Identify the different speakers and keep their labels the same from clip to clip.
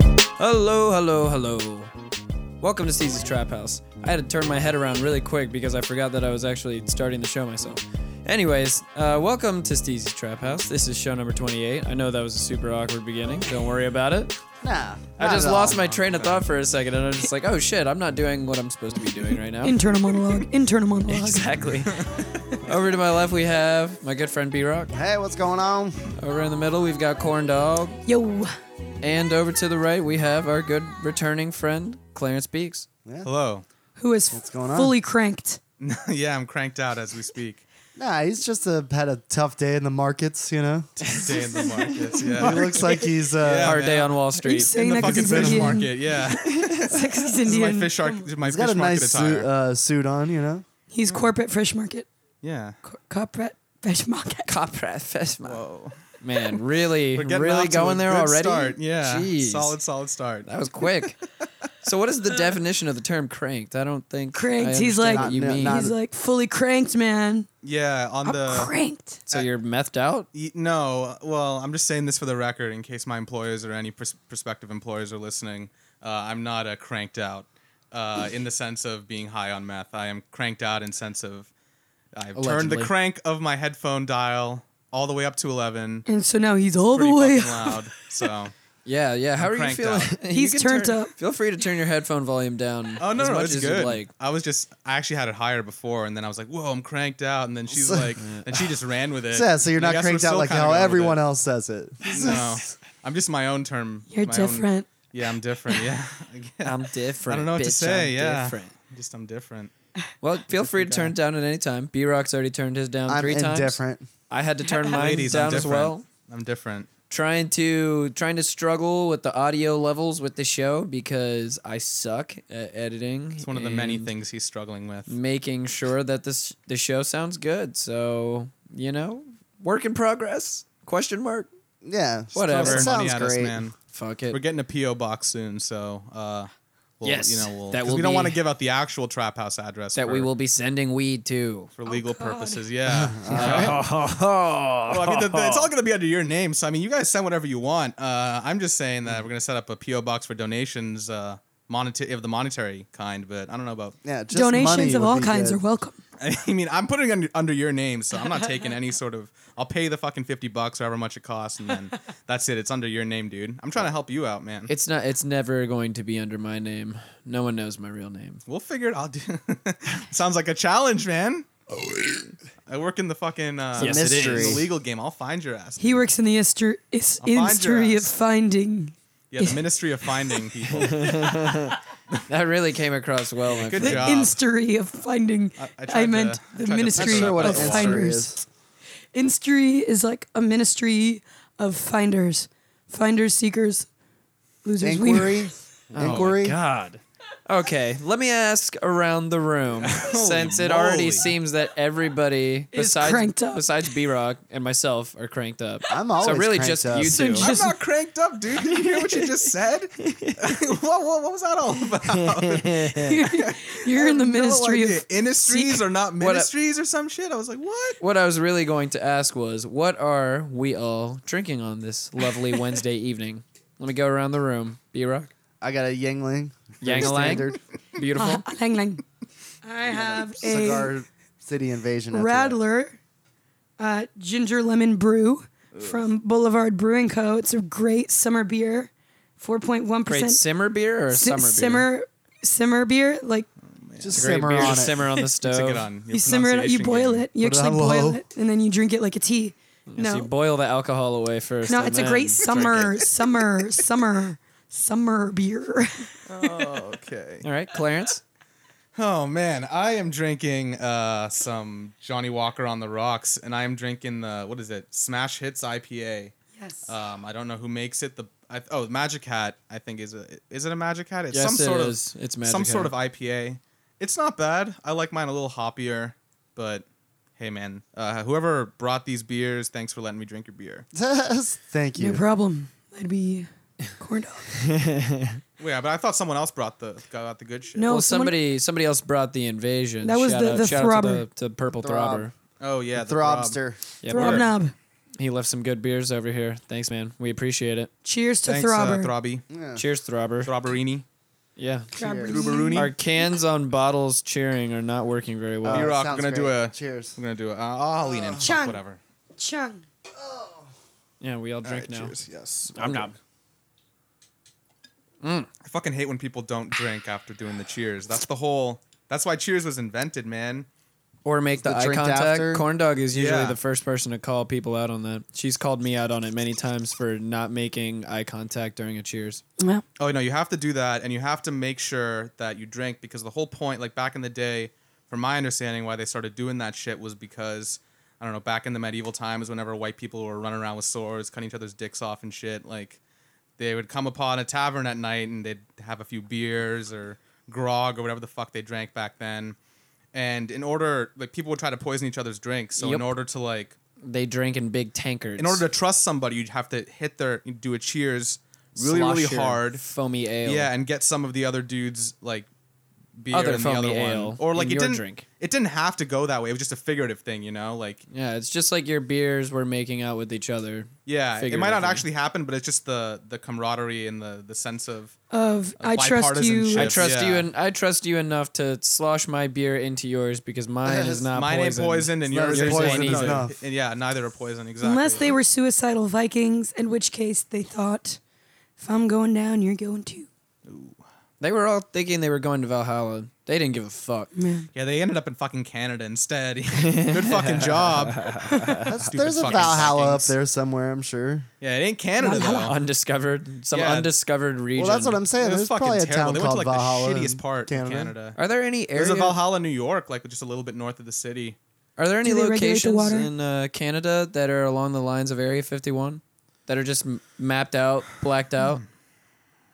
Speaker 1: Hello, hello, hello. Welcome to Caesar's Trap House. I had to turn my head around really quick because I forgot that I was actually starting the show myself. Anyways, uh, welcome to Steezy's Trap House. This is show number 28. I know that was a super awkward beginning. Don't worry about it.
Speaker 2: Nah.
Speaker 1: I just lost my train of thought for a second and I'm just like, oh shit, I'm not doing what I'm supposed to be doing right now.
Speaker 3: Internal monologue. Internal monologue.
Speaker 1: Exactly. Over to my left, we have my good friend B Rock.
Speaker 2: Hey, what's going on?
Speaker 1: Over in the middle, we've got Corn Dog.
Speaker 3: Yo.
Speaker 1: And over to the right, we have our good returning friend, Clarence Beeks.
Speaker 4: Hello.
Speaker 3: Who is
Speaker 2: going on?
Speaker 3: fully cranked.
Speaker 4: yeah, I'm cranked out as we speak.
Speaker 2: Nah, he's just uh had a tough day in the markets, you know?
Speaker 4: Day in the markets. Yeah.
Speaker 2: He looks like he's, uh,
Speaker 1: Hard day on Wall Street.
Speaker 3: He's Saying
Speaker 4: In the
Speaker 3: that 'cause
Speaker 4: fucking
Speaker 3: he's
Speaker 4: fish
Speaker 3: Indian.
Speaker 4: market. Yeah. this
Speaker 3: Sex is
Speaker 4: is my
Speaker 3: Indian.
Speaker 4: fish shark. This is my
Speaker 2: he's
Speaker 4: fish
Speaker 2: got a
Speaker 4: market
Speaker 2: nice
Speaker 4: attire.
Speaker 2: suit, uh, suit on, you know?
Speaker 3: He's corporate fish market.
Speaker 4: yeah.
Speaker 3: Cor- corporate fish market.
Speaker 1: Copra Fesma. Man, really,
Speaker 4: We're getting
Speaker 1: really
Speaker 4: off to
Speaker 1: going
Speaker 4: a
Speaker 1: there
Speaker 4: good
Speaker 1: already.
Speaker 4: Start. Yeah.
Speaker 1: Jeez.
Speaker 4: Solid, solid start.
Speaker 1: That was quick. so, what is the definition of the term cranked? I don't think
Speaker 3: Cranked.
Speaker 1: I
Speaker 3: He's
Speaker 1: understand
Speaker 3: like-
Speaker 1: what you
Speaker 2: Not-
Speaker 1: mean.
Speaker 2: not-
Speaker 3: He's like fully cranked, man.
Speaker 4: Yeah. On
Speaker 3: I'm
Speaker 4: the.
Speaker 3: cranked.
Speaker 1: so you're methed out.
Speaker 4: Y- No, well, I'm just saying this for the record in case my employers or any pers- prospective employers are listening. Uh, I'm not uh, cranked out uh, in the sense of being high on meth. I am cranked out in sense of I've turned
Speaker 1: Allegedly.
Speaker 4: the crank of my headphone dial all the way up to 11.
Speaker 3: And so now he's all
Speaker 4: Pretty
Speaker 3: the way
Speaker 4: fucking
Speaker 3: up.
Speaker 4: loud. So,
Speaker 1: Yeah, yeah. How are you
Speaker 4: cranked
Speaker 1: feeling?
Speaker 4: out.
Speaker 1: You
Speaker 3: He's
Speaker 1: can
Speaker 3: turned
Speaker 1: turn-
Speaker 3: up.
Speaker 1: Feel free to turn your headphone volume down.
Speaker 4: oh no,
Speaker 1: as
Speaker 4: no,
Speaker 1: much
Speaker 4: it's
Speaker 1: as
Speaker 4: good.
Speaker 1: you'd like.
Speaker 4: I was just I actually had it higher before, and then I was like, "Whoa, I'm cranked out," and then she's like, and she just ran with it.
Speaker 2: Yeah, so you're
Speaker 4: And I
Speaker 2: not
Speaker 4: guess we're
Speaker 2: cranked out
Speaker 4: still
Speaker 2: like
Speaker 4: kinda
Speaker 2: how
Speaker 4: going with
Speaker 2: everyone
Speaker 4: it.
Speaker 2: else says it.
Speaker 4: No, I'm just my own term.
Speaker 3: You're
Speaker 4: my own-
Speaker 3: different.
Speaker 4: yeah, I'm different. Yeah, yeah.
Speaker 1: I'm different.
Speaker 4: I don't know what
Speaker 1: bitch,
Speaker 4: to say.
Speaker 1: I'm
Speaker 4: yeah,
Speaker 1: Different.
Speaker 4: just I'm different.
Speaker 1: Well, feel free to turn it down at any time. B Rock's already turned his down
Speaker 2: I'm
Speaker 1: three times.
Speaker 2: indifferent.
Speaker 1: I had to turn mine
Speaker 4: Ladies, I'm
Speaker 1: down as
Speaker 4: different.
Speaker 1: well.
Speaker 4: I'm different.
Speaker 1: Trying to trying to struggle with the audio levels with the show because I suck at editing.
Speaker 4: It's one of the many
Speaker 1: and
Speaker 4: things he's struggling with.
Speaker 1: Making sure that this the show sounds good. So you know, work in progress? Question mark.
Speaker 2: Yeah.
Speaker 1: Whatever.
Speaker 2: It
Speaker 4: Throwing money
Speaker 2: sounds
Speaker 4: at us,
Speaker 2: great.
Speaker 4: man.
Speaker 1: Fuck it.
Speaker 4: We're getting a PO box soon, so uh, we'll,
Speaker 1: Yes,
Speaker 4: you know, we'll,
Speaker 1: that
Speaker 4: 'cause
Speaker 1: will
Speaker 4: we don't
Speaker 1: be-
Speaker 4: want to give out the actual trap house address
Speaker 1: that
Speaker 4: for,
Speaker 1: we will be sending weed to.
Speaker 4: for legal
Speaker 3: God.
Speaker 4: purposes. Yeah, well, I mean, the, the- it's all going to be under your name, so I mean, you guys send whatever you want. Uh, I'm just saying that we're going to set up a PO box for donations, uh, monetary of the monetary kind, but I don't know about.
Speaker 2: Yeah, just money
Speaker 3: Donations of
Speaker 2: would
Speaker 3: all
Speaker 2: be
Speaker 3: kinds
Speaker 2: good.
Speaker 3: are welcome.
Speaker 4: I mean, I'm putting it under, under your name, so I'm not taking any sort of. I'll pay the fucking fifty bucks, or however much it costs, and then that's it. It's under your name, dude. I'm trying to help you out, man.
Speaker 1: It's not. It's never going to be under my name. No one knows my real name.
Speaker 4: we'll figure it. I'll do. Sounds like a challenge, man. I work in the fucking uh,
Speaker 1: Yes, it
Speaker 2: mystery.
Speaker 4: the
Speaker 1: is.
Speaker 4: legal game. I'll find your ass.
Speaker 3: He works in the history is,
Speaker 4: I'll find your
Speaker 3: history of
Speaker 4: ass.
Speaker 3: finding.
Speaker 4: Yeah, the Ministry of Finding People.
Speaker 1: That really came across well. My
Speaker 4: Good
Speaker 1: friend.
Speaker 3: The
Speaker 4: job.
Speaker 3: instery of finding.
Speaker 4: I-
Speaker 3: I,
Speaker 4: I tried
Speaker 3: meant
Speaker 4: to- I
Speaker 3: the
Speaker 4: tried to
Speaker 2: Not
Speaker 3: ministry
Speaker 4: punch that
Speaker 2: sure what
Speaker 4: up
Speaker 3: of
Speaker 2: an
Speaker 4: a lot.
Speaker 2: industry
Speaker 3: finders.
Speaker 2: is.
Speaker 3: Instry is like a ministry of finders, finders, seekers, losers, wieners.
Speaker 2: Inquiry?
Speaker 1: Oh my
Speaker 2: Inquiry?
Speaker 1: God. Okay, let me ask around the room since it already
Speaker 4: moly.
Speaker 1: seems that everybody
Speaker 3: Is
Speaker 1: besides
Speaker 3: cranked up.
Speaker 1: besides B Rock and myself are cranked up.
Speaker 2: I'm
Speaker 1: so
Speaker 2: always
Speaker 1: really
Speaker 2: cranked
Speaker 1: just
Speaker 2: up.
Speaker 1: you
Speaker 3: So
Speaker 1: two.
Speaker 3: just-
Speaker 4: I'm not cranked up, dude. Did you hear what you just said? what, what, what was that all about?
Speaker 3: You're in the ministry
Speaker 4: No
Speaker 3: of.
Speaker 4: idea. Industries are not
Speaker 1: a-
Speaker 4: ministries or some shit. I was like, what?
Speaker 1: what I was really going to ask was, what are we all drinking on this lovely Wednesday evening? Let me go around the room. B Rock,
Speaker 2: I got a Yingling. Very
Speaker 1: Yang-a-lang.
Speaker 2: standard
Speaker 1: beautiful.
Speaker 3: Lang lang. I have a
Speaker 2: Cigar City Invasion. after that.
Speaker 3: Rattler uh, ginger lemon brew from Boulevard Brewing Co. It's a great summer beer, 4.1%.
Speaker 1: Great simmer beer or
Speaker 3: Si-
Speaker 1: summer beer?
Speaker 3: simmer, simmer beer. Like
Speaker 2: Just
Speaker 1: Great
Speaker 2: simmer
Speaker 1: beer
Speaker 2: on
Speaker 1: to
Speaker 2: it.
Speaker 1: simmer on the stove.
Speaker 4: Take it on. your
Speaker 3: Uh, you simmer it, you
Speaker 4: pronunciation
Speaker 3: boil
Speaker 4: game.
Speaker 3: it, you
Speaker 2: Put it
Speaker 3: actually
Speaker 2: on
Speaker 3: boil
Speaker 2: low.
Speaker 3: it, and then you drink it like a tea.
Speaker 1: So
Speaker 3: No,
Speaker 1: you boil the alcohol away first.
Speaker 3: No,
Speaker 1: and
Speaker 3: it's a
Speaker 1: then
Speaker 3: great
Speaker 1: drink it.
Speaker 3: summer, summer, summer, summer beer.
Speaker 4: Oh, Okay.
Speaker 1: All right, Clarence.
Speaker 4: Oh man, I am drinking uh, some Johnny Walker on the rocks, and I am drinking the what is it? Smash Hits IPA.
Speaker 3: Yes.
Speaker 1: Uh,
Speaker 4: Um, I don't know who makes it. The I, oh, Magic Hat. I think is a is it a Magic Hat? It's
Speaker 1: Yes,
Speaker 4: some
Speaker 1: it
Speaker 4: sort
Speaker 1: is.
Speaker 4: of
Speaker 1: It's Magic
Speaker 4: some sort
Speaker 1: Hat.
Speaker 4: of IPA. It's not bad. I like mine a little hoppier, but hey man, uh, whoever brought these beers, thanks for letting me drink your beer.
Speaker 2: Thank
Speaker 3: no
Speaker 2: you.
Speaker 3: problem. That'd be corn dog.
Speaker 4: Yeah, but I thought someone else brought the got the good shit.
Speaker 3: No,
Speaker 1: well,
Speaker 3: someone-
Speaker 1: somebody somebody else brought the invasion.
Speaker 3: That was
Speaker 1: shout
Speaker 3: the-
Speaker 1: out,
Speaker 3: the
Speaker 1: shout out to
Speaker 3: throbber.
Speaker 1: the, to purple
Speaker 2: Throb.
Speaker 1: throbber.
Speaker 4: Oh yeah,
Speaker 2: Throbster.
Speaker 1: Yeah,
Speaker 3: Throb
Speaker 1: word.
Speaker 3: knob.
Speaker 1: He left some good beers over here. Thanks, man. We appreciate it.
Speaker 3: Cheers to
Speaker 4: Thanks,
Speaker 3: Throbber.
Speaker 4: uh, Throbby.
Speaker 2: Yeah.
Speaker 1: Cheers, Throbber.
Speaker 4: Throbberini.
Speaker 1: Yeah.
Speaker 3: Throbber.
Speaker 4: Throbberini.
Speaker 1: Our cans on bottles cheering are not working very well.
Speaker 4: Uh, B-Rock, we're
Speaker 2: sounds
Speaker 4: gonna do
Speaker 2: great.
Speaker 4: a-
Speaker 2: cheers.
Speaker 4: I'm gonna do it. Uh, I'll lean in. Fuck,
Speaker 3: Chung.
Speaker 4: Whatever.
Speaker 3: Chung.
Speaker 1: yeah, we all drink
Speaker 4: Alright,
Speaker 1: now.
Speaker 4: Cheers. Yes.
Speaker 1: I'm not.
Speaker 4: I fucking hate when people don't drink after doing the cheers. That's the whole. That's why cheers was invented, man.
Speaker 1: Or make the,
Speaker 2: The
Speaker 1: eye
Speaker 2: drink
Speaker 1: contact.
Speaker 2: after?
Speaker 1: Corn dog is usually
Speaker 4: Yeah.
Speaker 1: the first person to call people out on that. She's called me out on it many times for not making eye contact during a cheers.
Speaker 3: Well,
Speaker 4: Oh no, you have to do that, and you have to make sure that you drink because the whole point, like back in the day, from my understanding, why they started doing that shit was because I don't know. Back in the medieval times, whenever white people were running around with swords, cutting each other's dicks off and shit, like they would come upon a tavern at night and they'd have a few beers or grog or whatever the fuck they drank back then. And in order, like people would try to poison each other's drinks. So
Speaker 1: Yep.
Speaker 4: in order to like
Speaker 1: They drink in big tankards.
Speaker 4: in order to trust somebody, you'd have to hit their do a cheers really
Speaker 1: Slosh
Speaker 4: really
Speaker 1: your
Speaker 4: hard.
Speaker 1: foamy ale.
Speaker 4: Yeah, and get some of the other dudes like beer
Speaker 1: Other
Speaker 4: and the
Speaker 1: foamy
Speaker 4: other
Speaker 1: ale
Speaker 4: one, or like
Speaker 1: in
Speaker 4: it
Speaker 1: your
Speaker 4: didn't.
Speaker 1: drink.
Speaker 4: It didn't have to go that way. It was just a figurative thing, you know. Like
Speaker 1: yeah. It's just like your beers were making out with each other.
Speaker 4: yeah, it might not
Speaker 1: Figuratively.
Speaker 4: actually happen, but it's just the the camaraderie and the the sense of
Speaker 3: of I trust you.
Speaker 4: bipartisanship.
Speaker 1: I trust
Speaker 4: Yeah.
Speaker 1: you, and I trust you enough to slosh my beer into yours because mine is not
Speaker 4: mine
Speaker 1: Ah, poison.
Speaker 4: ain't poisoned and
Speaker 2: It's not
Speaker 4: yours
Speaker 2: as
Speaker 4: ain't
Speaker 1: poisoned
Speaker 4: poisoned.
Speaker 1: as
Speaker 4: No,
Speaker 2: enough.
Speaker 4: and yeah, neither are poison exactly.
Speaker 3: Unless they were suicidal Vikings, in which case they thought, if I'm going down, you're going too.
Speaker 1: They were all thinking they were going to Valhalla. They didn't give a fuck.
Speaker 4: yeah, they ended up in fucking Canada instead. Good fucking job.
Speaker 2: That's,
Speaker 4: Stupid
Speaker 2: there's a
Speaker 4: fucking
Speaker 2: Valhalla up
Speaker 4: Vikings.
Speaker 2: there somewhere, I'm sure.
Speaker 4: Yeah, it ain't Canada though.
Speaker 1: Undiscovered, some
Speaker 4: Yeah.
Speaker 1: undiscovered region.
Speaker 2: Well, that's what I'm saying.
Speaker 4: It was
Speaker 2: There's
Speaker 4: fucking
Speaker 2: probably a
Speaker 4: terrible.
Speaker 2: town
Speaker 4: They went to
Speaker 2: called
Speaker 4: like
Speaker 2: Valhalla.
Speaker 4: the
Speaker 2: in
Speaker 4: shittiest part of Canada.
Speaker 1: Are there any
Speaker 4: There's
Speaker 1: areas?
Speaker 4: a Valhalla, New York, like just a little bit north of the city.
Speaker 1: Are there any
Speaker 3: Do they regulate
Speaker 1: locations
Speaker 3: the water?
Speaker 1: in uh, Canada that are along the lines of Area 51 that are just m- mapped out, blacked out?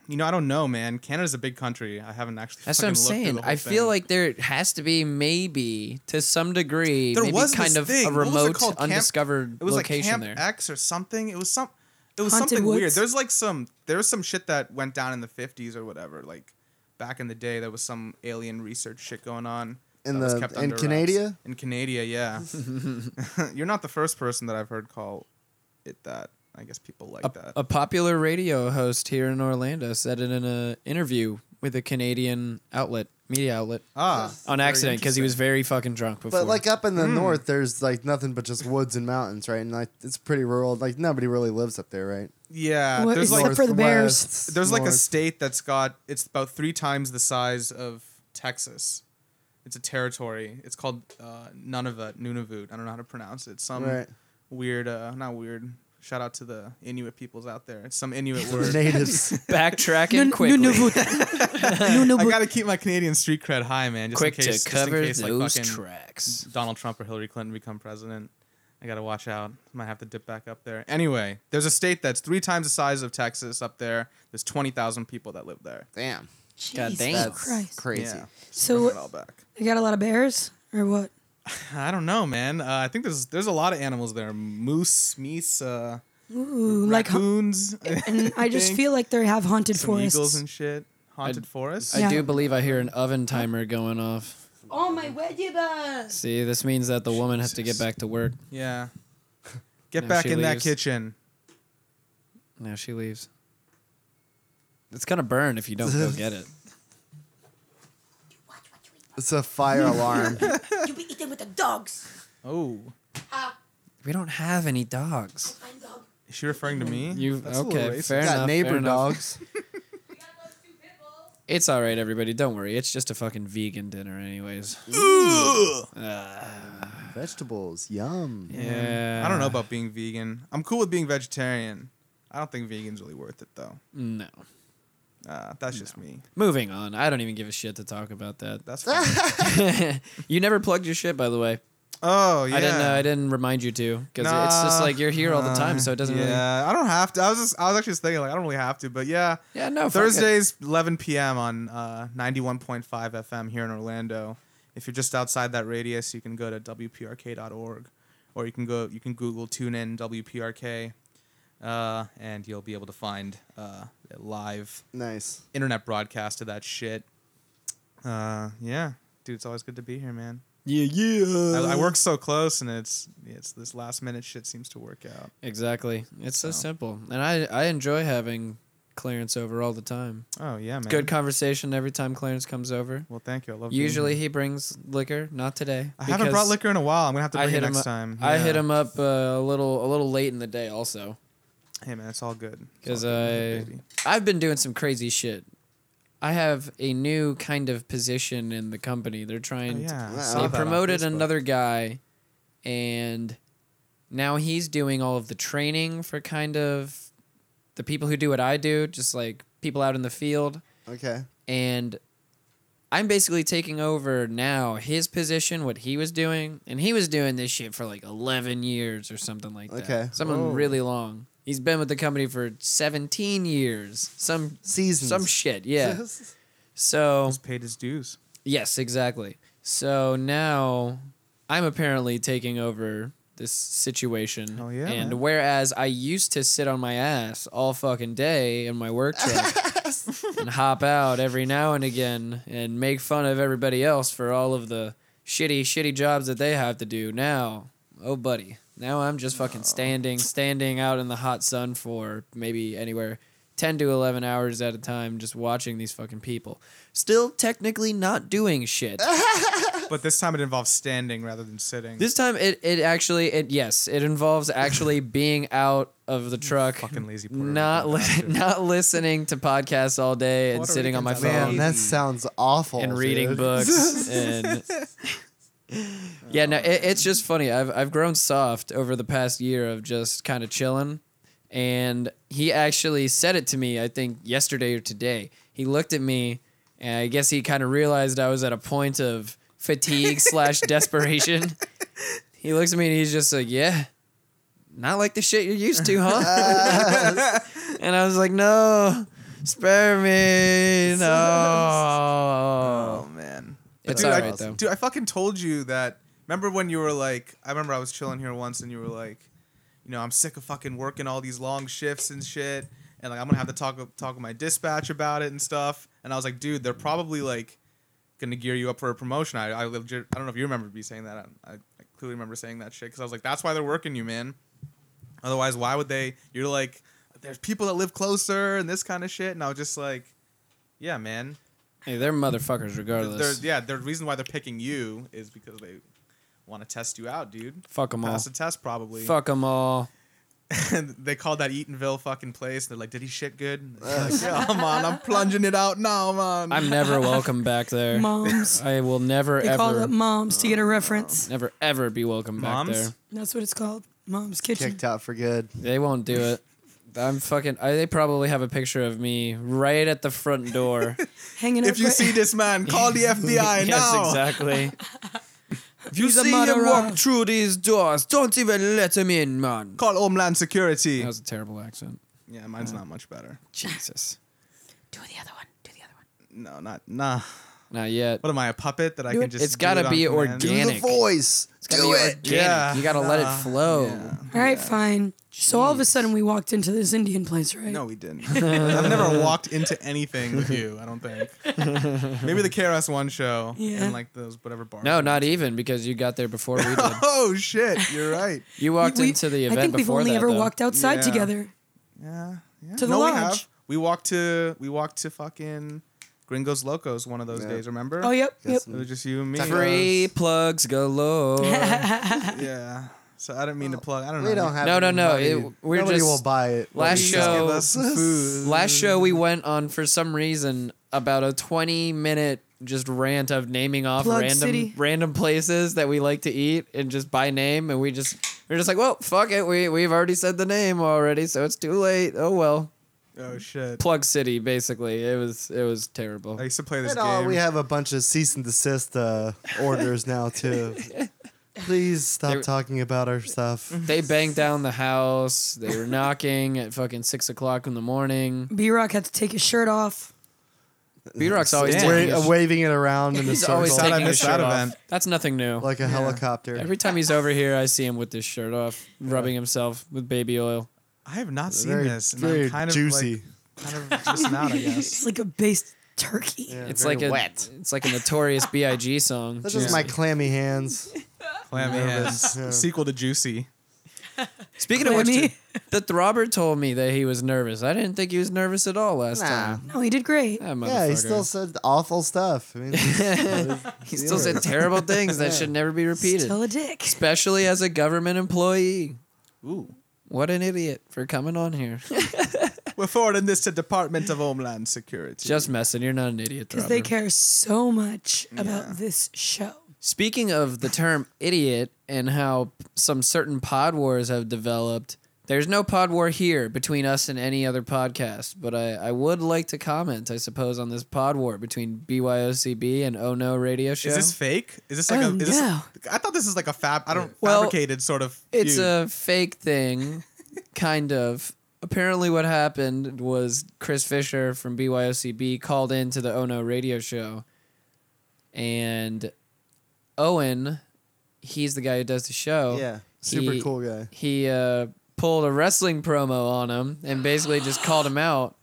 Speaker 4: You know, I don't know, man. Canada's a big country. I haven't actually.
Speaker 1: That's what I'm
Speaker 4: fucking looked through
Speaker 1: saying.
Speaker 4: the whole
Speaker 1: I feel
Speaker 4: thing.
Speaker 1: like there has to be maybe to some degree
Speaker 4: there
Speaker 1: maybe
Speaker 4: was this
Speaker 1: kind of
Speaker 4: thing.
Speaker 1: a
Speaker 4: What was it
Speaker 1: remote
Speaker 4: called? Camp-
Speaker 1: undiscovered
Speaker 4: It was
Speaker 1: location
Speaker 4: like Camp
Speaker 1: there.
Speaker 4: X or something. It was some. It was
Speaker 3: Haunted
Speaker 4: something weird.
Speaker 3: Woods?
Speaker 4: There's like some. There was some shit that went down in the 50s or whatever. Like back in the day, there was some alien research shit going on.
Speaker 2: In
Speaker 4: that was
Speaker 2: the-
Speaker 4: kept
Speaker 2: in
Speaker 4: under wraps.
Speaker 2: Canada?
Speaker 4: In Canada, yeah. You're not the first person that I've heard call it that. I guess people like that.
Speaker 1: A popular radio host here in Orlando said it in an interview with a Canadian outlet, media outlet,
Speaker 4: ah,
Speaker 1: on
Speaker 4: very
Speaker 1: accident because he was very fucking drunk before.
Speaker 2: But
Speaker 4: uh,
Speaker 2: like up in the north, there's like nothing but just woods and mountains, right? And like it's pretty rural. Like nobody really lives up there, right?
Speaker 4: interesting. yeah.
Speaker 3: What is
Speaker 4: there's like
Speaker 3: Except for the bears.
Speaker 2: west,
Speaker 4: There's like a
Speaker 2: north.
Speaker 4: state that's got it's about three times the size of Texas. It's a territory. It's called uh, Nunavut, Nunavut. I don't know how to pronounce it. Some
Speaker 2: Right.
Speaker 4: weird, uh, not weird. Shout out to the Inuit peoples out there. It's some Inuit
Speaker 2: The
Speaker 4: word.
Speaker 2: natives.
Speaker 1: backtracking quickly.
Speaker 4: I gotta keep my Canadian street cred high, man. Just
Speaker 1: quick
Speaker 4: in case,
Speaker 1: to
Speaker 4: just in
Speaker 1: cover
Speaker 4: case, like,
Speaker 1: those
Speaker 4: fucking
Speaker 1: tracks.
Speaker 4: Donald Trump or Hillary Clinton become president. I gotta watch out. Might have to dip back up there. Anyway, there's a state that's three times the size of Texas up there. There's twenty thousand people that live there.
Speaker 2: Damn.
Speaker 1: God damn.
Speaker 3: Jesus
Speaker 1: That's
Speaker 3: Christ.
Speaker 2: Crazy.
Speaker 4: Yeah. Bring it
Speaker 3: So
Speaker 4: all back.
Speaker 3: they got a lot of bears or what?
Speaker 4: I don't know, man. Uh, I think there's there's a lot of animals there. Moose, meese, uh,
Speaker 3: Ooh, like hu-
Speaker 4: raccoons,
Speaker 3: and I just
Speaker 4: think.
Speaker 3: feel like they have haunted
Speaker 4: some
Speaker 3: forests.
Speaker 4: eagles and shit. Haunted forest.
Speaker 1: I
Speaker 3: Yeah.
Speaker 1: do believe I hear an oven timer going off.
Speaker 3: oh my wedgies!
Speaker 1: See, this means that the woman has to get back to work.
Speaker 4: yeah. Get
Speaker 1: No,
Speaker 4: back
Speaker 1: she
Speaker 4: in that
Speaker 1: leaves.
Speaker 4: kitchen.
Speaker 1: Now she leaves. It's gonna burn if you don't go get it.
Speaker 5: Watch what you eat.
Speaker 2: It's a fire alarm.
Speaker 5: Mom. You be eating with the dogs.
Speaker 4: Oh,
Speaker 5: Ah,
Speaker 1: We don't have any dogs.
Speaker 5: I'm dog.
Speaker 4: is she referring to me?
Speaker 1: You
Speaker 4: That's a little
Speaker 1: okay?
Speaker 4: racist.
Speaker 1: Fair
Speaker 2: got
Speaker 1: enough. fair
Speaker 2: neighbor
Speaker 1: enough.
Speaker 2: dogs.
Speaker 1: It's all right, everybody. Don't worry. It's just a fucking vegan dinner, anyways.
Speaker 2: Vegetables. Yum.
Speaker 1: Yeah.
Speaker 4: I don't know about being vegan. I'm cool with being vegetarian. I don't think vegan's really worth it though.
Speaker 1: No.
Speaker 4: Uh, that's just me.
Speaker 1: Moving on. I don't even give a shit to talk about that.
Speaker 4: That's fine.
Speaker 1: you never plugged your shit, by the way.
Speaker 4: oh yeah.
Speaker 1: I didn't. Uh, I didn't remind you to because it's just
Speaker 4: Nah.
Speaker 1: like you're here all the time, so it doesn't really.
Speaker 4: yeah, I don't have to. I was just, I was actually just thinking like I don't really have to, but yeah.
Speaker 1: Yeah, no. fuck it.
Speaker 4: Thursdays, 11 p.m. on uh, 91.5 FM here in Orlando. If you're just outside that radius, you can go to wprk.org, or you can go you can Google tune in WPRK, uh, and you'll be able to find uh, a live
Speaker 2: Nice.
Speaker 4: internet broadcast of that shit. Uh, yeah, dude, it's always good to be here, man.
Speaker 1: Yeah, yeah.
Speaker 4: I, I work so close, and it's it's this last minute shit seems to work out.
Speaker 1: Exactly. It's so
Speaker 4: So.
Speaker 1: simple, and I I enjoy having Clarence over all the time.
Speaker 4: Oh yeah, man.
Speaker 1: Good conversation every time Clarence comes over.
Speaker 4: Well, thank you. I love. being
Speaker 1: Usually
Speaker 4: here.
Speaker 1: he brings liquor. Not today.
Speaker 4: I haven't brought
Speaker 1: because
Speaker 4: liquor in a while. I'm gonna have to
Speaker 1: I
Speaker 4: bring
Speaker 1: hit
Speaker 4: it
Speaker 1: him.
Speaker 4: next
Speaker 1: Up,
Speaker 4: time.
Speaker 1: I hit
Speaker 4: Yeah.
Speaker 1: him up uh, a little a little late in the day also
Speaker 4: Hey man, it's all good. It's
Speaker 1: because
Speaker 4: all good,
Speaker 1: I
Speaker 4: baby.
Speaker 1: I've been doing some crazy shit. I have a new kind of position in the company. They're trying.
Speaker 4: Oh, yeah, I
Speaker 1: To,
Speaker 2: saw
Speaker 1: they
Speaker 2: that on
Speaker 1: promoted
Speaker 4: Facebook.
Speaker 1: another guy, and now he's doing all of the training for kind of the people who do what I do, just like people out in the field.
Speaker 2: Okay.
Speaker 1: and I'm basically taking over now his position, what he was doing, and he was doing this shit for like 11 years or something like that.
Speaker 2: Okay.
Speaker 1: something
Speaker 2: Whoa.
Speaker 1: really long. He's been with the company for 17 years. Some
Speaker 2: Seasons.
Speaker 1: some shit, yeah. So
Speaker 4: He's paid his dues.
Speaker 1: yes, exactly. So now I'm apparently taking over this situation.
Speaker 4: Oh, yeah,
Speaker 1: And
Speaker 4: man.
Speaker 1: whereas I used to sit on my ass all fucking day in my work truck and hop out every now and again and make fun of everybody else for all of the shitty, shitty jobs that they have to do. Now, oh, buddy, now I'm just fucking standing, standing out in the hot sun for maybe anywhere 10 to 11 hours at a time just watching these fucking people. Still technically not doing shit.
Speaker 4: But this time it involves standing rather than sitting.
Speaker 1: this time it, it actually, it yes, it involves actually being out of the truck.
Speaker 4: fucking lazy Puerto
Speaker 1: Not
Speaker 4: Rican
Speaker 1: li-
Speaker 4: bastard.
Speaker 1: not listening to podcasts all day and
Speaker 4: Puerto
Speaker 1: sitting on my
Speaker 4: Ricans
Speaker 1: phone.
Speaker 4: are
Speaker 2: Man, that sounds awful.
Speaker 1: and reading
Speaker 2: dude.
Speaker 1: books and yeah no it, it's just funny I've, I've grown soft over the past year of just kind of chilling and he actually said it to me i think yesterday or today he looked at me and i guess he kind of realized i was at a point of fatigue slash desperation he looks at me and he's just like yeah not like the shit you're used to huh and i was like no spare me no
Speaker 4: Oh man.
Speaker 1: It's
Speaker 4: dude, I,
Speaker 1: alright, though.
Speaker 4: Dude, I fucking told you that. Remember when you were like, I remember I was chilling here once and you were like, you know, I'm sick of fucking working all these long shifts and shit, and like I'm gonna have to talk talk with my dispatch about it and stuff. And I was like, dude, they're probably like gonna gear you up for a promotion. I I legit, I don't know if you remember me saying that. I, I clearly remember saying that shit because I was like, that's why they're working you, man. Otherwise, why would they? You're like, there's people that live closer and this kind of shit. And I was just like, yeah, man.
Speaker 1: Hey, they're motherfuckers regardless.
Speaker 4: They're, yeah, the reason why they're picking you is because they want to test you out, dude.
Speaker 1: Fuck them all.
Speaker 4: Pass the test, probably.
Speaker 1: Fuck them all.
Speaker 4: And they called that Eatonville fucking place. They're like, "Did he shit good?" And they're like, yeah, man, I'm plunging it out now, man.
Speaker 1: I'm never welcome back there.
Speaker 3: Moms.
Speaker 1: I will never
Speaker 3: They call
Speaker 1: ever,
Speaker 3: it moms to get
Speaker 4: Oh,
Speaker 3: a reference.
Speaker 1: never ever be welcome back
Speaker 4: Moms?
Speaker 1: there.
Speaker 3: That's what it's called. Mom's kitchen.
Speaker 2: Kicked out for good.
Speaker 1: They won't do it. I'm fucking. I, they probably have a picture of me right at the front door.
Speaker 3: Hanging
Speaker 4: if
Speaker 3: up
Speaker 4: you
Speaker 3: right-
Speaker 4: see this man, call the FBI
Speaker 1: yes,
Speaker 4: now.
Speaker 1: exactly. if you
Speaker 3: He's a
Speaker 1: see him walk
Speaker 3: murderer.
Speaker 1: through these doors, don't even let him in, man.
Speaker 4: Call Homeland Security.
Speaker 1: That was a terrible accent.
Speaker 4: yeah, mine's not much better.
Speaker 1: Jesus.
Speaker 5: Do the other one. Do the other one.
Speaker 4: No, not nah.
Speaker 1: Not yet.
Speaker 4: What am I, a puppet that I can just?
Speaker 1: It's
Speaker 4: do
Speaker 1: gotta
Speaker 4: it on
Speaker 1: be
Speaker 4: command?
Speaker 1: organic.
Speaker 2: Do the voice.
Speaker 1: It's gotta
Speaker 2: Do
Speaker 1: be
Speaker 2: it.
Speaker 1: organic.
Speaker 4: Yeah,
Speaker 1: you gotta let it
Speaker 4: nah,
Speaker 1: flow.
Speaker 4: yeah.
Speaker 3: All right, fine. So all of a sudden we walked into this Indian place, right?
Speaker 4: No, we didn't. I've never walked into anything with you. I don't think. Maybe the KRS One show
Speaker 3: Yeah.
Speaker 4: and like those whatever bars.
Speaker 1: No, not even because you got there before we did.
Speaker 4: Oh shit! You're right.
Speaker 1: You walked
Speaker 3: We-
Speaker 1: into the
Speaker 3: I
Speaker 1: event
Speaker 3: think we've
Speaker 1: before
Speaker 3: only
Speaker 1: that,
Speaker 3: ever
Speaker 1: though.
Speaker 3: walked outside
Speaker 4: Yeah.
Speaker 3: together.
Speaker 4: Yeah. yeah.
Speaker 3: To the
Speaker 4: no, we
Speaker 3: lodge.
Speaker 4: have. We walked to we walked to fucking Gringos Locos one of those
Speaker 2: Yeah.
Speaker 4: days. Remember?
Speaker 3: Oh, yep, yep.
Speaker 2: Yes.
Speaker 4: It was just you and me. Uh,
Speaker 1: Free plugs galore.
Speaker 4: Yeah. So I didn't mean to plug. I don't know.
Speaker 2: We don't have.
Speaker 1: No, no,
Speaker 2: any
Speaker 1: no,
Speaker 2: money.
Speaker 1: it- we're
Speaker 2: Nobody
Speaker 1: just-
Speaker 2: will buy it.
Speaker 1: Last
Speaker 4: You just
Speaker 1: show-
Speaker 4: gave us some food.
Speaker 1: Last show we went on for some reason about a 20 minute just rant of naming off
Speaker 3: Plug
Speaker 1: random
Speaker 3: City.
Speaker 1: random places that we like to eat and just by name and we just we're just like, "Well, fuck it. We we've already said the name already, so it's too late. Oh well."
Speaker 4: Oh shit.
Speaker 1: Plug City basically. It was it was terrible.
Speaker 4: I used to play this
Speaker 2: And
Speaker 4: game.
Speaker 2: all, we have a bunch of cease and desist uh, orders now too. Please stop
Speaker 1: They-
Speaker 2: talking about our stuff.
Speaker 1: They banged down the house. They were knocking at fucking six o'clock in the morning.
Speaker 3: B Rock had to take his shirt off.
Speaker 1: B Rock's always
Speaker 4: Stan.
Speaker 1: taking
Speaker 2: We're
Speaker 1: his-
Speaker 2: uh, waving it around in a
Speaker 1: He's
Speaker 2: circle
Speaker 1: always
Speaker 4: Thought I
Speaker 1: taking his
Speaker 4: missed
Speaker 1: shirt
Speaker 4: that
Speaker 1: off.
Speaker 4: event.
Speaker 1: That's nothing new.
Speaker 2: like a helicopter.
Speaker 1: Every time he's over here, I see him with this shirt off, rubbing himself with baby oil.
Speaker 4: I have not seen
Speaker 2: very
Speaker 4: this. And
Speaker 2: very
Speaker 4: I'm kind
Speaker 2: juicy.
Speaker 4: Of, like, kind of just now, I guess.
Speaker 3: It's like a base turkey.
Speaker 2: Yeah,
Speaker 1: It's
Speaker 2: very
Speaker 1: like a
Speaker 2: wet.
Speaker 1: it's like a notorious B.I.G. song.
Speaker 2: That's just
Speaker 1: Just-
Speaker 2: my clammy hands.
Speaker 4: Clammy
Speaker 2: Nervous,
Speaker 4: Hands.
Speaker 2: yeah.
Speaker 4: Sequel to Juicy.
Speaker 1: Speaking of which,
Speaker 3: Clammy.
Speaker 1: the throbber told me that he was nervous. I didn't think he was nervous at all last
Speaker 2: Nah.
Speaker 1: time.
Speaker 3: No, he did great.
Speaker 1: That
Speaker 2: Yeah, he
Speaker 1: motherfucker.
Speaker 2: still said awful stuff. I mean,
Speaker 1: He still said terrible things that should never be repeated.
Speaker 3: Still a dick.
Speaker 1: Especially as a government employee.
Speaker 4: Ooh.
Speaker 1: What an idiot for coming on here.
Speaker 4: We're forwarding this to Department of Homeland Security.
Speaker 1: Just messing. You're not an idiot.
Speaker 3: Because they
Speaker 1: Throbber.
Speaker 3: care so much
Speaker 4: Yeah.
Speaker 3: about this show.
Speaker 1: Speaking of the term idiot and how some certain pod wars have developed, there's no pod war here between us and any other podcast, but I, I would like to comment, I suppose, on this pod war between BYOCB and Oh No Radio Show.
Speaker 4: Is this fake? Is this like
Speaker 3: Oh,
Speaker 4: a? Is
Speaker 3: no.
Speaker 4: this, I thought this is like a fab. I don't
Speaker 1: Well,
Speaker 4: fabricated sort of.
Speaker 1: It's
Speaker 4: feud.
Speaker 1: a fake thing, kind of. Apparently, what happened was Chris Fisher from BYOCB called in to the Oh No radio show, and Owen, he's the guy who does the show.
Speaker 2: Yeah, super
Speaker 1: he-
Speaker 2: cool guy.
Speaker 1: He uh, pulled a wrestling promo on him and basically just called him out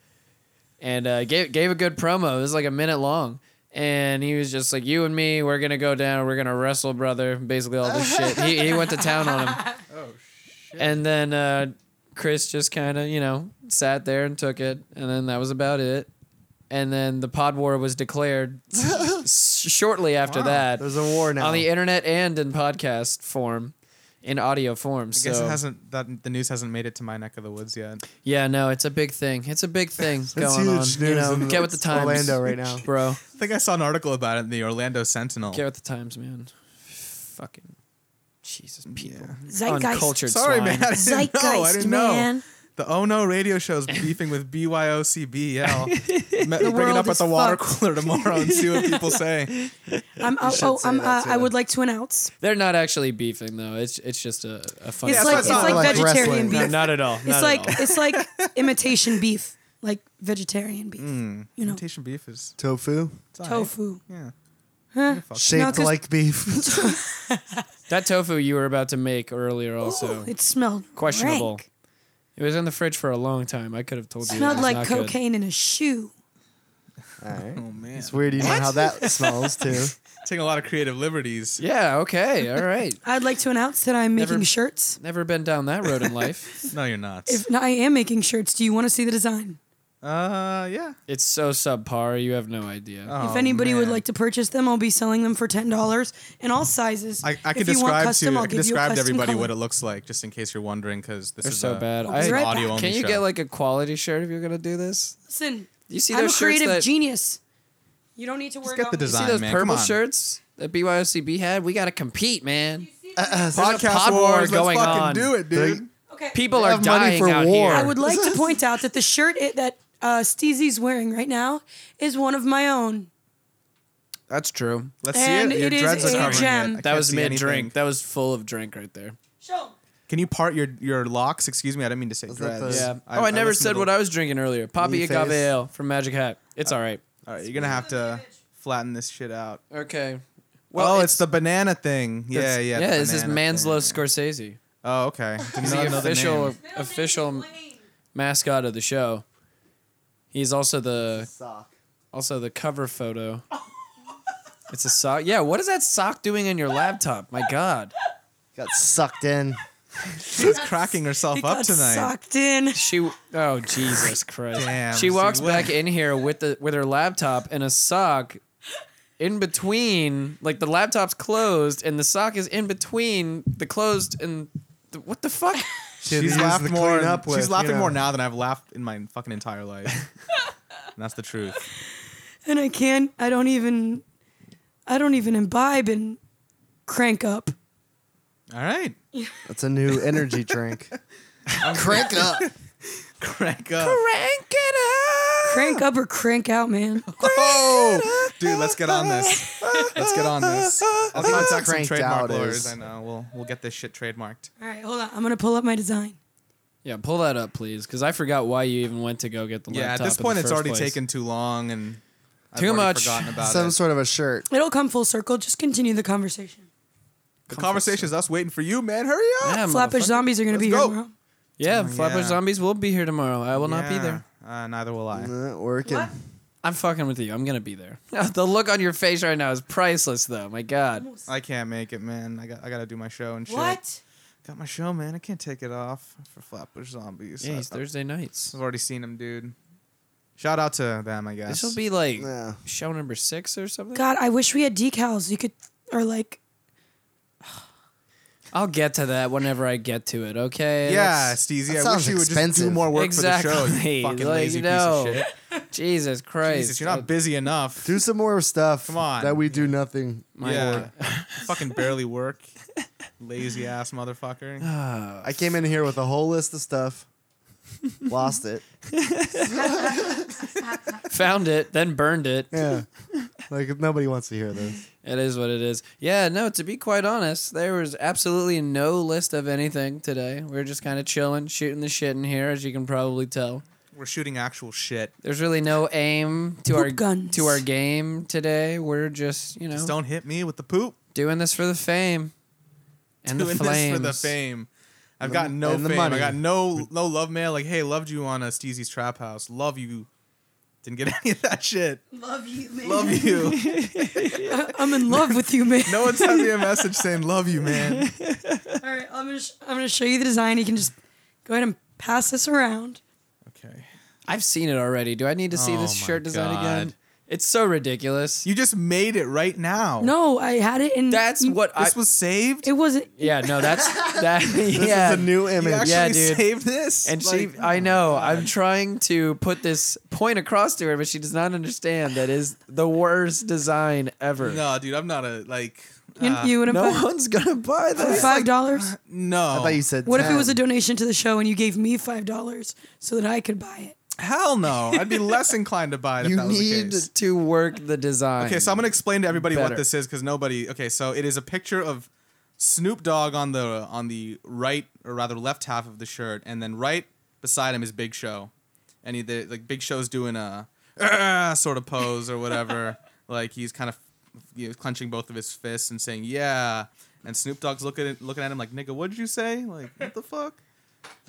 Speaker 1: and uh, gave gave a good promo. It was like a minute long. And he was just like, "You and me, we're gonna go down. We're gonna wrestle, brother." Basically, all this shit. He, he went to town on him. And then uh, Chris just kind of, you know, sat there and took it. And then that was about it. And then the pod war was declared s- shortly after
Speaker 4: Wow.
Speaker 1: that
Speaker 2: There's a war now.
Speaker 1: on the internet and in podcast form, in audio form.
Speaker 4: I
Speaker 1: so,
Speaker 4: guess it hasn't. That the news hasn't made it to my neck of the woods yet.
Speaker 1: yeah, no, it's a big thing. It's a big thing going
Speaker 2: That's
Speaker 1: on.
Speaker 2: huge
Speaker 1: you
Speaker 2: news
Speaker 1: know,
Speaker 2: in
Speaker 1: get with the times.
Speaker 2: Orlando right now.
Speaker 1: Bro,
Speaker 4: I think I saw an article about it in the Orlando Sentinel.
Speaker 1: get with the times, man. Fucking Jesus, people.
Speaker 3: Zeitgeist.
Speaker 1: Uncultured
Speaker 4: Sorry,
Speaker 1: swine.
Speaker 4: man. I didn't know. I
Speaker 3: Zeitgeist,
Speaker 4: didn't
Speaker 3: man.
Speaker 4: know. The Oh No radio show's beefing with E BYOCBL. Me- Bring
Speaker 3: world
Speaker 4: it up at
Speaker 3: is
Speaker 4: the water
Speaker 3: fucked.
Speaker 4: cooler tomorrow and see what people say.
Speaker 3: I'm, oh, oh,
Speaker 2: say
Speaker 3: I'm,
Speaker 2: that
Speaker 3: uh,
Speaker 2: too.
Speaker 3: I would like to announce.
Speaker 1: They're not actually beefing though. It's it's just a, a fun.
Speaker 3: It's
Speaker 4: Yeah, so
Speaker 3: like
Speaker 4: it's
Speaker 3: it's
Speaker 4: not
Speaker 3: like,
Speaker 4: like
Speaker 3: vegetarian
Speaker 2: wrestling.
Speaker 3: beef.
Speaker 1: No, not at all.
Speaker 3: it's like it's like imitation beef, like vegetarian beef. You know,
Speaker 4: Hmm. Imitation beef is
Speaker 2: Tofu
Speaker 4: it's all right.
Speaker 3: tofu.
Speaker 4: Yeah.
Speaker 2: shaped
Speaker 3: 'cause-
Speaker 2: like beef.
Speaker 1: that tofu you were about to make earlier. Also,
Speaker 3: Ooh, it smelled
Speaker 1: questionable.
Speaker 3: rank.
Speaker 1: It was in the fridge for a long time. I could have told you.
Speaker 3: Smelled
Speaker 1: it was
Speaker 3: like
Speaker 1: not good.
Speaker 3: cocaine in a shoe.
Speaker 2: Alright.
Speaker 4: Oh man.
Speaker 2: It's weird you know how that smells too.
Speaker 4: Taking a lot of creative liberties.
Speaker 1: Yeah. Okay. All right.
Speaker 3: I'd like to announce that I'm making
Speaker 1: Never-
Speaker 3: shirts.
Speaker 1: Never been down that road in life.
Speaker 4: No, you're not.
Speaker 3: If no, I am making shirts, do you want to see the design?
Speaker 4: uh, yeah.
Speaker 1: It's so subpar. You have no idea.
Speaker 4: Oh,
Speaker 3: if anybody would
Speaker 4: man.
Speaker 3: like to purchase them, I'll be selling them for ten dollars in all sizes.
Speaker 4: I, I
Speaker 3: If you
Speaker 4: can
Speaker 3: want
Speaker 4: describe
Speaker 3: custom,
Speaker 4: to
Speaker 3: I'll
Speaker 4: I
Speaker 3: give
Speaker 4: can
Speaker 3: you a
Speaker 4: describe to
Speaker 3: custom
Speaker 4: everybody
Speaker 3: color.
Speaker 4: what it looks like, just in case you're wondering, because this
Speaker 1: They're
Speaker 4: is
Speaker 1: so
Speaker 4: a,
Speaker 1: bad.
Speaker 4: This is an
Speaker 3: Right back.
Speaker 4: audio only
Speaker 1: Can you
Speaker 4: show.
Speaker 1: get like a quality shirt if you're gonna do this?
Speaker 3: Listen,
Speaker 1: You see
Speaker 3: I'm a
Speaker 1: those shirts
Speaker 3: creative
Speaker 1: that-
Speaker 3: genius. You don't need to worry
Speaker 4: get
Speaker 3: about
Speaker 4: the
Speaker 1: See
Speaker 3: me.
Speaker 4: design. Fine,
Speaker 1: those
Speaker 4: man, come
Speaker 1: purple
Speaker 4: on.
Speaker 1: shirts that BYOCB had? We gotta compete, man.
Speaker 4: podcast
Speaker 1: pod war
Speaker 4: wars?
Speaker 1: going
Speaker 4: Let's fucking
Speaker 1: on.
Speaker 4: do it, dude.
Speaker 3: Okay.
Speaker 1: People
Speaker 2: They
Speaker 1: are
Speaker 2: have money
Speaker 1: dying
Speaker 2: for
Speaker 1: out
Speaker 2: war.
Speaker 1: here.
Speaker 3: I would like to point out that the shirt it, that uh, Steezy's wearing right now is one of my own.
Speaker 1: That's true.
Speaker 4: Let's
Speaker 3: And
Speaker 4: see it. Your
Speaker 3: it is
Speaker 4: dreads
Speaker 3: a
Speaker 4: are covering
Speaker 3: gem.
Speaker 4: it. I
Speaker 3: That
Speaker 1: That
Speaker 4: can't
Speaker 1: was
Speaker 4: see
Speaker 1: mid
Speaker 4: anything.
Speaker 1: drink. That was full of drink right there.
Speaker 3: Show. 'em.
Speaker 4: Can you part your your locks? Excuse me, I didn't mean to say
Speaker 2: that
Speaker 4: dreads.
Speaker 2: the-
Speaker 1: Yeah. oh, I, never said what I was drinking earlier. Poppy
Speaker 2: Leaf
Speaker 1: agave
Speaker 2: face.
Speaker 1: ale from Magic Hat.
Speaker 4: Uh,
Speaker 1: It's all right.
Speaker 4: All right, you're gonna have to flatten this shit out.
Speaker 1: Okay.
Speaker 4: Well, Oh, it's, the banana thing. Yeah, yeah. the
Speaker 1: Oh, Yeah, this is
Speaker 4: banana
Speaker 1: Manslow
Speaker 4: thing.
Speaker 1: Scorsese.
Speaker 4: Oh, okay. Did
Speaker 1: He's
Speaker 4: not
Speaker 1: the
Speaker 4: know the
Speaker 1: official
Speaker 4: name.
Speaker 1: official mascot of the show. He's also the
Speaker 2: Sock.
Speaker 1: also the cover photo. It's a sock. Yeah, what is that sock doing on your laptop? My God,
Speaker 2: Got sucked in.
Speaker 4: She's cracking herself
Speaker 3: He
Speaker 4: up
Speaker 3: got
Speaker 4: tonight.
Speaker 3: socked in.
Speaker 1: she. Oh Jesus Christ!
Speaker 4: Damn,
Speaker 1: she
Speaker 4: she
Speaker 1: walks back
Speaker 4: went.
Speaker 1: in here with the with her laptop and a sock. In between, like the laptop's closed and the sock is in between the closed and the, what the fuck?
Speaker 2: She had to
Speaker 4: She's
Speaker 2: use
Speaker 4: laughed
Speaker 2: the
Speaker 4: more.
Speaker 2: clean up with,
Speaker 4: she's
Speaker 2: you
Speaker 4: laughing more
Speaker 2: know.
Speaker 4: now than I've laughed in my fucking entire life. And that's the truth.
Speaker 3: And I can't. I don't even. I don't even imbibe and crank up.
Speaker 4: All right,
Speaker 2: That's a new energy drink. Crank up.
Speaker 4: crank up.
Speaker 1: Crank it
Speaker 3: Crank up or crank out, man.
Speaker 4: Oh, dude, let's get on this. Let's get on this. I'll
Speaker 2: think
Speaker 4: contact some
Speaker 2: cranked
Speaker 4: trademark
Speaker 2: out
Speaker 4: lawyers.
Speaker 2: is-
Speaker 4: I know. We'll we'll get this shit trademarked.
Speaker 3: All right, hold on. I'm gonna pull up my design.
Speaker 1: Yeah, pull that up, please, because I forgot why you even went to go get the
Speaker 4: Yeah, at
Speaker 1: laptop. in
Speaker 4: this
Speaker 1: the
Speaker 4: point, it's
Speaker 1: first
Speaker 4: already
Speaker 1: place.
Speaker 4: taken too long and I've
Speaker 1: Too
Speaker 4: already
Speaker 1: much.
Speaker 4: Forgotten about
Speaker 2: Some
Speaker 4: it.
Speaker 2: sort of a shirt.
Speaker 3: It'll come full circle. Just continue the conversation.
Speaker 4: The conversation is us waiting for you, man. Hurry up.
Speaker 1: Yeah,
Speaker 3: Flappish
Speaker 1: motherfucker.
Speaker 3: zombies are gonna
Speaker 4: Let's
Speaker 3: be here
Speaker 4: go.
Speaker 3: tomorrow.
Speaker 1: Yeah,
Speaker 4: Oh,
Speaker 1: Flapper
Speaker 4: yeah.
Speaker 1: Zombies will be here tomorrow. I will not be there.
Speaker 4: Uh, neither will I.
Speaker 2: Not working.
Speaker 3: What?
Speaker 1: I'm fucking with you. I'm gonna be there. the look on your face right now is priceless, though. My God.
Speaker 4: I can't make it, man. I got I gotta do my show and shit.
Speaker 5: What?
Speaker 4: Got my show, man. I can't take it off for Flatbush Zombies.
Speaker 1: Yeah,
Speaker 4: I-
Speaker 1: he's Thursday nights.
Speaker 4: I've already seen him, dude. Shout out to them, I guess.
Speaker 1: This will be like
Speaker 2: Yeah.
Speaker 1: show number six or something.
Speaker 3: God, I wish we had decals. You could, or like,
Speaker 1: I'll get to that whenever I get to it. Okay.
Speaker 4: yeah,
Speaker 1: That's-
Speaker 4: Steezy.
Speaker 2: That
Speaker 4: I
Speaker 2: sounds
Speaker 4: wish you would just do
Speaker 2: expensive.
Speaker 4: more work
Speaker 1: exactly.
Speaker 4: for the show. You fucking
Speaker 1: Like,
Speaker 4: lazy
Speaker 1: no.
Speaker 4: piece of shit.
Speaker 1: Jesus Christ.
Speaker 4: Jesus, you're not busy enough.
Speaker 2: Do some more stuff.
Speaker 4: Come on.
Speaker 2: That we do nothing.
Speaker 1: My
Speaker 4: yeah,
Speaker 1: word.
Speaker 4: fucking barely work. Lazy ass motherfucker.
Speaker 1: Ah.
Speaker 2: I came in here with a whole list of stuff. Lost it.
Speaker 1: found it, then burned it.
Speaker 2: Yeah. like nobody wants to hear this.
Speaker 1: It is what it is. Yeah, no, to be quite honest, there was absolutely no list of anything today. We are just kind of chilling, shooting the shit in here, as you can probably tell.
Speaker 4: We're shooting actual shit.
Speaker 1: There's really no aim to our
Speaker 3: Poop guns.
Speaker 1: to our game today. We're just, you know,
Speaker 4: Just don't hit me with the poop.
Speaker 1: doing this for the fame and
Speaker 4: doing
Speaker 1: the flames.
Speaker 4: this for the fame. I've
Speaker 2: the-
Speaker 4: got no
Speaker 2: and the
Speaker 4: fame.
Speaker 2: money.
Speaker 4: I got no no love mail. Like, hey, loved you on a Steezy's Trap House. Love you. Didn't get any of that shit.
Speaker 3: love you, man.
Speaker 4: Love you.
Speaker 3: I'm in love with you, man.
Speaker 4: no one sent me a message saying love you, man.
Speaker 3: All right, I'm gonna, sh- I'm gonna show you the design. You can just go ahead and pass this around.
Speaker 4: Okay.
Speaker 1: I've seen it already. Do I need to see this
Speaker 4: Oh my
Speaker 1: shirt design again?
Speaker 4: God.
Speaker 1: It's so ridiculous.
Speaker 4: You just made it right now.
Speaker 3: No, I had it in.
Speaker 1: That's what I
Speaker 4: This was saved.
Speaker 3: It wasn't.
Speaker 1: Yeah, no, that's that yeah.
Speaker 2: This is a new
Speaker 4: you
Speaker 2: image.
Speaker 4: actually
Speaker 1: Yeah, dude.
Speaker 4: saved this.
Speaker 1: And
Speaker 4: Like, oh
Speaker 1: she, I know, I'm trying to put this point across to her, but she does not understand that is the worst design ever.
Speaker 4: No, dude, I'm not a like.
Speaker 3: You,
Speaker 4: uh,
Speaker 3: you would have
Speaker 1: No
Speaker 3: put
Speaker 1: one's gonna buy this.
Speaker 3: five dollars.
Speaker 4: No.
Speaker 2: I thought you said
Speaker 3: What if it
Speaker 2: 10.
Speaker 3: was a donation to the show and you gave me five dollars so that I could buy it?
Speaker 4: Hell no. I'd be less inclined to buy it if
Speaker 1: You
Speaker 4: that was the
Speaker 1: need
Speaker 4: case.
Speaker 1: to work the design.
Speaker 4: Okay, so I'm gonna explain to everybody
Speaker 1: Better.
Speaker 4: what this is because nobody. Okay, so it is a picture of Snoop Dogg on the on the right or rather left half of the shirt, and then right beside him is Big Show, and he the, like Big Show's doing a "Ah," sort of pose or whatever, like he's kind of you know, clenching both of his fists and saying yeah, and Snoop Dogg's looking at, looking at him like nigga, what'd you say? Like what the fuck?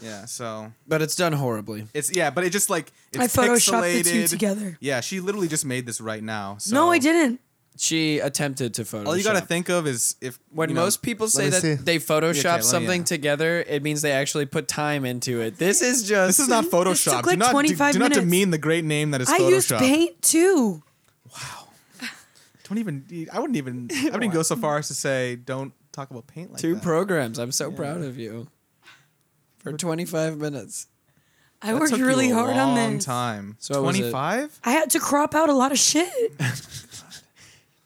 Speaker 4: Yeah, so
Speaker 1: but it's done horribly.
Speaker 4: it's yeah, but it just like it's
Speaker 3: I photoshopped the two
Speaker 4: pixelated.
Speaker 3: together.
Speaker 4: Yeah, she literally just made this right now. So.
Speaker 3: No, I didn't.
Speaker 1: She attempted to photoshop.
Speaker 4: All you got to think of is if
Speaker 1: When
Speaker 4: you know,
Speaker 1: most people say
Speaker 2: me
Speaker 1: that
Speaker 2: see.
Speaker 1: they Photoshop
Speaker 4: Yeah, okay, let me,
Speaker 1: something
Speaker 4: uh,
Speaker 1: together, it means they actually put time into it. This is just.
Speaker 4: this is not
Speaker 3: This
Speaker 4: Photoshop.
Speaker 3: took
Speaker 4: Do
Speaker 3: like
Speaker 4: not, do,
Speaker 3: 25
Speaker 4: do not
Speaker 3: minutes.
Speaker 4: demean the great name that is
Speaker 3: I used
Speaker 4: Photoshop.
Speaker 3: paint too.
Speaker 4: Don't even. I wouldn't even. I wouldn't even go so far as to say don't talk about paint like
Speaker 1: two
Speaker 4: that.
Speaker 1: programs. I'm so proud of you. For 25 minutes.
Speaker 3: I
Speaker 4: That
Speaker 3: worked
Speaker 4: took you
Speaker 3: really
Speaker 4: a
Speaker 3: hard on
Speaker 4: long
Speaker 3: this.
Speaker 4: time.
Speaker 1: So what was it?
Speaker 4: five.
Speaker 3: I had to crop out a lot of shit.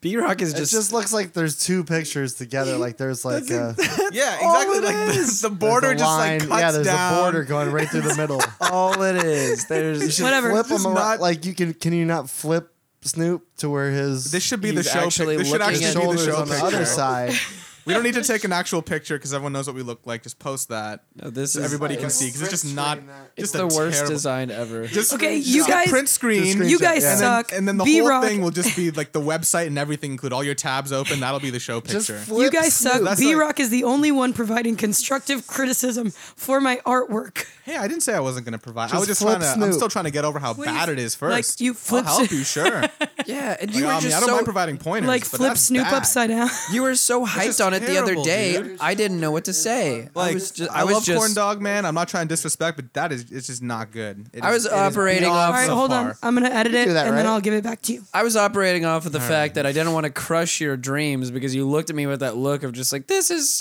Speaker 1: B Rock is
Speaker 2: It just,
Speaker 1: just.
Speaker 2: looks like there's two pictures together. Like there's like
Speaker 1: all
Speaker 2: a,
Speaker 4: Yeah, exactly.
Speaker 1: it
Speaker 4: Like the,
Speaker 1: is.
Speaker 4: the border
Speaker 2: there's a
Speaker 4: just
Speaker 2: line.
Speaker 4: like cuts
Speaker 2: yeah, there's
Speaker 4: down.
Speaker 2: a border going right through the middle.
Speaker 1: all it is. There's
Speaker 3: Whatever.
Speaker 2: Flip them
Speaker 4: Just
Speaker 2: around.
Speaker 4: not-
Speaker 2: like you can. Can you not flip Snoop to where his
Speaker 4: This should be
Speaker 1: He's
Speaker 4: the show. Pic-
Speaker 1: actually
Speaker 4: this should
Speaker 1: looking
Speaker 4: actually
Speaker 1: at
Speaker 4: be the
Speaker 2: shoulders
Speaker 4: show
Speaker 2: on the
Speaker 4: picture.
Speaker 2: other side?
Speaker 4: We don't need to take an actual picture because everyone knows what we look like. Just post that.
Speaker 1: No, this
Speaker 4: So
Speaker 1: is
Speaker 4: everybody can
Speaker 2: like
Speaker 4: see because it's just
Speaker 2: print
Speaker 4: not.
Speaker 2: screen that.
Speaker 1: It's
Speaker 4: Just
Speaker 1: the
Speaker 4: a
Speaker 1: worst
Speaker 4: terrible-
Speaker 1: design ever.
Speaker 4: Just
Speaker 3: Okay,
Speaker 4: just
Speaker 3: you
Speaker 4: a
Speaker 3: guys-
Speaker 4: print screen.
Speaker 2: Just
Speaker 3: You guys
Speaker 2: Yeah.
Speaker 4: and then,
Speaker 3: suck.
Speaker 4: and then the
Speaker 3: B-Rock,
Speaker 4: whole thing will just be like the website and everything, include all your tabs open. That'll be the show
Speaker 2: Just
Speaker 4: picture.
Speaker 2: flip
Speaker 3: You guys
Speaker 2: Snoop.
Speaker 3: suck.
Speaker 4: That's
Speaker 3: B
Speaker 4: like-
Speaker 3: Rock is the only one providing constructive criticism for my artwork.
Speaker 4: hey, I didn't say I wasn't gonna provide. I
Speaker 2: Just
Speaker 4: was just
Speaker 2: flip
Speaker 4: trying to. I'm
Speaker 2: Snoop.
Speaker 4: still trying to get over how
Speaker 3: Please.
Speaker 4: bad it is
Speaker 3: Like,
Speaker 4: first.
Speaker 3: you flip
Speaker 4: I'll help
Speaker 3: Snoop-
Speaker 4: you, sure. Like,
Speaker 1: yeah, and
Speaker 4: I
Speaker 1: you were
Speaker 4: mean, I
Speaker 1: just
Speaker 4: don't
Speaker 1: so
Speaker 4: mind providing pointers.
Speaker 3: Like
Speaker 4: but
Speaker 3: flip
Speaker 4: that's
Speaker 3: Snoop
Speaker 4: bad.
Speaker 3: upside down.
Speaker 1: you were so hyped
Speaker 4: just
Speaker 1: on it the other
Speaker 4: terrible,
Speaker 1: day.
Speaker 4: dude.
Speaker 1: I didn't know what to say.
Speaker 4: Like
Speaker 1: I was just,
Speaker 4: I,
Speaker 1: I was
Speaker 4: love
Speaker 1: just,
Speaker 4: corn dog, man. I'm not trying to disrespect, but that is it's just not good. It
Speaker 1: I
Speaker 4: is-
Speaker 1: was
Speaker 4: it is
Speaker 1: operating
Speaker 4: beyond
Speaker 1: off-
Speaker 3: All right,
Speaker 1: So
Speaker 3: hold
Speaker 4: par.
Speaker 3: on. I'm gonna edit it
Speaker 2: do that,
Speaker 3: and then
Speaker 2: right?
Speaker 3: I'll give it back to you.
Speaker 1: I was operating off of the fact that I didn't want to crush your dreams because you looked at me with that look of just like this is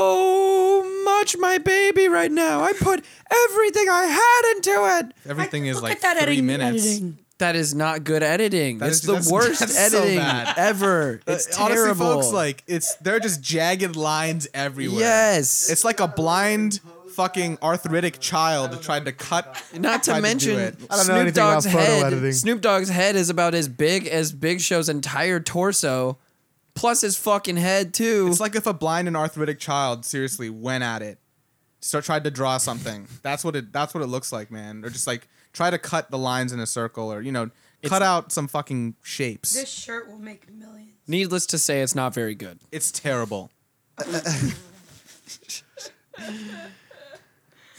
Speaker 1: so much my baby right now. I put everything I had into it.
Speaker 4: Everything is
Speaker 3: Look
Speaker 4: like
Speaker 3: at that
Speaker 4: three
Speaker 3: editing,
Speaker 4: minutes.
Speaker 3: editing.
Speaker 1: That is not good editing.
Speaker 4: That
Speaker 1: That's
Speaker 4: is-
Speaker 1: the
Speaker 4: that's-
Speaker 1: worst
Speaker 4: that's so
Speaker 1: editing
Speaker 4: bad.
Speaker 1: ever.
Speaker 4: Uh,
Speaker 1: It's
Speaker 4: honestly,
Speaker 1: terrible.
Speaker 4: folks, like it's they're just jagged lines everywhere.
Speaker 1: Yes.
Speaker 4: it's like a blind fucking arthritic child that tried to cut.
Speaker 1: Not to
Speaker 4: tried do
Speaker 1: mention
Speaker 4: it.
Speaker 2: I don't know
Speaker 1: Snoop
Speaker 2: anything about
Speaker 1: Dogg's
Speaker 2: photo
Speaker 1: head.
Speaker 2: editing.
Speaker 1: Snoop Dogg's head is about as big as Big Show's entire torso, plus his fucking head too.
Speaker 4: It's like if a blind and arthritic child seriously went at it, start tried to draw something. That's what it. That's what it looks like, man. Or just like try to cut the lines in a circle, or you know, cut out some fucking shapes.
Speaker 3: shirt will make millions.
Speaker 1: Needless to say, it's not very good.
Speaker 4: It's terrible.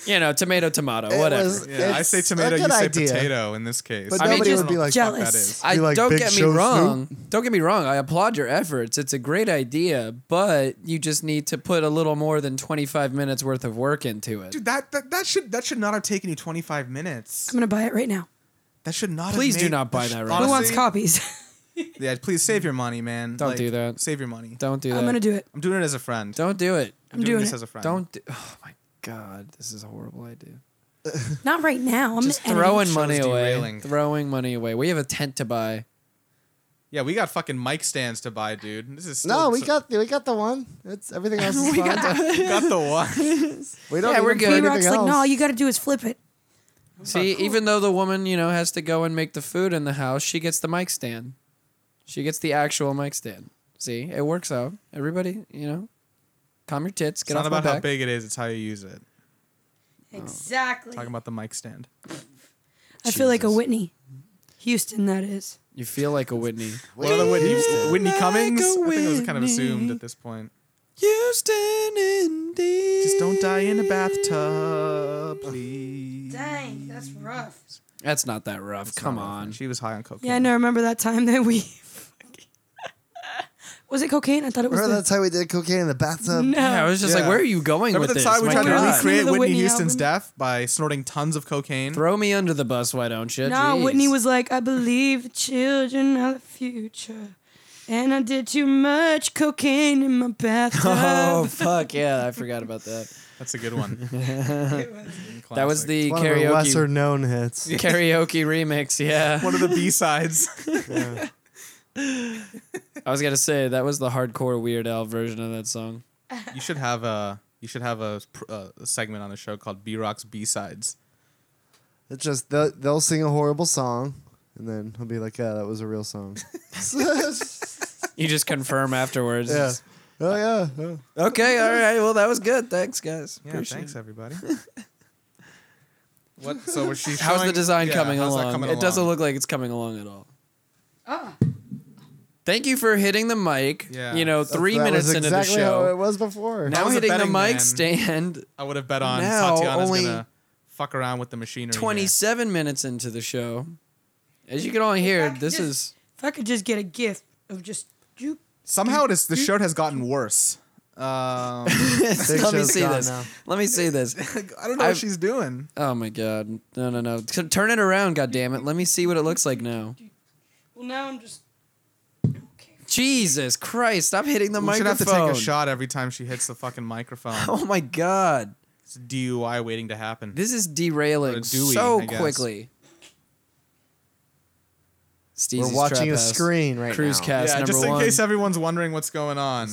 Speaker 1: you know, tomato, tomato,
Speaker 2: It
Speaker 1: whatever.
Speaker 2: was-
Speaker 4: Yeah, I
Speaker 2: it's
Speaker 4: say
Speaker 2: a
Speaker 4: tomato, you
Speaker 2: good
Speaker 4: say
Speaker 2: idea.
Speaker 4: potato in this case.
Speaker 2: But
Speaker 1: I mean,
Speaker 2: nobody
Speaker 1: just
Speaker 2: would be like,
Speaker 4: that
Speaker 3: jealous.
Speaker 4: is.
Speaker 1: I
Speaker 2: You like
Speaker 1: don't
Speaker 2: Big
Speaker 1: get me
Speaker 2: Show
Speaker 1: wrong. Don't get me wrong. I applaud your efforts. It's a great idea, but you just need to put a little more than 25 minutes worth of work into it.
Speaker 4: Dude, that, that that should that should not have taken you 25 minutes.
Speaker 3: I'm gonna buy it right now.
Speaker 4: That should not.
Speaker 1: Please
Speaker 4: have
Speaker 1: do
Speaker 4: made-
Speaker 1: not buy
Speaker 4: sh-
Speaker 1: that right
Speaker 4: honestly-
Speaker 3: Who wants copies?
Speaker 4: Yeah, please save your money, man.
Speaker 1: Don't
Speaker 4: Like,
Speaker 1: do that.
Speaker 4: Save your money.
Speaker 1: Don't do that.
Speaker 3: I'm gonna do it.
Speaker 4: I'm doing it as a friend.
Speaker 1: Don't do it.
Speaker 3: I'm
Speaker 4: I'm doing,
Speaker 3: doing
Speaker 4: this
Speaker 3: it.
Speaker 4: as a friend.
Speaker 1: Don't. Do, oh my god, this is a horrible idea.
Speaker 3: Not right now. I'm
Speaker 1: Just
Speaker 3: editing.
Speaker 1: throwing
Speaker 4: Show's
Speaker 1: money away.
Speaker 4: derailing.
Speaker 1: Throwing money away. We have a tent to buy.
Speaker 4: Yeah, we got fucking mic stands to buy, dude. This is still
Speaker 2: No, we got we got the one. It's everything else. Is we fine. got the.
Speaker 4: we got the one.
Speaker 2: We don't.
Speaker 1: Yeah,
Speaker 2: need
Speaker 1: we're
Speaker 2: them for
Speaker 1: good.
Speaker 3: B
Speaker 2: anything
Speaker 3: Rock's like,
Speaker 2: else.
Speaker 3: no, all you gotta do is flip it.
Speaker 1: See, even though the woman, you know, has to go and make the food in the house, she gets the mic stand. She gets the actual mic stand. See, it works out. Everybody, you know, calm your tits.
Speaker 4: It's
Speaker 1: Get
Speaker 4: not
Speaker 1: off my
Speaker 4: about how
Speaker 1: back.
Speaker 4: big it is; it's how you use it.
Speaker 3: Exactly.
Speaker 4: Talking about the mic stand.
Speaker 3: I feel like a
Speaker 1: Jesus.
Speaker 3: Whitney. Houston, that is.
Speaker 1: You feel like a Whitney.
Speaker 4: One of the Whitney, Whitney
Speaker 1: Like
Speaker 4: Cummings.
Speaker 1: a
Speaker 4: I think it was kind of
Speaker 1: Whitney.
Speaker 4: assumed at this point.
Speaker 1: Houston, indeed.
Speaker 4: Just don't die in a bathtub, please.
Speaker 3: Dang, that's rough.
Speaker 1: That's not that rough. Come on.
Speaker 4: She was high on cocaine.
Speaker 3: Yeah, I know. Remember that time that we. was it cocaine? I thought it was.
Speaker 2: Remember
Speaker 3: The...
Speaker 2: that's how we did cocaine in the bathtub.
Speaker 3: No.
Speaker 1: Yeah, I was just like,
Speaker 4: Yeah.
Speaker 1: where are you going
Speaker 4: Remember
Speaker 1: with
Speaker 4: the
Speaker 1: this?
Speaker 4: time we
Speaker 1: My
Speaker 4: tried
Speaker 1: God.
Speaker 4: to
Speaker 3: Listening
Speaker 4: recreate
Speaker 3: to the
Speaker 4: Whitney,
Speaker 3: Whitney
Speaker 4: Houston's
Speaker 3: album.
Speaker 4: death by snorting tons of cocaine?
Speaker 1: Throw me under the bus, why don't you?
Speaker 3: no,
Speaker 1: Jeez.
Speaker 3: Whitney was like, I believe the children are the future. And I did too much cocaine in my bathtub.
Speaker 1: Oh fuck yeah! I forgot about that.
Speaker 4: That's a good one.
Speaker 1: That was the
Speaker 2: One of our lesser
Speaker 1: karaoke
Speaker 2: known hits.
Speaker 1: karaoke remix. Yeah,
Speaker 4: one of the B sides.
Speaker 1: I was gonna say that was the hardcore Weird Al version of that song.
Speaker 4: you should have a you should have a, pr- uh, a segment on the show called B Rock's B sides.
Speaker 2: It's just they'll, they'll sing a horrible song, and then he'll be like, "Yeah, that was a real song."
Speaker 1: You just confirm afterwards.
Speaker 2: yeah. Oh yeah. Oh.
Speaker 1: Okay. All right. Well, that was good. Thanks, guys.
Speaker 4: Yeah,
Speaker 1: Appreciate
Speaker 4: thanks
Speaker 1: it.
Speaker 4: everybody. what? So was she?
Speaker 1: How's the
Speaker 4: showing-
Speaker 1: design
Speaker 4: yeah,
Speaker 1: coming
Speaker 4: how's that
Speaker 1: along?
Speaker 4: coming
Speaker 1: It doesn't
Speaker 4: along?
Speaker 1: look like it's coming along at all. Thank you for hitting the mic.
Speaker 4: Yeah.
Speaker 1: You know, three
Speaker 2: That
Speaker 1: minutes
Speaker 2: was
Speaker 1: into the
Speaker 2: exactly
Speaker 1: show.
Speaker 2: How it was before.
Speaker 1: now
Speaker 4: was a
Speaker 1: hitting the mic
Speaker 4: betting man.
Speaker 1: stand.
Speaker 4: I would have bet on
Speaker 1: Now,
Speaker 4: Tatiana's
Speaker 1: only
Speaker 4: gonna fuck around with the machinery. here.
Speaker 1: Twenty-seven minutes into the show. As you can all hear, this is
Speaker 3: If I could just get a gift of just. You...
Speaker 4: Somehow this the show has gotten worse. Um, I
Speaker 2: Big
Speaker 1: Let me
Speaker 2: show's
Speaker 1: see
Speaker 2: gone
Speaker 1: this.
Speaker 2: now.
Speaker 1: Let me see this.
Speaker 4: don't know
Speaker 1: I've-
Speaker 4: what she's doing.
Speaker 1: Oh my god. No, no, no. T- Turn it around, god damn it. Let me see what it looks like now.
Speaker 3: Well, now I'm just.
Speaker 1: Jesus Christ, stop hitting the
Speaker 4: We should
Speaker 1: microphone.
Speaker 4: have to take a shot every time she hits the fucking microphone.
Speaker 1: Oh my god.
Speaker 4: It's DUI waiting to happen.
Speaker 1: This is
Speaker 4: Or a
Speaker 1: derailing
Speaker 4: Dewey,
Speaker 1: so
Speaker 4: I guess.
Speaker 1: quickly. Steezy's
Speaker 2: We're watching
Speaker 1: Trap
Speaker 2: a
Speaker 1: House.
Speaker 2: screen right
Speaker 1: Cruise
Speaker 2: now.
Speaker 1: cast
Speaker 4: yeah,
Speaker 1: number
Speaker 4: just in
Speaker 1: one.
Speaker 4: case everyone's wondering what's going on.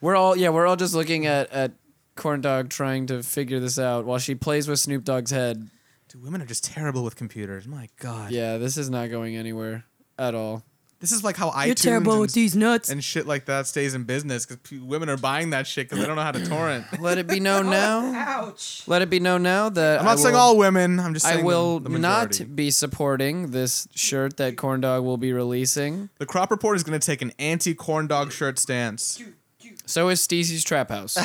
Speaker 1: we're all yeah, we're all just looking at at Corn Dog trying to figure this out while she plays with Snoop Dogg's head.
Speaker 4: Dude, women are just terrible with computers. My God.
Speaker 1: Yeah, this is not going anywhere at all.
Speaker 4: This is like how iTunes
Speaker 3: You're terrible
Speaker 4: and,
Speaker 3: with these nuts.
Speaker 4: and shit like that stays in business because p- women are buying that shit because they don't know how to torrent.
Speaker 1: Let it be known now.
Speaker 3: Ouch.
Speaker 1: Let it be known now that
Speaker 4: I'm not
Speaker 1: I
Speaker 4: saying
Speaker 1: will-
Speaker 4: all women. I'm just saying
Speaker 1: I will
Speaker 4: the, the
Speaker 1: not
Speaker 4: majority.
Speaker 1: be supporting this shirt that Corndog will be releasing.
Speaker 4: The crop report is going to take an anti-corn dog shirt stance.
Speaker 1: So is Steezy's Trap House.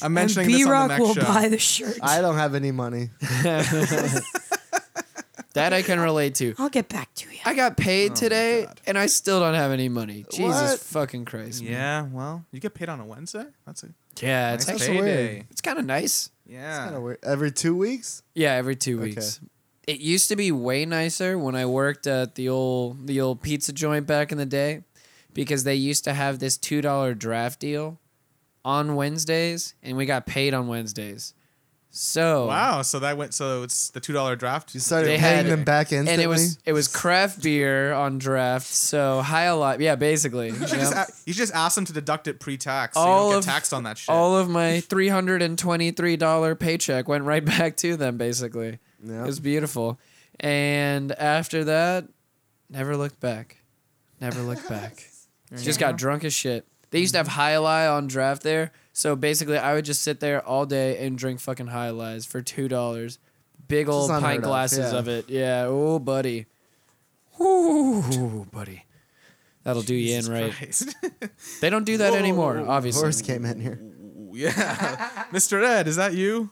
Speaker 4: I'm
Speaker 3: And
Speaker 4: mentioning
Speaker 3: B
Speaker 4: this on the
Speaker 3: Rock
Speaker 4: next
Speaker 3: will
Speaker 4: show.
Speaker 3: buy the shirt.
Speaker 2: I don't have any money.
Speaker 1: that I can relate to.
Speaker 3: I'll get back to you.
Speaker 1: I got
Speaker 4: Oh
Speaker 1: paid today and I still don't have any money. Jesus
Speaker 2: What?
Speaker 1: fucking Christ. man.
Speaker 4: Yeah, well, you get paid on a Wednesday. That's a
Speaker 1: Yeah, it's
Speaker 4: nice
Speaker 1: actually,
Speaker 2: That's
Speaker 4: payday.
Speaker 2: weird.
Speaker 1: it's kind of nice.
Speaker 2: Kinda
Speaker 4: Yeah.
Speaker 2: weird. Every two weeks.
Speaker 1: Yeah, every 2
Speaker 2: Okay.
Speaker 1: weeks. It used to be way nicer when I worked at the old the old pizza joint back in the day because they used to have this $2 draft deal on Wednesdays and we got paid on Wednesdays. So
Speaker 4: Wow. So that went. So it's the two dollar draft.
Speaker 2: You started
Speaker 1: They had-
Speaker 2: paying them back instantly.
Speaker 1: and it was it was craft beer on draft. So high alive, yeah, basically.
Speaker 4: You should
Speaker 1: Yep.
Speaker 4: just a- you should just ask them to deduct it pre-tax.
Speaker 1: All
Speaker 4: so you don't
Speaker 1: of-
Speaker 4: get taxed on that shit.
Speaker 1: All of my three hundred and twenty three dollar paycheck went right back to them. Basically,
Speaker 2: Yeah.
Speaker 1: it was beautiful. And after that, never looked back. Never looked back. just got drunk as shit. They used to have high lie on draft there. So basically, I would just sit there all day and drink fucking high lies for two dollars, big old
Speaker 2: unheard
Speaker 1: pint
Speaker 2: of,
Speaker 1: glasses
Speaker 2: yeah.
Speaker 1: of it. Yeah, oh buddy, ooh buddy, that'll do you in right.
Speaker 4: Christ.
Speaker 1: They don't do that anymore,
Speaker 4: Whoa.
Speaker 1: obviously.
Speaker 2: Horse came in here.
Speaker 4: Ooh, Yeah. Mr. Ed, is that you?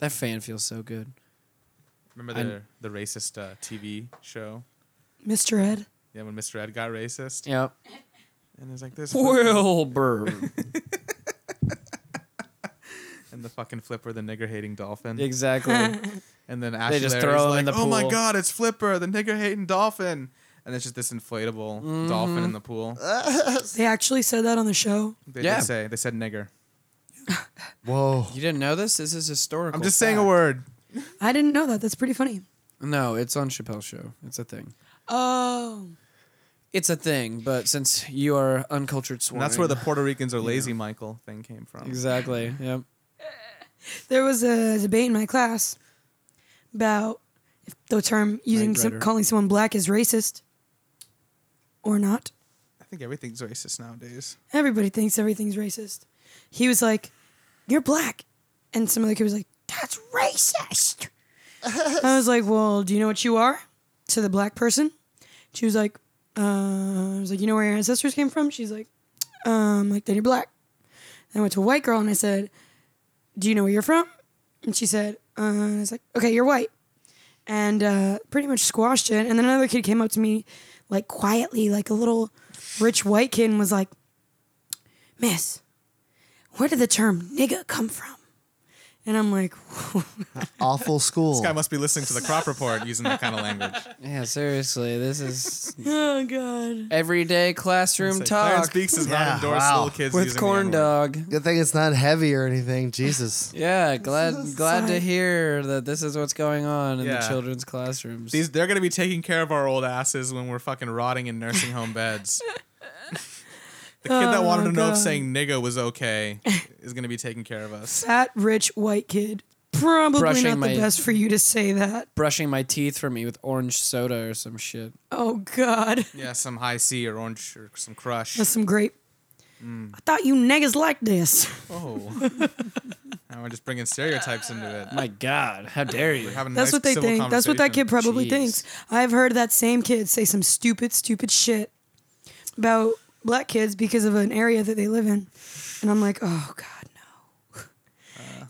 Speaker 1: That fan feels so good.
Speaker 4: Remember the,
Speaker 1: I'm-
Speaker 4: the racist uh, TV show?
Speaker 3: Mr. Ed.
Speaker 4: Yeah, when Mr. Ed got racist?
Speaker 1: Yep.
Speaker 4: And there's like this.
Speaker 1: Wilbur.
Speaker 4: And the fucking Flipper, the nigger hating dolphin.
Speaker 1: exactly.
Speaker 4: And then Ashley
Speaker 1: just
Speaker 4: Larry's
Speaker 1: throw
Speaker 4: like,
Speaker 1: in the
Speaker 4: oh my
Speaker 1: pool."
Speaker 4: god, it's Flipper, the nigger hating dolphin. And it's just this inflatable
Speaker 1: Mm-hmm.
Speaker 4: dolphin in the pool.
Speaker 3: They actually said that on the show.
Speaker 4: They
Speaker 1: Uh, Yeah.
Speaker 4: did say, they said nigger.
Speaker 2: Whoa.
Speaker 1: You didn't know this? This is historical.
Speaker 4: I'm just saying a
Speaker 1: fact.
Speaker 4: word.
Speaker 3: I didn't know that. That's pretty funny.
Speaker 1: No, it's on Chappelle's show. It's a thing.
Speaker 3: Oh.
Speaker 1: It's a thing, but since you are uncultured
Speaker 4: And
Speaker 1: swine.
Speaker 4: that's where the Puerto Ricans are lazy, Michael thing came from.
Speaker 1: Exactly. Yep.
Speaker 3: There was a debate in my class about if the term using
Speaker 1: Knight
Speaker 3: some,
Speaker 1: Rider.
Speaker 3: calling someone black is racist or not.
Speaker 4: I think everything's racist nowadays.
Speaker 3: Everybody thinks everything's racist. He was like, "You're black," and some other kid was like, "That's racist." I was like, "Well, do you know what you are?" To the black person, she was like, uh, "I was like, you know where your ancestors came from?" She's like, "Um, like then you're black." And I went to a white girl and I said, "Do you know where you're from?" And she said, uh, and "I was like, okay, you're white." And uh, pretty much squashed it. And then another kid came up to me, like quietly, like a little rich white kid, and was like, Miss, where did the term nigga come from? And I'm like, oh,
Speaker 2: Awful school.
Speaker 4: This guy must be listening to the crop report using that kind of language.
Speaker 1: Yeah, seriously. This is
Speaker 3: oh God.
Speaker 1: everyday classroom
Speaker 4: It's like, Clarence
Speaker 1: talk
Speaker 4: Speaks does
Speaker 2: Yeah,
Speaker 4: not endorse
Speaker 2: wow.
Speaker 4: little kids
Speaker 1: with
Speaker 4: using
Speaker 1: corn
Speaker 4: the N-word.
Speaker 1: dog.
Speaker 2: Good thing it's not heavy or anything. Jesus.
Speaker 1: Yeah, glad glad to
Speaker 3: like-
Speaker 1: hear that this is what's going on in the
Speaker 4: Yeah.
Speaker 1: children's classrooms.
Speaker 4: These they're gonna be taking care of our old asses when we're fucking rotting in nursing home beds. the kid that wanted to know if
Speaker 3: Oh, God.
Speaker 4: saying nigga was okay is gonna be taking care of us.
Speaker 3: Fat rich white kid. Probably
Speaker 1: Brushing
Speaker 3: not the
Speaker 1: my-
Speaker 3: best for you to say that.
Speaker 1: brushing my teeth for me with orange soda or some shit.
Speaker 3: Oh God.
Speaker 4: Yeah, some high C or orange or some crush.
Speaker 3: That's some grape. I thought you niggas liked this.
Speaker 4: Oh, now we're just bringing stereotypes into it.
Speaker 1: My God, how dare you?
Speaker 4: We're having a
Speaker 3: Uh, That's
Speaker 4: nice
Speaker 3: what they
Speaker 4: civil
Speaker 3: think. That's what that kid
Speaker 4: conversation.
Speaker 3: probably
Speaker 1: Jeez.
Speaker 3: thinks. I've heard that same kid say some stupid, stupid shit about black kids because of an area that they live in. And I'm like, oh God, no.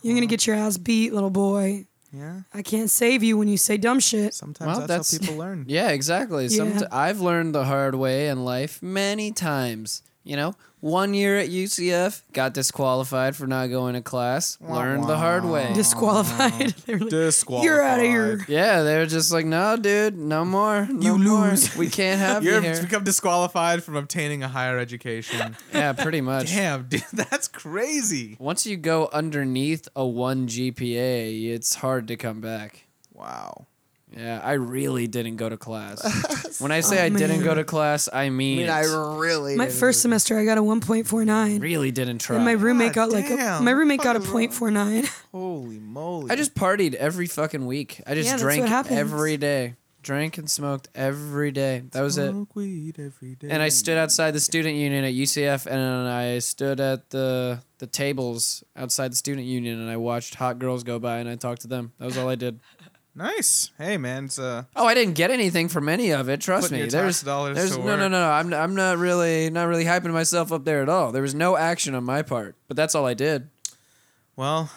Speaker 3: You're going to get your ass beat, little boy.
Speaker 4: Yeah,
Speaker 3: I can't save you when you say dumb shit.
Speaker 4: sometimes
Speaker 1: Well,
Speaker 4: that's,
Speaker 1: that's-
Speaker 4: how people learn.
Speaker 1: Yeah, exactly. Some
Speaker 3: Yeah.
Speaker 1: I've learned the hard way in life many times. You know, one year at UCF, got disqualified for not going to class. learned the hard way.
Speaker 3: Disqualified. They were like,
Speaker 4: Disqualified.
Speaker 3: You're out of here.
Speaker 1: yeah, they were just like, no, dude, no more. you lose. We can't have you
Speaker 4: You're
Speaker 1: here.
Speaker 4: become disqualified from obtaining a higher education.
Speaker 1: Yeah, pretty much.
Speaker 4: Damn, dude, that's crazy.
Speaker 1: Once you go underneath a one GPA, it's hard to come back.
Speaker 4: Wow.
Speaker 1: Yeah, I really didn't go to class. when I say I didn't
Speaker 3: man.
Speaker 1: go to class, I
Speaker 2: I
Speaker 1: mean,
Speaker 2: mean, I really.
Speaker 3: My
Speaker 2: didn't-
Speaker 3: first semester, I got a 1.49.
Speaker 1: really didn't try.
Speaker 3: And my roommate got
Speaker 4: God
Speaker 3: like a,
Speaker 4: damn,
Speaker 3: my
Speaker 4: what the
Speaker 3: roommate got a
Speaker 4: fuck is wrong?
Speaker 3: 0.49.
Speaker 4: Holy moly.
Speaker 1: I just partied every fucking week. I just
Speaker 3: Yeah, that's what
Speaker 1: drank
Speaker 3: happens.
Speaker 1: every day. Drank and smoked every day. That was it.
Speaker 4: Smoke weed every day.
Speaker 1: And I stood outside the student union at UCF and I stood at the the tables outside the student union and I watched hot girls go by and I talked to them. That was all I did.
Speaker 4: Nice. Hey, man. It's, uh,
Speaker 1: Oh, I didn't get anything from any of it. Trust
Speaker 4: Putting
Speaker 1: me.
Speaker 4: your
Speaker 1: There's,
Speaker 4: tax dollars
Speaker 1: there's
Speaker 4: to
Speaker 1: no, no, no,
Speaker 4: work.
Speaker 1: no. I'm, I'm not really, not really hyping myself up there at all. There was no action on my part, but that's all I did.
Speaker 4: well,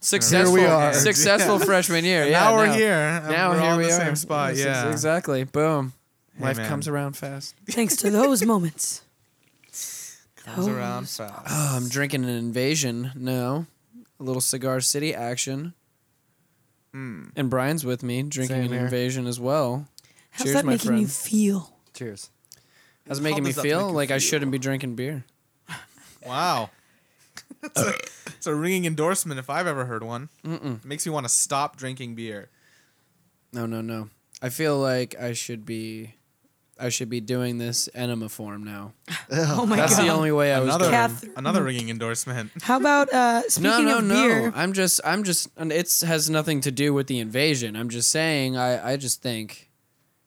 Speaker 1: Successful,
Speaker 2: we are.
Speaker 1: successful freshman year.
Speaker 4: and
Speaker 1: yeah,
Speaker 4: now we're
Speaker 1: no.
Speaker 4: here. and
Speaker 1: Now
Speaker 4: we're
Speaker 1: here
Speaker 4: all
Speaker 1: we
Speaker 4: in the
Speaker 1: are.
Speaker 4: same spot.
Speaker 1: Yes,
Speaker 4: Yeah.
Speaker 1: exactly. Boom.
Speaker 4: Hey,
Speaker 1: Life
Speaker 4: man.
Speaker 1: comes around fast.
Speaker 3: Thanks to those moments.
Speaker 4: Comes around fast.
Speaker 1: Oh, I'm drinking an invasion now. A little cigar city action.
Speaker 4: Hmm.
Speaker 1: And Brian's with me drinking
Speaker 2: Same
Speaker 1: an
Speaker 2: here.
Speaker 1: invasion as well.
Speaker 3: How's
Speaker 1: Cheers,
Speaker 3: that
Speaker 1: my
Speaker 3: making
Speaker 1: friend.
Speaker 3: you feel?
Speaker 2: Cheers.
Speaker 1: That's making
Speaker 4: How
Speaker 1: me
Speaker 4: does that
Speaker 1: feel
Speaker 4: make you
Speaker 1: like I shouldn't be drinking beer.
Speaker 4: Wow. it's, a, it's a ringing endorsement if I've ever heard one. Mm-mm. Makes me want to stop drinking beer.
Speaker 1: No, no, no. I feel like I should be, I should be doing this enema form now.
Speaker 3: Oh my
Speaker 1: That's
Speaker 3: god.
Speaker 1: the only way I was.
Speaker 4: Another,
Speaker 1: Going.
Speaker 3: Kath-
Speaker 4: another ringing endorsement.
Speaker 3: How about uh
Speaker 1: No,
Speaker 3: speaking
Speaker 1: no,
Speaker 3: of
Speaker 1: no.
Speaker 3: beer?
Speaker 1: I'm just, I'm just, and it's has nothing to do with the invasion. I'm just saying, I, I just think,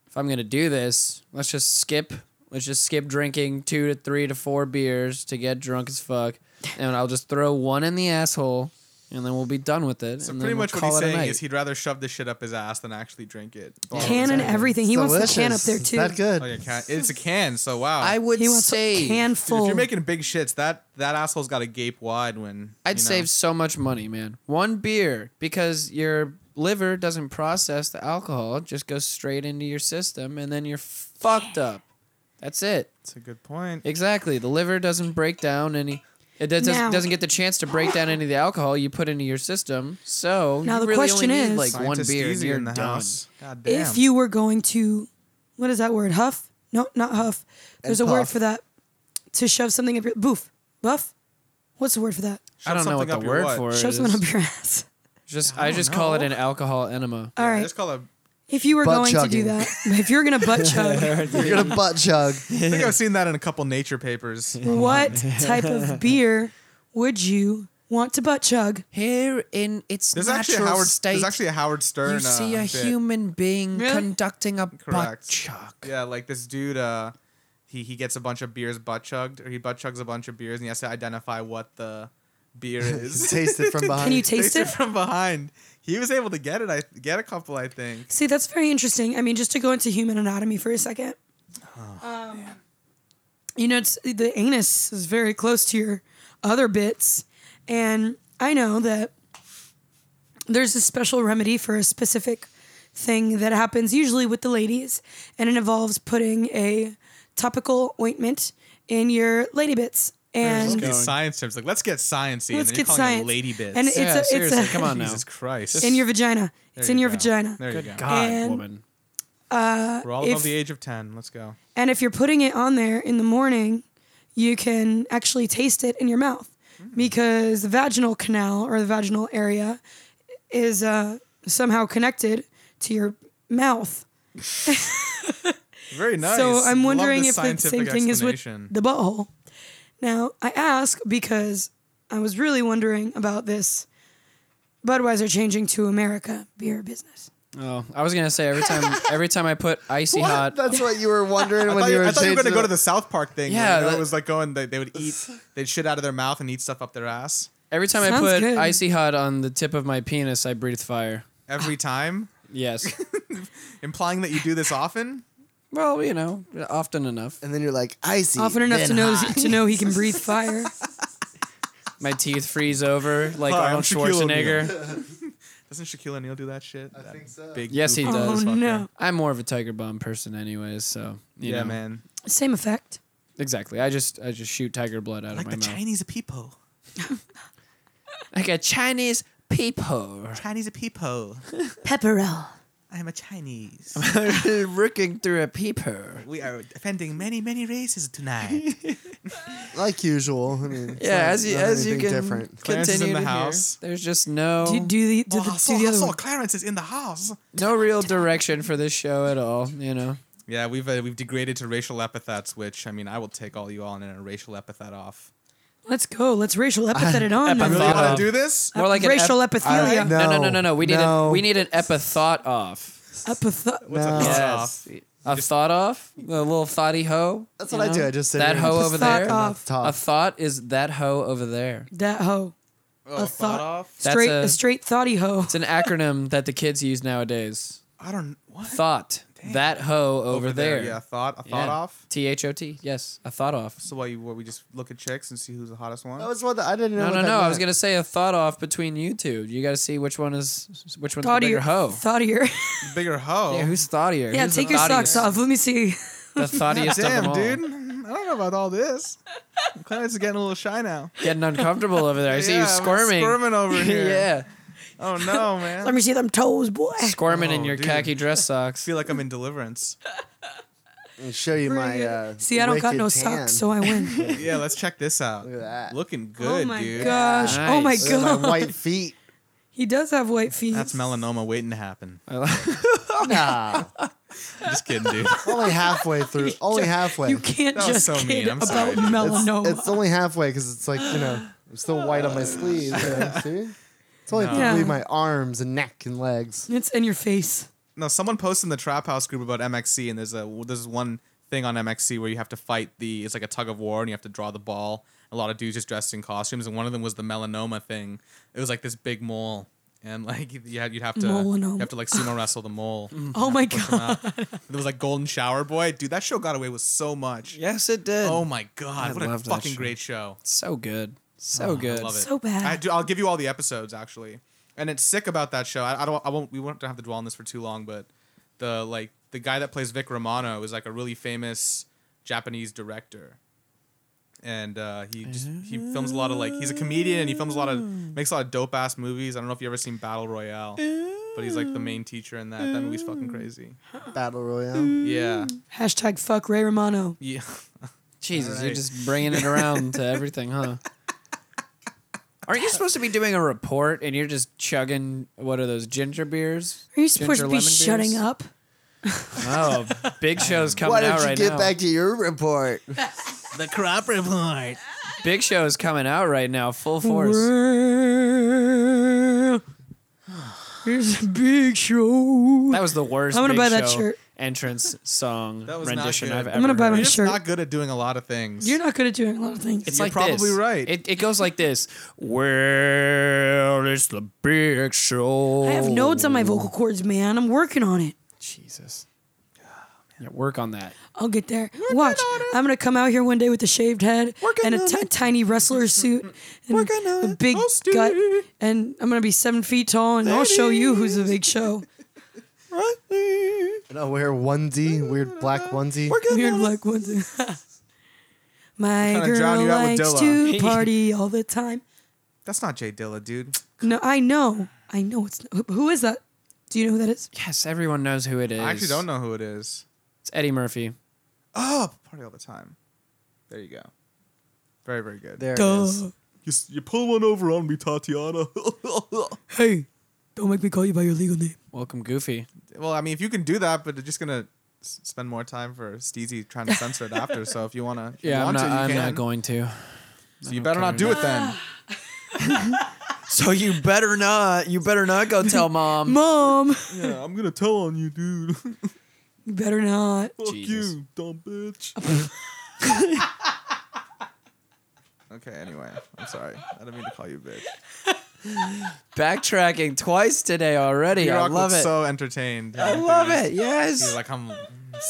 Speaker 1: if I'm gonna do this, let's just skip, let's just skip drinking two to three to four beers to get drunk as fuck, and I'll just throw one in the asshole, and then we'll be done with it.
Speaker 4: So
Speaker 1: and then
Speaker 4: pretty
Speaker 1: we'll
Speaker 4: much what
Speaker 1: call
Speaker 4: he's
Speaker 1: it a
Speaker 4: saying
Speaker 1: night.
Speaker 4: is he'd rather shove this shit up his ass than actually drink it.
Speaker 3: Can and everything. He
Speaker 2: It's
Speaker 3: wants the can up
Speaker 2: delicious.
Speaker 3: there
Speaker 2: It's
Speaker 3: too.
Speaker 2: that good.
Speaker 4: Oh yeah, can. It's a can. So wow.
Speaker 6: I would
Speaker 3: He wants
Speaker 6: save.
Speaker 3: a can
Speaker 4: Dude, if
Speaker 3: full.
Speaker 4: you're making big shits, that that asshole's got to gape wide when.
Speaker 1: I'd
Speaker 4: you know.
Speaker 1: save so much money, man. One beer because your liver doesn't process the alcohol; it just goes straight into your system, and then you're fucked up. That's it.
Speaker 4: That's a good point.
Speaker 1: Exactly. The liver doesn't break down any. It does,
Speaker 3: Now-
Speaker 1: doesn't, doesn't get the chance to break down any of the alcohol you put into your system. So
Speaker 3: Now
Speaker 1: you
Speaker 3: the
Speaker 1: really
Speaker 3: question
Speaker 1: only need,
Speaker 3: is-
Speaker 1: like one
Speaker 4: Scientist
Speaker 1: beer and
Speaker 4: Easy
Speaker 1: you're
Speaker 4: in the
Speaker 1: done.
Speaker 4: house. God damn.
Speaker 3: if you were going to, what is that word? Huff? No, not huff. There's a word
Speaker 2: puff.
Speaker 3: for that. To shove something up your boof, buff. What's the word for that?
Speaker 1: I don't
Speaker 4: Shove
Speaker 1: know what
Speaker 4: something
Speaker 1: the
Speaker 4: up your
Speaker 1: word
Speaker 4: what?
Speaker 1: for it
Speaker 3: Shove
Speaker 1: is.
Speaker 3: something up your ass.
Speaker 1: Just
Speaker 4: I
Speaker 1: I
Speaker 4: don't
Speaker 1: just call it
Speaker 4: know.
Speaker 1: an alcohol enema.
Speaker 3: All right.
Speaker 4: Just call a.
Speaker 3: If you were
Speaker 2: Butt
Speaker 3: going to do
Speaker 2: chugging.
Speaker 3: that, if you're gonna butt chug,
Speaker 2: You're gonna butt chug.
Speaker 4: I think I've seen that in a couple nature papers.
Speaker 3: what type of beer would you want to butt chug?
Speaker 1: Here in its
Speaker 4: There's actually
Speaker 1: natural
Speaker 4: a Howard.
Speaker 1: state,
Speaker 4: There's actually a Howard Stern.
Speaker 1: you see
Speaker 4: uh,
Speaker 1: a
Speaker 4: bit.
Speaker 1: human being
Speaker 3: Really?
Speaker 1: conducting a butt
Speaker 4: Correct.
Speaker 1: chug.
Speaker 4: Yeah, like this dude. Uh, he he gets a bunch of beers butt chugged, or he butt chugs a bunch of beers, and he has to identify what the beer is.
Speaker 2: Taste it from behind.
Speaker 3: Can you taste it?
Speaker 4: from behind. He was able to get it. I get a couple. I think.
Speaker 3: See, that's very interesting. I mean, just to go into human anatomy for a second. um, you know, it's the anus is very close to your other bits, and I know that there's a special remedy for a specific thing that happens usually with the ladies, and it involves putting a topical ointment in your lady bits. And
Speaker 4: These science terms, like let's get
Speaker 3: let's
Speaker 4: sciencey. and then
Speaker 3: get
Speaker 4: you're calling
Speaker 3: science.
Speaker 4: It lady bits.
Speaker 3: And Oh, it's
Speaker 1: Yeah,
Speaker 3: a, it's
Speaker 1: seriously,
Speaker 3: a,
Speaker 1: come on now.
Speaker 4: Jesus Christ.
Speaker 3: in your vagina. It's
Speaker 4: There
Speaker 3: in
Speaker 4: you
Speaker 3: your
Speaker 4: go.
Speaker 3: vagina.
Speaker 4: There you go.
Speaker 1: God,
Speaker 3: And-
Speaker 1: woman.
Speaker 4: We're all above
Speaker 3: If-
Speaker 4: the age of ten. Let's go.
Speaker 3: And if you're putting it on there in the morning, you can actually taste it in your mouth
Speaker 4: Mm.
Speaker 3: because the vaginal canal or the vaginal area is uh, somehow connected to your mouth.
Speaker 4: Very nice.
Speaker 3: So I'm
Speaker 4: Love
Speaker 3: wondering
Speaker 4: this
Speaker 3: if the
Speaker 4: scientific
Speaker 3: same thing is with
Speaker 4: explanation.
Speaker 3: the butthole. Now, I ask because I was really wondering about this Budweiser changing to America beer business.
Speaker 1: Oh, I was gonna say every time every time I put icy hot.
Speaker 2: That's what you were wondering
Speaker 4: I
Speaker 2: when
Speaker 4: thought
Speaker 2: you
Speaker 4: you,
Speaker 2: were.
Speaker 4: I thought you were
Speaker 2: changing
Speaker 4: going to go
Speaker 2: it.
Speaker 4: to the South Park thing.
Speaker 1: Yeah,
Speaker 4: Yeah,
Speaker 1: that-
Speaker 4: it was like going. They, they would eat. They'd shit out of their mouth and eat stuff up their ass
Speaker 1: Every time I
Speaker 3: Sounds
Speaker 1: put
Speaker 3: good.
Speaker 1: icy hot on the tip of my penis, I breathe fire.
Speaker 4: every time,
Speaker 1: Yes.
Speaker 4: implying that you do this often.
Speaker 1: well, you know, often enough.
Speaker 2: And then you're like icy.
Speaker 3: Often enough
Speaker 2: then
Speaker 3: to know
Speaker 2: hot.
Speaker 3: to know he can breathe fire.
Speaker 1: My teeth freeze over like
Speaker 4: Hi, I'm
Speaker 1: Arnold
Speaker 4: Shaquille
Speaker 1: Schwarzenegger.
Speaker 4: Doesn't Shaquille O'Neal do that shit? I
Speaker 2: think so.
Speaker 4: Big
Speaker 1: Yes, he
Speaker 4: goofy
Speaker 1: does.
Speaker 3: oh
Speaker 4: motherfucker.
Speaker 3: no!
Speaker 1: I'm more of a Tiger Bomb person, anyways. So you
Speaker 4: Yeah,
Speaker 1: know.
Speaker 4: man.
Speaker 3: Same effect.
Speaker 1: Exactly. I just I just shoot tiger blood out
Speaker 4: Like
Speaker 1: of
Speaker 4: the
Speaker 1: my mouth.
Speaker 4: Chinese people.
Speaker 1: like a Chinese people
Speaker 4: Chinese people.
Speaker 5: Pepperell.
Speaker 4: I am a Chinese.
Speaker 1: looking through a peeper.
Speaker 4: we are offending many, many races tonight.
Speaker 2: like usual. I mean, it's
Speaker 1: Yeah,
Speaker 2: not-
Speaker 1: as you
Speaker 2: not
Speaker 1: as you
Speaker 2: anything
Speaker 1: can
Speaker 2: different.
Speaker 4: Clarence is
Speaker 1: continue
Speaker 4: in the
Speaker 1: to hear,
Speaker 4: house.
Speaker 1: there's just no
Speaker 3: Do, do the do,
Speaker 4: oh,
Speaker 3: the,
Speaker 4: I
Speaker 3: do
Speaker 4: saw,
Speaker 3: the
Speaker 4: I
Speaker 3: other
Speaker 4: saw
Speaker 3: one.
Speaker 4: Clarence is in the house.
Speaker 1: no real direction for this show at all. You know.
Speaker 4: Yeah, we've uh, we've degraded to racial epithets, which I mean, I will take all you all in a racial epithet off.
Speaker 3: Let's go. Let's racial epithet it on.
Speaker 1: Epithet.
Speaker 4: Really
Speaker 1: Thought
Speaker 4: want
Speaker 1: of.
Speaker 4: to do this?
Speaker 1: More like an
Speaker 3: racial
Speaker 1: ep-
Speaker 3: epithelia.
Speaker 2: I-
Speaker 1: No, no, no, no, no. We need
Speaker 2: No.
Speaker 1: an, we need an epithought off.
Speaker 3: Epithet.
Speaker 4: What's
Speaker 2: No.
Speaker 4: a thought
Speaker 1: Yes.
Speaker 4: off?
Speaker 1: A thought off, a little thoughty hoe.
Speaker 2: That's
Speaker 1: you
Speaker 2: what I
Speaker 1: know?
Speaker 2: do. I just sit
Speaker 1: that
Speaker 2: here and
Speaker 1: hoe
Speaker 2: just
Speaker 1: over
Speaker 3: thought
Speaker 1: there.
Speaker 3: off.
Speaker 1: A
Speaker 2: Top.
Speaker 1: thought is that hoe over there.
Speaker 3: That hoe.
Speaker 4: Oh,
Speaker 3: a thought.
Speaker 4: off?
Speaker 1: That's
Speaker 3: Straight
Speaker 1: a-
Speaker 3: a, straight thoughty hoe.
Speaker 1: It's an acronym that the kids use nowadays.
Speaker 4: I don't. What?
Speaker 1: Thought that hoe over, there.
Speaker 4: Yeah, thought. A thought
Speaker 1: Yeah.
Speaker 4: off.
Speaker 1: T H O T. Yes, a thought off.
Speaker 4: So what, you, what? We just look at chicks and see who's the hottest one.
Speaker 2: That was what the, I didn't know.
Speaker 1: No,
Speaker 2: what
Speaker 1: no,
Speaker 2: that
Speaker 1: no. I was
Speaker 2: meant.
Speaker 1: gonna say a thought off between you two. You got to see which one is which one's the bigger
Speaker 3: Thoughtier.
Speaker 1: hoe.
Speaker 3: Thoughtier.
Speaker 4: Bigger hoe.
Speaker 1: yeah, who's thoughtier?
Speaker 3: yeah,
Speaker 1: Who's the
Speaker 3: take your
Speaker 1: thoughtiest?
Speaker 3: socks off. Let me see.
Speaker 1: The thoughtiest of them
Speaker 4: Damn,
Speaker 1: all.
Speaker 4: dude. I don't know about all this. Clarence is getting a little shy now.
Speaker 1: Getting uncomfortable over there. I see
Speaker 4: Yeah,
Speaker 1: you
Speaker 4: I'm
Speaker 1: squirming.
Speaker 4: squirming over here.
Speaker 1: yeah,
Speaker 4: Oh no, man.
Speaker 3: Let me see them toes, boy.
Speaker 1: squirming in
Speaker 4: Oh,
Speaker 1: your
Speaker 4: dude.
Speaker 1: khaki dress
Speaker 4: I
Speaker 1: socks.
Speaker 4: feel like I'm in Deliverance.
Speaker 2: Let me show you my. Uh,
Speaker 3: see, I don't got
Speaker 2: wicked
Speaker 3: no
Speaker 2: tan.
Speaker 3: socks, so I win.
Speaker 4: yeah, let's check this out.
Speaker 2: Look at that.
Speaker 4: Looking good,
Speaker 3: oh my
Speaker 4: dude.
Speaker 3: gosh. Oh my
Speaker 1: Nice.
Speaker 2: Look at
Speaker 3: god.
Speaker 2: my white feet.
Speaker 3: He does have white feet.
Speaker 4: That's melanoma waiting to happen.
Speaker 2: Nah,
Speaker 4: I'm just kidding, dude.
Speaker 2: only halfway through. Only halfway.
Speaker 3: You can't
Speaker 4: That
Speaker 3: just
Speaker 4: was so
Speaker 3: kid
Speaker 4: mean. I'm
Speaker 3: about
Speaker 4: sorry, dude.
Speaker 2: It's,
Speaker 3: melanoma.
Speaker 2: it's only halfway because it's like you know I'm still white on my sleeves. You know, see, it's only
Speaker 4: No.
Speaker 2: probably
Speaker 3: Yeah.
Speaker 2: my arms and neck and legs.
Speaker 3: It's in your face.
Speaker 4: No, someone posted in the Trap House group about MXC, and there's a there's one thing on MXC where you have to fight the it's like a tug of war, and you have to draw the ball. a lot of dudes just dressed in costumes, and one of them was the melanoma thing. It was like this big mole, and like you had, you'd have to
Speaker 3: Melanoma.
Speaker 4: you have to like sumo wrestle the mole.
Speaker 3: Oh my
Speaker 4: Push him
Speaker 3: god.
Speaker 4: out. There was like Golden Shower Boy, dude. That show got away with so much.
Speaker 1: Yes, it did.
Speaker 4: Oh my god,
Speaker 1: I
Speaker 4: what a
Speaker 1: loved that
Speaker 4: fucking
Speaker 1: show.
Speaker 4: great show.
Speaker 1: so good, so good.
Speaker 4: Oh, I love it.
Speaker 3: So bad.
Speaker 4: I do, I'll give you all the episodes actually, and it's sick about that show. I, I don't. I won't. We won't have to dwell on this for too long, but the like the guy that plays Vic Romano is like a really famous Japanese director, and uh, he just he films a lot of like he's a comedian and he films a lot of makes a lot of dope ass movies. I don't know if you ever seen Battle Royale, but he's like the main teacher in that. That movie's fucking crazy.
Speaker 2: Battle Royale.
Speaker 4: Yeah.
Speaker 3: Hashtag fuck Ray Romano.
Speaker 4: Yeah.
Speaker 1: Jesus, you're
Speaker 4: Alright.
Speaker 1: just bringing it around to everything, huh? Aren't you supposed to be doing a report and you're just chugging what are those ginger beers?
Speaker 3: Are you supposed
Speaker 1: Ginger
Speaker 3: to be
Speaker 1: lemon
Speaker 3: shutting
Speaker 1: beers?
Speaker 3: up?
Speaker 1: Oh, big show's coming
Speaker 2: Why don't
Speaker 1: out
Speaker 2: you
Speaker 1: right
Speaker 2: get
Speaker 1: now.
Speaker 2: back to your report?
Speaker 4: the crop report.
Speaker 1: Big show is coming out right now, full force.
Speaker 3: Well, Here's a big show.
Speaker 1: That was the worst.
Speaker 3: I'm gonna
Speaker 1: Big
Speaker 3: buy that
Speaker 1: Show
Speaker 3: shirt.
Speaker 1: Entrance song
Speaker 4: That was not
Speaker 1: rendition
Speaker 4: good.
Speaker 1: I've
Speaker 4: I'm
Speaker 1: ever.
Speaker 3: gonna buy
Speaker 1: heard.
Speaker 3: my
Speaker 4: You're just
Speaker 3: Sure.
Speaker 4: not good at doing a lot of things.
Speaker 3: You're not good at doing a lot of things.
Speaker 1: It's
Speaker 4: You're
Speaker 1: like
Speaker 4: probably
Speaker 1: this.
Speaker 4: right.
Speaker 1: It, it goes like this. Well, it's the big show.
Speaker 3: I have notes on my vocal cords, man. I'm working on it.
Speaker 1: Jesus. Yeah, work on that.
Speaker 3: I'll get there. Watch. I'm gonna come out here one day with a shaved head and a ti- tiny wrestler suit and a big
Speaker 4: Toasty.
Speaker 3: gut, and I'm gonna be seven feet tall, and I'll show you who's the big show.
Speaker 2: And I'll wear onesie, weird black onesie.
Speaker 3: Weird black ones. My
Speaker 4: Kinda drown
Speaker 3: girl
Speaker 4: you out with
Speaker 3: likes
Speaker 4: Dilla.
Speaker 3: to party all the time.
Speaker 4: That's not Jay Dilla, dude.
Speaker 3: No, I know. I know it's who- who is that? Do you know who that is?
Speaker 1: Yes, everyone knows who it is.
Speaker 4: I actually don't know who it is.
Speaker 1: It's Eddie Murphy.
Speaker 4: Oh, party all the time. There you go. Very, very good.
Speaker 2: There it is.
Speaker 3: Duh.
Speaker 4: You, you pull one over on me, Tatiana.
Speaker 3: Hey, don't make me call you by your legal name.
Speaker 1: Welcome, Goofy.
Speaker 4: well, I mean, if you can do that, but you're just gonna s- spend more time for Steezy trying to censor it after. So if you wanna, if you
Speaker 1: Yeah, I'm
Speaker 4: want
Speaker 1: not,
Speaker 4: to, you
Speaker 1: I'm
Speaker 4: can.
Speaker 1: not going to.
Speaker 4: So you better not do it then.
Speaker 1: So you better not. You better not go tell mom.
Speaker 3: Mom,
Speaker 4: yeah, I'm gonna tell on you, dude. Fuck
Speaker 3: you better not.
Speaker 1: Jesus.
Speaker 4: you, dumb bitch. okay. Anyway, I'm sorry. I didn't mean to call you a bitch.
Speaker 1: Backtracking twice today already. I
Speaker 4: Drock
Speaker 1: love
Speaker 4: looks
Speaker 1: it.
Speaker 4: so entertained.
Speaker 1: I love
Speaker 4: He's-
Speaker 1: it. Yes.
Speaker 4: He's like, I'm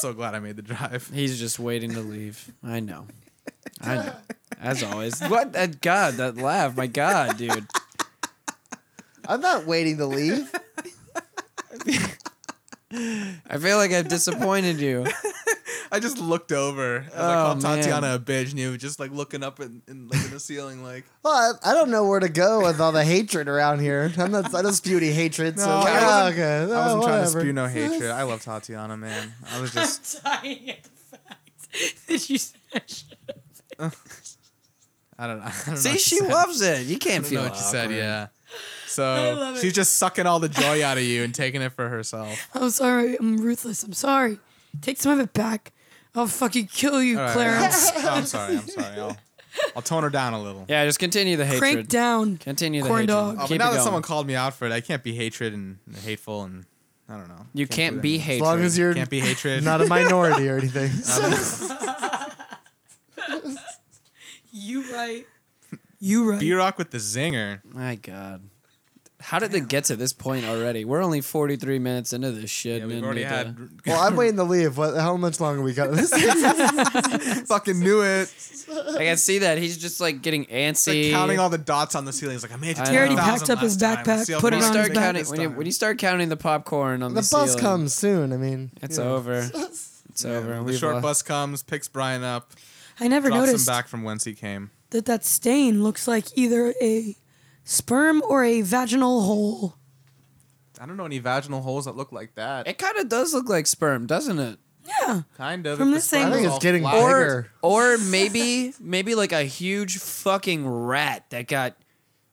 Speaker 4: so glad I made the drive.
Speaker 1: He's just waiting to leave. I know. I know. As always. What? That God, that laugh. My God, dude.
Speaker 2: I'm not waiting to leave.
Speaker 1: I feel like I've disappointed you.
Speaker 4: I just looked over as I
Speaker 1: Oh,
Speaker 4: called Tatiana
Speaker 1: man.
Speaker 4: a bitch, and you were just like looking up and, and like in the ceiling, like.
Speaker 2: Well, I, I don't know where to go with all the hatred around here. I'm not. I don't spew any hatred. So
Speaker 4: No,
Speaker 2: like,
Speaker 4: I
Speaker 2: "Ah,
Speaker 4: wasn't-
Speaker 2: okay.
Speaker 4: I wasn't
Speaker 2: oh,
Speaker 4: trying to
Speaker 2: whatever."
Speaker 4: spew no hatred. I love Tatiana, man. I was just
Speaker 3: dying at the fact that you said I should.
Speaker 4: I don't know. I don't know
Speaker 1: See,
Speaker 4: what
Speaker 1: she
Speaker 4: said.
Speaker 1: loves it. You can't
Speaker 4: I don't
Speaker 1: feel
Speaker 4: know what you said,
Speaker 1: awkward.
Speaker 4: yeah.
Speaker 3: I
Speaker 4: So
Speaker 3: love it.
Speaker 4: she's just sucking all the joy out of you and taking it for herself.
Speaker 3: I'm sorry. I'm ruthless. I'm sorry. Take some of it back. I'll fucking kill you,
Speaker 4: All right.
Speaker 3: Clarence.
Speaker 4: Oh, I'm sorry. I'm sorry. I'll, I'll tone her down a little.
Speaker 1: Yeah, just continue the hatred.
Speaker 3: Crank down.
Speaker 1: Continue the
Speaker 3: Corn
Speaker 1: hatred.
Speaker 3: dog.
Speaker 4: Oh, but
Speaker 1: Keep
Speaker 4: now
Speaker 1: it
Speaker 4: that
Speaker 1: going.
Speaker 4: someone called me out for it, I can't be hatred and and hateful and I don't know.
Speaker 1: you
Speaker 4: do
Speaker 1: can't
Speaker 4: that
Speaker 1: be
Speaker 4: anymore.
Speaker 1: hatred.
Speaker 2: As long as you're
Speaker 4: Can't be hatred.
Speaker 2: not a minority or anything.
Speaker 3: You right. You right.
Speaker 4: B Rock with the zinger.
Speaker 1: My God. How did it get to this point already? We're only 43 minutes into this shit.
Speaker 4: Yeah,
Speaker 1: and
Speaker 4: we've
Speaker 1: into
Speaker 4: already
Speaker 1: the-
Speaker 4: had.
Speaker 2: well, I'm waiting to leave. What? How much longer we got? This
Speaker 4: fucking knew it.
Speaker 1: Like, I can see that. He's just like getting
Speaker 4: It's like
Speaker 1: antsy.
Speaker 4: counting all the dots on the ceiling. He's like, I made it.
Speaker 1: I
Speaker 4: to
Speaker 1: He already
Speaker 4: 10,000
Speaker 3: packed up his
Speaker 4: last time.
Speaker 3: backpack,
Speaker 4: Let's see how
Speaker 3: put it
Speaker 1: when
Speaker 4: many
Speaker 1: you
Speaker 3: on
Speaker 4: we
Speaker 1: start
Speaker 3: back
Speaker 4: can get
Speaker 1: counting,
Speaker 4: this
Speaker 1: when you,
Speaker 4: time.
Speaker 1: when you start counting the popcorn on the,
Speaker 2: the bus
Speaker 1: ceiling,
Speaker 2: comes soon. I mean,
Speaker 1: It's
Speaker 2: you know.
Speaker 1: over. It's over.
Speaker 4: Yeah, the
Speaker 1: We've
Speaker 4: short
Speaker 1: lost-
Speaker 4: bus comes, picks Brian up,
Speaker 3: I never
Speaker 4: drops
Speaker 3: noticed
Speaker 4: him back from whence he came.
Speaker 3: that that stain looks like either a sperm or a vaginal hole.
Speaker 4: I don't know any vaginal holes that look like that.
Speaker 1: It kind of does look like sperm, doesn't it?
Speaker 3: Yeah.
Speaker 4: kind of.
Speaker 3: From
Speaker 4: if
Speaker 3: this
Speaker 4: sperm
Speaker 3: angle. I
Speaker 4: was
Speaker 3: think it's
Speaker 4: all
Speaker 2: getting
Speaker 4: flat.
Speaker 2: bigger.
Speaker 1: Or or maybe maybe like a huge fucking rat that got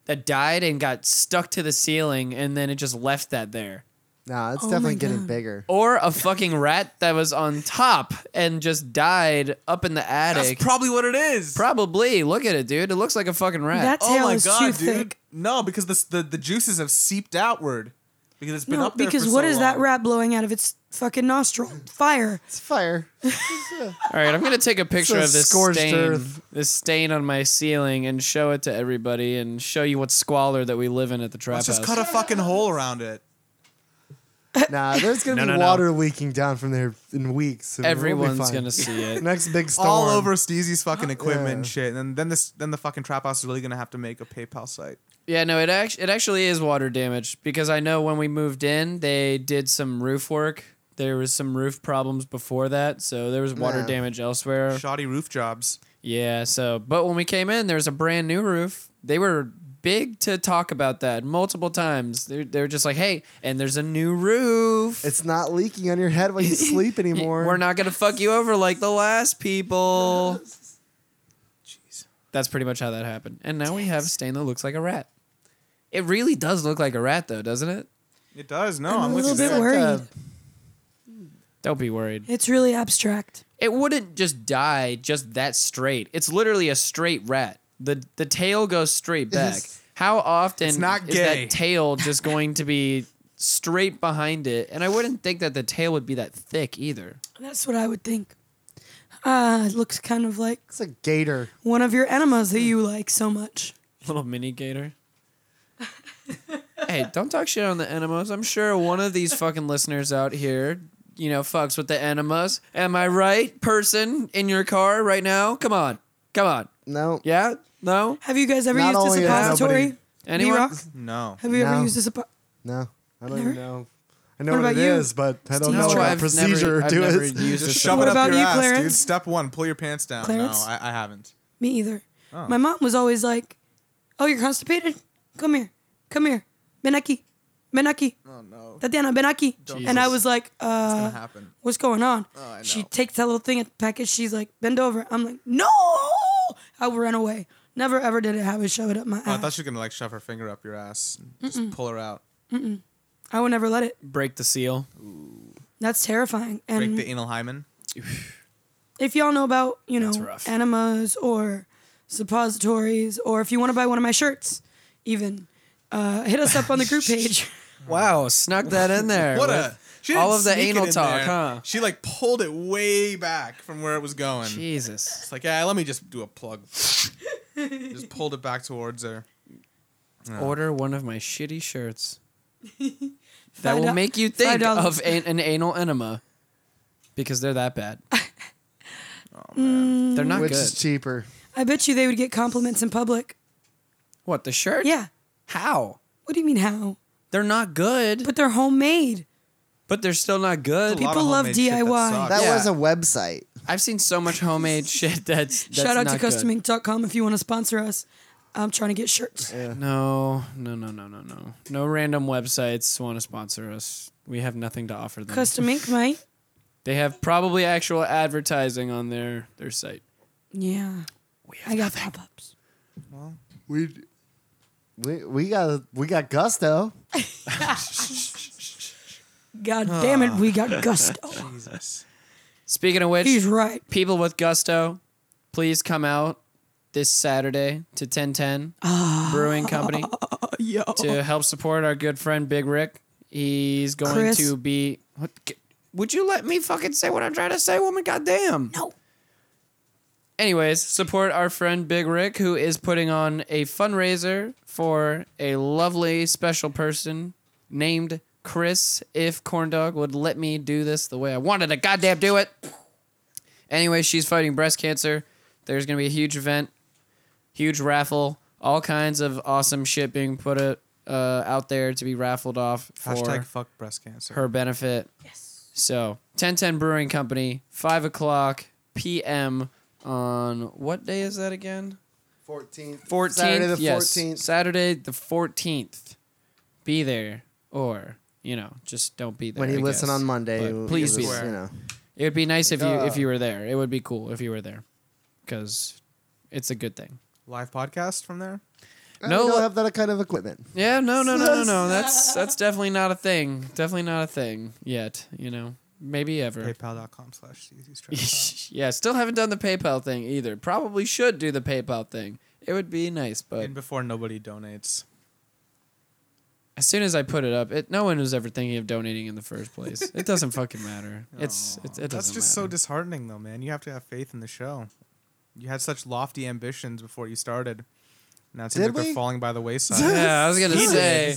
Speaker 1: that died and got stuck to the ceiling and then it just left that there.
Speaker 2: Nah, it's
Speaker 3: Oh my
Speaker 2: definitely getting
Speaker 3: God.
Speaker 2: bigger.
Speaker 1: Or a fucking rat that was on top and just died up in the
Speaker 4: That's
Speaker 1: attic.
Speaker 4: probably what it is.
Speaker 1: Probably. Look at it, dude. It looks like a fucking rat.
Speaker 3: That
Speaker 4: oh
Speaker 3: tail
Speaker 4: my
Speaker 3: is
Speaker 4: god,
Speaker 3: too
Speaker 4: dude!
Speaker 3: thick.
Speaker 4: No, because the, the the juices have seeped outward. because it's been
Speaker 3: No,
Speaker 4: up there
Speaker 3: because
Speaker 4: for
Speaker 3: what
Speaker 4: so
Speaker 3: is that
Speaker 4: long.
Speaker 3: rat blowing out of its fucking nostril? Fire.
Speaker 2: It's fire.
Speaker 1: All right, I'm gonna take a picture
Speaker 2: a
Speaker 1: of this
Speaker 2: scorched
Speaker 1: stain,
Speaker 2: earth.
Speaker 1: this stain on my ceiling, and show it to everybody, and show you what squalor that we live in at the trap
Speaker 4: Let's
Speaker 1: house.
Speaker 4: just cut a fucking hole around it.
Speaker 2: Nah, there's gonna
Speaker 1: No,
Speaker 2: be
Speaker 1: no, no.
Speaker 2: water leaking down from there in weeks. and we'll be
Speaker 1: Everyone's
Speaker 2: fine.
Speaker 1: gonna see it.
Speaker 2: next big storm
Speaker 4: All over Steezy's fucking equipment and
Speaker 2: Yeah.
Speaker 4: shit. And then, then this then the fucking trap house is really gonna have to make a PayPal site.
Speaker 1: Yeah, no, it actually it actually is water damage because I know when we moved in, they did some roof work. There was some roof problems before that, so there was water
Speaker 2: Yeah.
Speaker 1: damage elsewhere.
Speaker 4: Shoddy roof jobs.
Speaker 1: Yeah, so but when we came in, there was a brand new roof. They were big to talk about that multiple times. They're they're just like, hey, and there's a new roof.
Speaker 2: It's not leaking on your head while you sleep anymore.
Speaker 1: We're not gonna fuck you over like the last people.
Speaker 4: Jeez.
Speaker 1: That's pretty much how that happened. And now we have a stain that looks like a rat. It really does look like a rat, though, doesn't it?
Speaker 4: It does. No,
Speaker 3: I'm
Speaker 4: I'm
Speaker 3: a
Speaker 4: with
Speaker 3: little
Speaker 4: you
Speaker 3: bit
Speaker 4: there.
Speaker 2: Like, uh,
Speaker 3: worried.
Speaker 1: Don't be worried.
Speaker 3: It's really abstract.
Speaker 1: It wouldn't just die just that straight. It's literally a straight rat. The the tail goes straight back.
Speaker 2: It's-
Speaker 1: How often
Speaker 4: It's not
Speaker 1: is
Speaker 4: gay.
Speaker 1: that tail just going to be straight behind it? And I wouldn't think that the tail would be that thick either.
Speaker 3: That's what I would think. Uh, it looks kind of like
Speaker 2: it's a gator.
Speaker 3: one of your enemas that you like so much.
Speaker 1: Little mini gator. hey, don't talk shit on the enemas. I'm sure one of these fucking listeners out here, you know, fucks with the enemas. Am I right, person in your car right now? Come on. Come on.
Speaker 2: No.
Speaker 1: Yeah? No?
Speaker 3: Have you guys ever
Speaker 2: Not
Speaker 3: used a
Speaker 2: only that,
Speaker 3: suppository?
Speaker 2: nobody-
Speaker 1: Anyone?
Speaker 3: B-Rock?
Speaker 4: No.
Speaker 3: Have you ever
Speaker 2: No.
Speaker 3: used a suppository?
Speaker 2: No. I don't
Speaker 3: Never?
Speaker 2: even know. I know
Speaker 3: What
Speaker 2: what,
Speaker 3: about
Speaker 2: it
Speaker 3: you?
Speaker 2: is, but I don't
Speaker 3: Steve?
Speaker 2: know
Speaker 3: No,
Speaker 2: what
Speaker 1: I've
Speaker 2: a procedure
Speaker 1: never- I've
Speaker 2: to
Speaker 1: never
Speaker 2: it.
Speaker 1: used a
Speaker 4: Just shove
Speaker 3: What
Speaker 4: it up
Speaker 3: about
Speaker 4: your
Speaker 3: you,
Speaker 4: ass, dude.
Speaker 3: Clarence?
Speaker 4: Step one, pull your pants down.
Speaker 3: Clarence?
Speaker 4: No, I, I haven't.
Speaker 3: Me either.
Speaker 4: Oh.
Speaker 3: My mom was always like, "Oh, you're constipated? Come here, come here, Benaki, Benaki,
Speaker 4: Oh no.
Speaker 3: Tatiana, Benaki." And I
Speaker 1: Jesus.
Speaker 3: was like,
Speaker 4: gonna
Speaker 3: uh,
Speaker 4: happen.
Speaker 3: "What's going on?"
Speaker 4: Oh, I
Speaker 3: She
Speaker 4: know.
Speaker 3: takes that little thing at the package. She's like, "Bend over." I'm like, "No!" I ran away. Never ever did it have a shove it up my
Speaker 4: Oh, I
Speaker 3: ass.
Speaker 4: thought she was gonna like shove her finger up your ass, and just pull her out,
Speaker 3: I would never let it.
Speaker 1: Break the seal.
Speaker 3: That's terrifying.
Speaker 4: break
Speaker 3: And
Speaker 4: the anal hymen.
Speaker 3: if y'all know about you
Speaker 1: That's
Speaker 3: know
Speaker 1: rough.
Speaker 3: enemas or suppositories, or if you want to buy one of my shirts, even uh, hit us up on the group page.
Speaker 1: Wow, snuck that in there.
Speaker 4: What a
Speaker 1: with
Speaker 4: she
Speaker 1: all
Speaker 4: didn't
Speaker 1: of the
Speaker 4: sneak it
Speaker 1: anal
Speaker 4: in
Speaker 1: talk,
Speaker 4: there.
Speaker 1: huh?
Speaker 4: She like pulled it way back from where it was going.
Speaker 1: Jesus.
Speaker 4: It's like, yeah, let me just do a plug. just pulled it back towards her.
Speaker 1: Order one of my shitty shirts. that
Speaker 3: Five
Speaker 1: will
Speaker 3: dol-
Speaker 1: make you
Speaker 3: five
Speaker 1: think
Speaker 3: dollars.
Speaker 1: of an, an anal enema because they're that bad.
Speaker 4: Oh,
Speaker 1: They're not
Speaker 2: Which
Speaker 1: good.
Speaker 2: is cheaper.
Speaker 3: I bet you they would get compliments in public.
Speaker 1: what, the shirt?
Speaker 3: Yeah.
Speaker 1: How?
Speaker 3: What do you mean how?
Speaker 1: They're not good,
Speaker 3: But they're homemade.
Speaker 1: but they're still not
Speaker 4: There's
Speaker 1: good.
Speaker 4: a lot of
Speaker 3: People love
Speaker 4: homemade shit
Speaker 3: DIY.
Speaker 4: sucks.
Speaker 2: That
Speaker 1: Yeah.
Speaker 2: was a website.
Speaker 1: I've seen so much homemade shit that's, that's
Speaker 3: Shout out
Speaker 1: not
Speaker 3: to
Speaker 1: good.
Speaker 3: customink.com if you want to sponsor us. I'm trying to get
Speaker 1: Mm.
Speaker 3: shirts.
Speaker 1: No, no, no, no, no, no. No random websites want to sponsor us. We have nothing to offer them.
Speaker 3: Custom ink, mate.
Speaker 1: They have probably actual advertising on their their site.
Speaker 3: Yeah. I got pop ups.
Speaker 2: We we we got we got gusto.
Speaker 3: God
Speaker 1: Ah.
Speaker 3: damn it, we got gusto.
Speaker 4: Jesus.
Speaker 1: Speaking of which,
Speaker 3: He's right.
Speaker 1: people with gusto, please come out this Saturday to 1010
Speaker 3: Ah.
Speaker 1: Brewing Company
Speaker 3: Yo.
Speaker 1: to help support our good friend Big Rick. He's going
Speaker 3: Chris.
Speaker 1: to be. What, would you let me fucking say what I'm trying to say, woman? Goddamn.
Speaker 3: No.
Speaker 1: Anyways, support our friend Big Rick, who is putting on a fundraiser for a lovely special person named Chris. If Corndog would let me do this the way I wanted to goddamn do it. Anyway, she's fighting breast cancer. There's going to be a huge event, huge raffle, all kinds of awesome shit being put uh, uh, out there to be raffled off for
Speaker 4: Hashtag fuck breast cancer.
Speaker 1: her benefit. Yes. So 1010 Brewing Company, five o'clock p.m. on what day is that again?
Speaker 2: Fourteenth.
Speaker 1: Fourteenth.
Speaker 2: Saturday the
Speaker 1: yes.
Speaker 2: fourteenth.
Speaker 1: Saturday the fourteenth. Be there, or you know, just don't be there.
Speaker 2: When you
Speaker 1: I
Speaker 2: listen
Speaker 1: guess.
Speaker 2: on Monday,
Speaker 1: But
Speaker 2: you-
Speaker 1: please be
Speaker 2: you
Speaker 1: there.
Speaker 2: know.
Speaker 1: It would be nice if you if
Speaker 2: Uh.
Speaker 1: you were there. It would be cool if you were there, because it's a good thing.
Speaker 4: Live podcast from there.
Speaker 1: No,
Speaker 2: we
Speaker 1: what-
Speaker 2: don't have that kind of equipment.
Speaker 1: Yeah, no, no, no, no, no. That's that's definitely not a thing. Definitely not a thing yet. You know, maybe ever.
Speaker 4: PayPal.com slash Steezy's Trap House.
Speaker 1: yeah, still haven't done the PayPal thing either. Probably should do the PayPal thing. It would be nice, but
Speaker 4: And before nobody donates.
Speaker 1: as soon as I put it up, it no one was ever thinking of donating in the first place. It doesn't fucking matter. It's it, it doesn't.
Speaker 4: That's just so
Speaker 1: matter.
Speaker 4: disheartening, though, man. You have to have faith in the show. You had such lofty ambitions before you started. Now it seems
Speaker 2: Did
Speaker 4: like
Speaker 2: we?
Speaker 4: they're falling by the wayside.
Speaker 1: Yeah, I was gonna
Speaker 4: He
Speaker 1: say,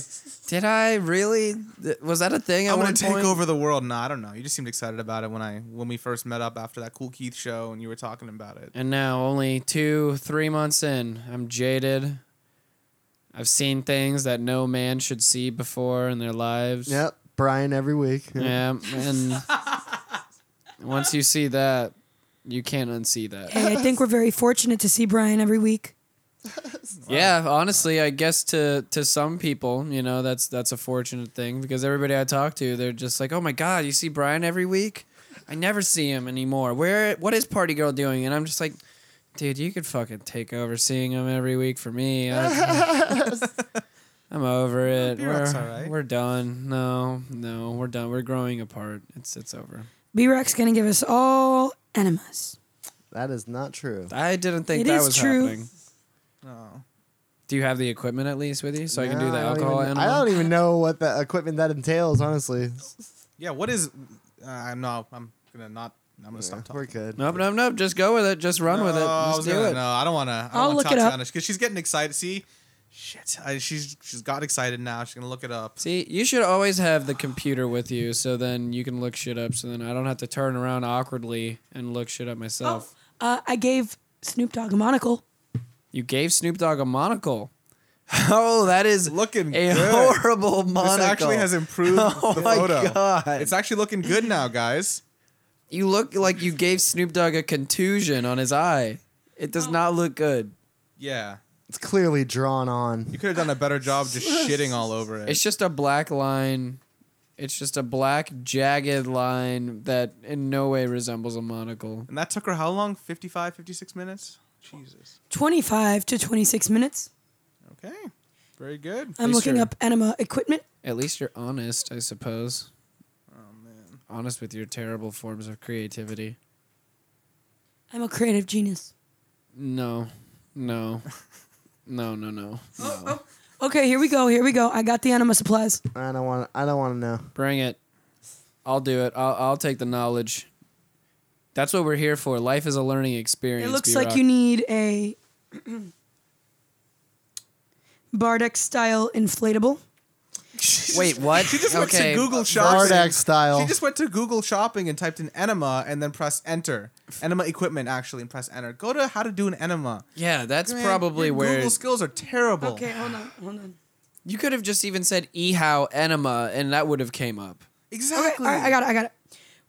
Speaker 4: did.
Speaker 1: did I really? Th- Was that a thing? at
Speaker 4: I'm gonna
Speaker 1: one
Speaker 4: take
Speaker 1: point?
Speaker 4: over the world. No, I don't know. You just seemed excited about it when I when we first met up after that Cool Keith show, and you were talking about it.
Speaker 1: And now, only two, three months in, I'm jaded. I've seen things that no man should see before in their lives.
Speaker 2: Yep, Brian every week.
Speaker 1: Yeah, and once you see that, you can't unsee that.
Speaker 3: Hey, I think we're very fortunate to see Brian every week.
Speaker 1: Yeah, honestly, I guess to to some people, you know, that's that's a fortunate thing because everybody I talk to, they're just like, "Oh my god, you see Brian every week? I never see him anymore. Where what is Party Girl doing?" And I'm just like, "Dude, you could fucking take over seeing him every week for me. I, am over it.
Speaker 4: Beer Rock's
Speaker 1: We're,
Speaker 4: alright.
Speaker 1: we're done. No, no, we're done. We're growing apart. It's it's over.
Speaker 3: B Rock's gonna give us all enemas.
Speaker 2: That is not true.
Speaker 1: I didn't think
Speaker 3: It
Speaker 1: that
Speaker 3: is
Speaker 1: was
Speaker 3: true.
Speaker 1: happening.
Speaker 4: Oh.
Speaker 1: Do you have the equipment at least with you so I can
Speaker 2: No,
Speaker 1: do the
Speaker 2: don't
Speaker 1: alcohol
Speaker 2: even-
Speaker 1: animal?
Speaker 2: I don't even know what the equipment that entails, honestly.
Speaker 4: Yeah. What is? Uh, I'm not. I'm gonna not. I'm gonna stop talking.
Speaker 2: We're good.
Speaker 1: Nope, nope, nope. Just go with it. Just run with it.
Speaker 4: No, I
Speaker 1: Just
Speaker 4: was
Speaker 1: do
Speaker 4: gonna-
Speaker 1: it.
Speaker 4: No, I don't want to.
Speaker 3: I'll
Speaker 4: I don't
Speaker 3: look
Speaker 4: want to
Speaker 3: it
Speaker 4: talk
Speaker 3: up.
Speaker 4: on it because she's getting excited. See, shit, I, she's she's got excited now. She's gonna look it up.
Speaker 1: See, you should always have the computer with you, so then you can look shit up. So then I don't have to turn around awkwardly and look shit up myself.
Speaker 3: Uh, I gave Snoop Dogg a monocle.
Speaker 1: You gave Snoop Dogg a monocle. Oh, that is
Speaker 4: Looking
Speaker 1: a
Speaker 4: good.
Speaker 1: horrible monocle.
Speaker 4: This actually has improved
Speaker 1: Oh
Speaker 4: the
Speaker 1: my
Speaker 4: photo.
Speaker 1: God.
Speaker 4: It's actually looking good now, guys.
Speaker 1: You look like you gave Snoop Dogg a contusion on his eye. It does not look good.
Speaker 4: Yeah,
Speaker 2: It's clearly drawn on.
Speaker 4: you could have done a better job just shitting all over it.
Speaker 1: It's just a black line. It's just a black jagged line that in no way resembles a monocle.
Speaker 4: and that took her how long? 55, 56 minutes. Jesus.
Speaker 3: 25 to 26 minutes.
Speaker 4: Okay. Very good.
Speaker 3: I'm
Speaker 1: Please,
Speaker 3: looking
Speaker 1: sir.
Speaker 3: up enema equipment.
Speaker 1: At least you're honest, I suppose.
Speaker 4: Oh man.
Speaker 1: Honest with your terrible forms of creativity.
Speaker 3: I'm a creative genius.
Speaker 1: No, no, no, no, no. no.
Speaker 3: Okay, here we go. Here we go. I got the enema supplies.
Speaker 2: I don't want. I don't want to know.
Speaker 1: Bring it. I'll do it. I'll, I'll take the knowledge. That's what we're here for. Life is a learning experience.
Speaker 3: It looks
Speaker 1: B-Rock.
Speaker 3: like you need a Bardex style inflatable.
Speaker 1: Wait, what?
Speaker 4: She just went
Speaker 1: okay.
Speaker 4: to Google Shopping.
Speaker 2: Bardak style.
Speaker 4: She just went to Google Shopping and typed in enema and then press enter. Enema equipment actually and press enter. Go to how to do an enema.
Speaker 1: Yeah, that's
Speaker 4: Man,
Speaker 1: probably
Speaker 4: your
Speaker 1: where
Speaker 4: Google skills are terrible.
Speaker 3: Okay, hold on, hold on.
Speaker 1: you could have just even said ehow enema, and that would have came up.
Speaker 3: Okay,
Speaker 4: Exactly.
Speaker 3: all right, I got it, I got it.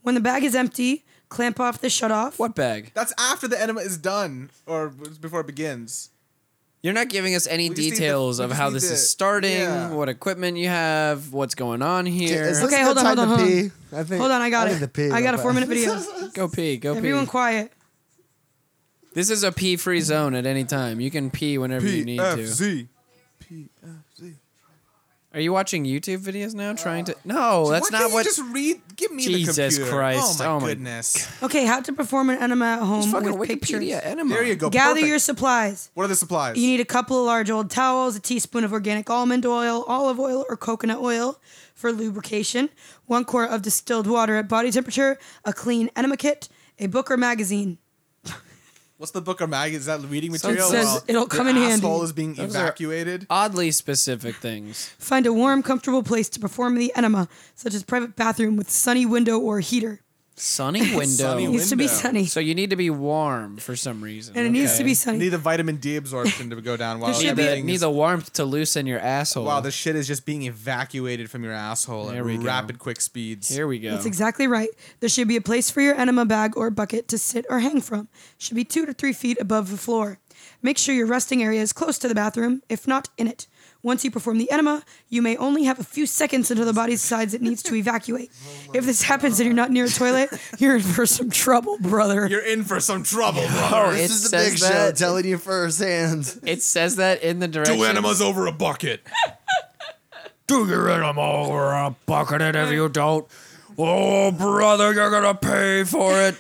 Speaker 3: When the bag is empty, clamp off the shut off.
Speaker 1: What bag?
Speaker 4: That's after the enema is done or before it begins.
Speaker 1: You're not giving us any
Speaker 4: We just need the-
Speaker 1: details
Speaker 4: we
Speaker 1: of
Speaker 4: just
Speaker 1: how
Speaker 4: need
Speaker 1: this
Speaker 4: the-
Speaker 1: is starting,
Speaker 4: yeah.
Speaker 1: what equipment you have, what's going on here.
Speaker 2: Is this
Speaker 3: Okay,
Speaker 2: a
Speaker 3: hold
Speaker 2: good
Speaker 3: on,
Speaker 2: time
Speaker 3: hold
Speaker 2: to
Speaker 3: on, hold
Speaker 2: pee? I think.
Speaker 3: Hold on, I got
Speaker 2: I
Speaker 3: it.
Speaker 2: need to pee
Speaker 3: I got a
Speaker 2: real
Speaker 3: four minute
Speaker 2: fast.
Speaker 3: video.
Speaker 1: Go pee, go pee.
Speaker 3: Everyone quiet.
Speaker 1: This is a pee free zone at any time. You can pee whenever you need to.
Speaker 4: PFZ.
Speaker 1: Are you watching YouTube videos now? Trying to. No, that's
Speaker 4: Why
Speaker 1: not
Speaker 4: can't
Speaker 1: what.
Speaker 4: You just read. Give me the
Speaker 1: Jesus
Speaker 4: computer.
Speaker 1: Christ,
Speaker 4: Oh my
Speaker 1: oh my-
Speaker 4: goodness.
Speaker 3: Okay, how to perform an enema at home
Speaker 1: It's fucking
Speaker 3: with pictures.
Speaker 1: Wikipedia enema.
Speaker 4: There you go.
Speaker 3: Gather
Speaker 4: Perfect.
Speaker 3: your supplies.
Speaker 4: What are the supplies?
Speaker 3: You need a couple of large old towels, a teaspoon of organic almond oil, olive oil, or coconut oil for lubrication, one quart of distilled water at body temperature, a clean enema kit, a book or magazine.
Speaker 4: What's the book or mag? Is that reading material?
Speaker 1: says
Speaker 4: while
Speaker 3: it'll
Speaker 4: your
Speaker 3: come in handy.
Speaker 4: Asshole is being
Speaker 1: are-
Speaker 4: evacuated.
Speaker 1: Oddly specific things.
Speaker 3: Find a warm, comfortable place to perform the enema, such as private bathroom with sunny window or heater.
Speaker 1: Sunny window.
Speaker 4: Sunny
Speaker 3: It needs to be
Speaker 4: Window.
Speaker 3: sunny.
Speaker 1: So you need to be warm for some reason. Oh,
Speaker 3: and it needs to be
Speaker 1: okay?
Speaker 3: sunny.
Speaker 4: need the vitamin D absorption to go down while
Speaker 3: There should
Speaker 1: Need
Speaker 3: be-
Speaker 1: the,
Speaker 4: everything
Speaker 1: need
Speaker 4: is-
Speaker 1: the warmth to loosen your asshole.
Speaker 4: while the shit is just being evacuated from your asshole
Speaker 1: There
Speaker 4: at
Speaker 1: we go.
Speaker 4: rapid quick speeds.
Speaker 1: Here we go.
Speaker 3: That's exactly right. There should be a place for your enema bag or bucket to sit or hang from. Should be two to three feet above the floor. Make sure your resting area is close to the bathroom, if not in it. Once you perform the enema, you may only have a few seconds until the body decides it needs to evacuate. if this happens and you're not near a toilet, you're in for some trouble, brother.
Speaker 4: You're in for some trouble,
Speaker 1: Oh,
Speaker 4: brother.
Speaker 1: it
Speaker 2: This is the
Speaker 1: says
Speaker 2: big show
Speaker 1: that-
Speaker 2: telling you firsthand.
Speaker 1: It says that in the direction.
Speaker 4: Two enemas over a bucket.
Speaker 1: Do your enema over a bucket, and if you don't, oh brother, you're gonna pay for it.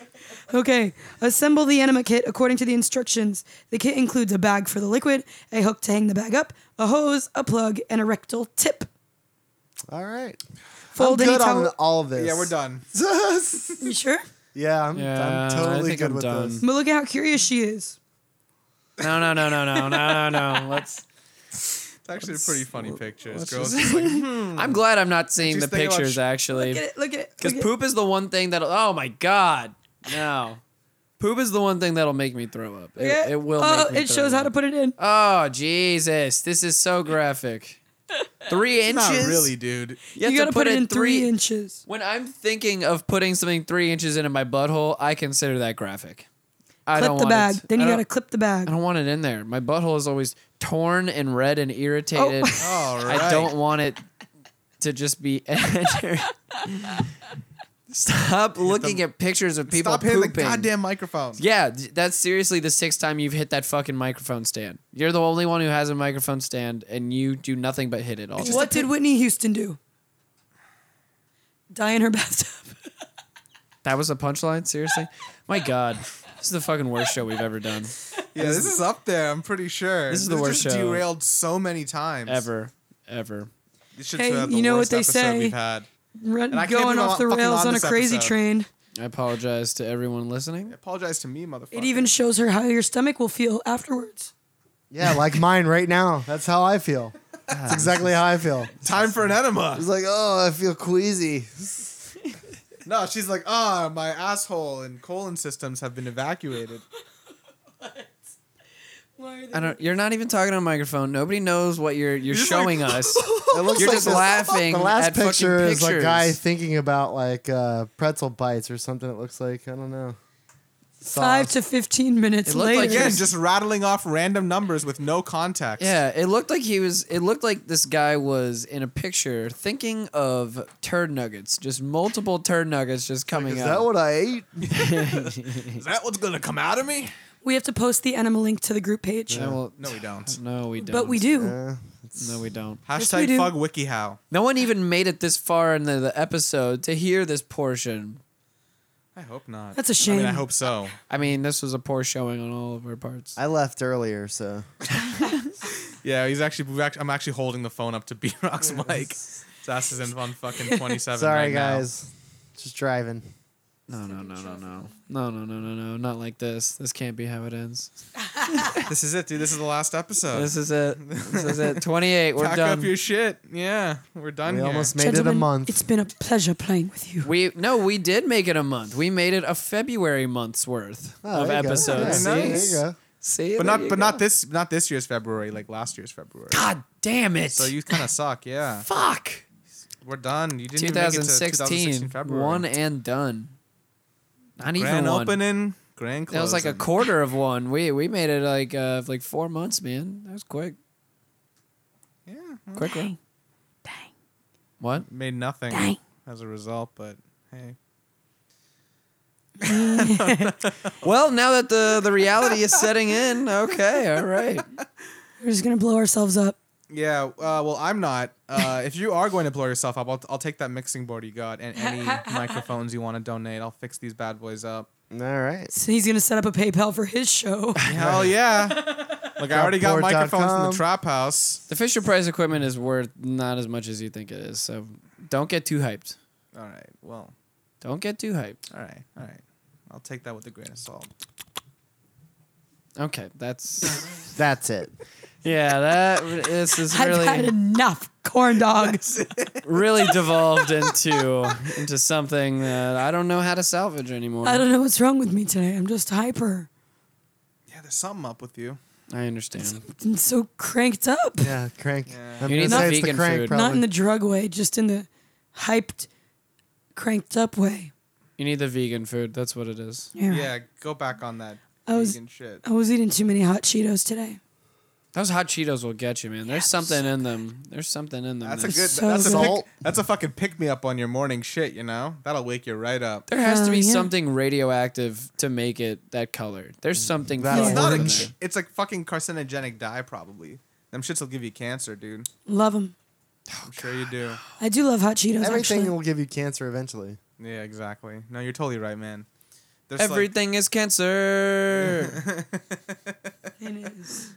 Speaker 3: Okay, assemble the enema kit according to the instructions. The kit includes a bag for the liquid, a hook to hang the bag up, a hose, a plug, and a rectal tip.
Speaker 2: All right.
Speaker 3: Fold
Speaker 2: I'm
Speaker 3: any
Speaker 2: good on
Speaker 3: towel.
Speaker 2: all of this.
Speaker 4: Yeah, we're done.
Speaker 3: You sure?
Speaker 2: yeah, I'm,
Speaker 1: Yeah,
Speaker 2: I'm
Speaker 1: I
Speaker 2: totally
Speaker 1: think
Speaker 2: good
Speaker 1: I'm
Speaker 2: with
Speaker 1: done.
Speaker 2: this.
Speaker 3: But look at how curious she is.
Speaker 1: No, no, no, no, no, no, no, no. Let's.
Speaker 4: It's actually a pretty funny picture. This
Speaker 1: let's
Speaker 4: girl's
Speaker 1: just-
Speaker 4: just like,
Speaker 1: I'm glad I'm not seeing
Speaker 4: She's
Speaker 1: the
Speaker 4: thinking Hmm. about
Speaker 1: pictures
Speaker 4: sh-
Speaker 1: actually,
Speaker 3: Look at it. Look at it.
Speaker 1: because
Speaker 3: look at it.
Speaker 1: poop is the one thing that'll. Oh my god, no. Poop is the one thing that'll make me throw up. It,
Speaker 3: Yeah.
Speaker 1: it will.
Speaker 3: Oh,
Speaker 1: make me
Speaker 3: it
Speaker 1: throw
Speaker 3: shows how to
Speaker 1: up.
Speaker 3: put it in.
Speaker 1: Oh Jesus, this is so graphic. Three inches.
Speaker 4: not really, dude.
Speaker 1: have
Speaker 3: You,
Speaker 1: to
Speaker 3: gotta put, it in three,
Speaker 1: three
Speaker 3: inches.
Speaker 1: When I'm thinking of putting something three inches into my butthole, I consider that graphic. I
Speaker 3: clip
Speaker 1: don't
Speaker 3: the
Speaker 1: want it-
Speaker 3: bag. Then
Speaker 1: I
Speaker 3: you
Speaker 1: don't-
Speaker 3: gotta clip the bag.
Speaker 1: I don't want it in there. My butthole is always torn and red and irritated.
Speaker 4: All right.
Speaker 1: I don't want it to just be entered. Stop looking at pictures of people
Speaker 4: Stop hitting the
Speaker 1: pooping.
Speaker 4: goddamn microphone.
Speaker 1: yeah, th- that's seriously the sixth time you've hit that fucking microphone stand. You're the only one who has a microphone stand, and you do nothing but hit it all. the
Speaker 3: What did Whitney Houston do? Die in her bathtub.
Speaker 1: That was a punchline? Seriously? My God. This is the fucking worst show we've ever done.
Speaker 4: Yeah, this is up there. I'm pretty sure.
Speaker 1: This is the worst
Speaker 4: just
Speaker 1: show.
Speaker 4: Derailed so many times.
Speaker 1: Ever. Ever.
Speaker 4: This shit's
Speaker 3: Hey,
Speaker 4: uh, the
Speaker 3: you know what
Speaker 4: worst
Speaker 3: they
Speaker 4: episode
Speaker 3: say.
Speaker 4: We've had.
Speaker 3: Run,
Speaker 4: I can't
Speaker 3: going
Speaker 4: believe I'm
Speaker 3: off the
Speaker 4: fucking
Speaker 3: rails
Speaker 4: on
Speaker 3: on a
Speaker 4: this
Speaker 3: crazy
Speaker 4: episode.
Speaker 3: train.
Speaker 1: I apologize to everyone listening.
Speaker 4: Apologize to me, motherfucker.
Speaker 3: It even shows her how your stomach will feel afterwards.
Speaker 2: Yeah, like mine right now. That's how I feel. That's exactly how I feel.
Speaker 4: time for an enema.
Speaker 2: It's like, oh, I feel queasy.
Speaker 4: No, she's like, ah, my asshole and colon systems have been evacuated.
Speaker 1: I don't you're not even talking on a microphone. Nobody knows what you're you're
Speaker 4: just
Speaker 1: showing us.
Speaker 2: It looks
Speaker 1: You're
Speaker 2: like
Speaker 1: just
Speaker 2: this-
Speaker 1: laughing
Speaker 2: The last
Speaker 1: at fucking
Speaker 2: picture is a
Speaker 1: pictures.
Speaker 2: guy thinking about like uh, pretzel bites or something. It looks like I don't know.
Speaker 3: Five
Speaker 2: Sauce.
Speaker 3: to fifteen minutes
Speaker 1: It looked
Speaker 3: later.
Speaker 1: like
Speaker 4: Again,
Speaker 1: Here's-
Speaker 4: just rattling off random numbers with no context.
Speaker 1: Yeah, it looked like he was it looked like this guy was in a picture thinking of turd nuggets. Just multiple turd nuggets just coming
Speaker 2: Is
Speaker 1: out.
Speaker 2: that what I ate?
Speaker 4: Is that what's gonna come out of me?
Speaker 3: we have to post the enema link to the group page,
Speaker 1: Yeah, well,
Speaker 4: No, we don't.
Speaker 1: no, we don't.
Speaker 3: but we do.
Speaker 2: Uh,
Speaker 1: No, we don't.
Speaker 3: Yes, we
Speaker 4: Hashtag
Speaker 3: do.
Speaker 4: fug wikihow.
Speaker 1: No one even made it this far in the, the episode to hear this portion.
Speaker 4: I hope not.
Speaker 3: That's a
Speaker 4: I
Speaker 3: shame.
Speaker 4: mean, I hope so.
Speaker 1: I mean, this was a poor showing on all of our parts.
Speaker 2: I left earlier, so
Speaker 4: Yeah, he's actually. We've actually I'm actually holding the phone up to B Rock's mic. His ass is in on fucking 27.
Speaker 2: sorry
Speaker 4: right now.
Speaker 2: guys. Just driving.
Speaker 1: No, no, no, no, no. No, no, no, no, no. Not like this. This can't be how it ends.
Speaker 4: This is it, dude. This is the last episode.
Speaker 1: This is it. This is it. 28. We're
Speaker 4: Pack
Speaker 1: done.
Speaker 4: up your shit. Yeah, we're done
Speaker 2: We
Speaker 4: here.
Speaker 2: almost made it a
Speaker 3: Gentlemen,
Speaker 2: month.
Speaker 3: It's been a pleasure playing with you.
Speaker 1: we no, we did make it a month. We made it a February month's worth
Speaker 2: Oh,
Speaker 1: of
Speaker 2: there you go.
Speaker 1: episodes.
Speaker 2: Yeah,
Speaker 4: Very
Speaker 1: See?
Speaker 4: nice.
Speaker 2: There you go.
Speaker 1: See?
Speaker 4: but
Speaker 1: There
Speaker 4: not
Speaker 1: you
Speaker 4: but
Speaker 1: go.
Speaker 4: not this not this year's February, like last year's February.
Speaker 1: God damn it.
Speaker 4: So you kind of suck, yeah.
Speaker 1: Fuck.
Speaker 4: We're done. You didn't even make it to
Speaker 1: 2016.
Speaker 4: 2016 February.
Speaker 1: One and done. Not even
Speaker 4: grand
Speaker 1: one.
Speaker 4: opening, grand closing.
Speaker 1: That was like a quarter of one. We we made it like uh like four months, man. That was quick.
Speaker 4: yeah,
Speaker 1: Quick one.
Speaker 5: Dang. Dang.
Speaker 1: What?
Speaker 4: made nothing
Speaker 5: Dang.
Speaker 4: as a result, but hey,
Speaker 1: Well, now that the the reality is setting in, okay, all right.
Speaker 3: We're just gonna blow ourselves up.
Speaker 4: yeah. Uh, well, I'm not. Uh, if you are going to blow yourself up, I'll, I'll take that mixing board you got and any microphones you want to donate. I'll fix these bad boys up.
Speaker 2: All right.
Speaker 3: So he's gonna set up a PayPal for his show.
Speaker 4: Hell yeah! Like I already got
Speaker 2: Dropboard.com.
Speaker 4: microphones in the trap house.
Speaker 1: The Fisher Price equipment is worth not as much as you think it is, so don't get too hyped.
Speaker 4: All right. Well.
Speaker 1: Don't get too hyped.
Speaker 4: All right. All right. I'll take that with a grain of salt.
Speaker 1: Okay, that's
Speaker 2: That's it.
Speaker 1: yeah. That this is
Speaker 3: I've had
Speaker 1: really
Speaker 3: enough corn dogs.
Speaker 1: really devolved into into something that I don't know how to salvage anymore.
Speaker 3: I don't know what's wrong with me today. I'm just hyper.
Speaker 4: Yeah, there's something up with you.
Speaker 1: I understand.
Speaker 3: I'm so cranked up.
Speaker 2: Yeah, crank.
Speaker 4: Yeah.
Speaker 2: I'm
Speaker 1: You
Speaker 2: gonna
Speaker 1: need
Speaker 2: say
Speaker 1: some
Speaker 2: it's the
Speaker 1: vegan
Speaker 2: crank
Speaker 1: food.
Speaker 2: probably.
Speaker 3: Not in the drug way, just in the hyped, cranked up way.
Speaker 1: You need the vegan food. That's what it is.
Speaker 3: You're right.
Speaker 4: Yeah, go back on that
Speaker 3: I was- Oh,
Speaker 4: vegan shit.
Speaker 3: I was eating too many hot Cheetos today.
Speaker 1: Those hot Cheetos will get you, man. There's something in them. There's something in them.
Speaker 4: That's a
Speaker 1: man.
Speaker 4: good.
Speaker 3: so
Speaker 4: that's a
Speaker 2: good.
Speaker 4: pick, That's a fucking pick me up on your morning shit. You know that'll wake you right up.
Speaker 1: There has to
Speaker 3: Oh,
Speaker 1: be
Speaker 3: yeah.
Speaker 1: something radioactive to make it that color.
Speaker 4: Mm.
Speaker 1: There's something.
Speaker 2: That's
Speaker 1: flavored
Speaker 4: It's
Speaker 1: in
Speaker 4: not. A,
Speaker 1: there.
Speaker 4: it's like fucking carcinogenic dye, probably. Them shits will give you cancer, dude.
Speaker 3: Love them.
Speaker 4: I'm sure you do.
Speaker 3: I do love hot Cheetos.
Speaker 2: Everything
Speaker 3: actually.
Speaker 2: will give you cancer eventually.
Speaker 4: Yeah, exactly. No, you're totally right, man. There's like-
Speaker 1: Everything is cancer.
Speaker 3: It is.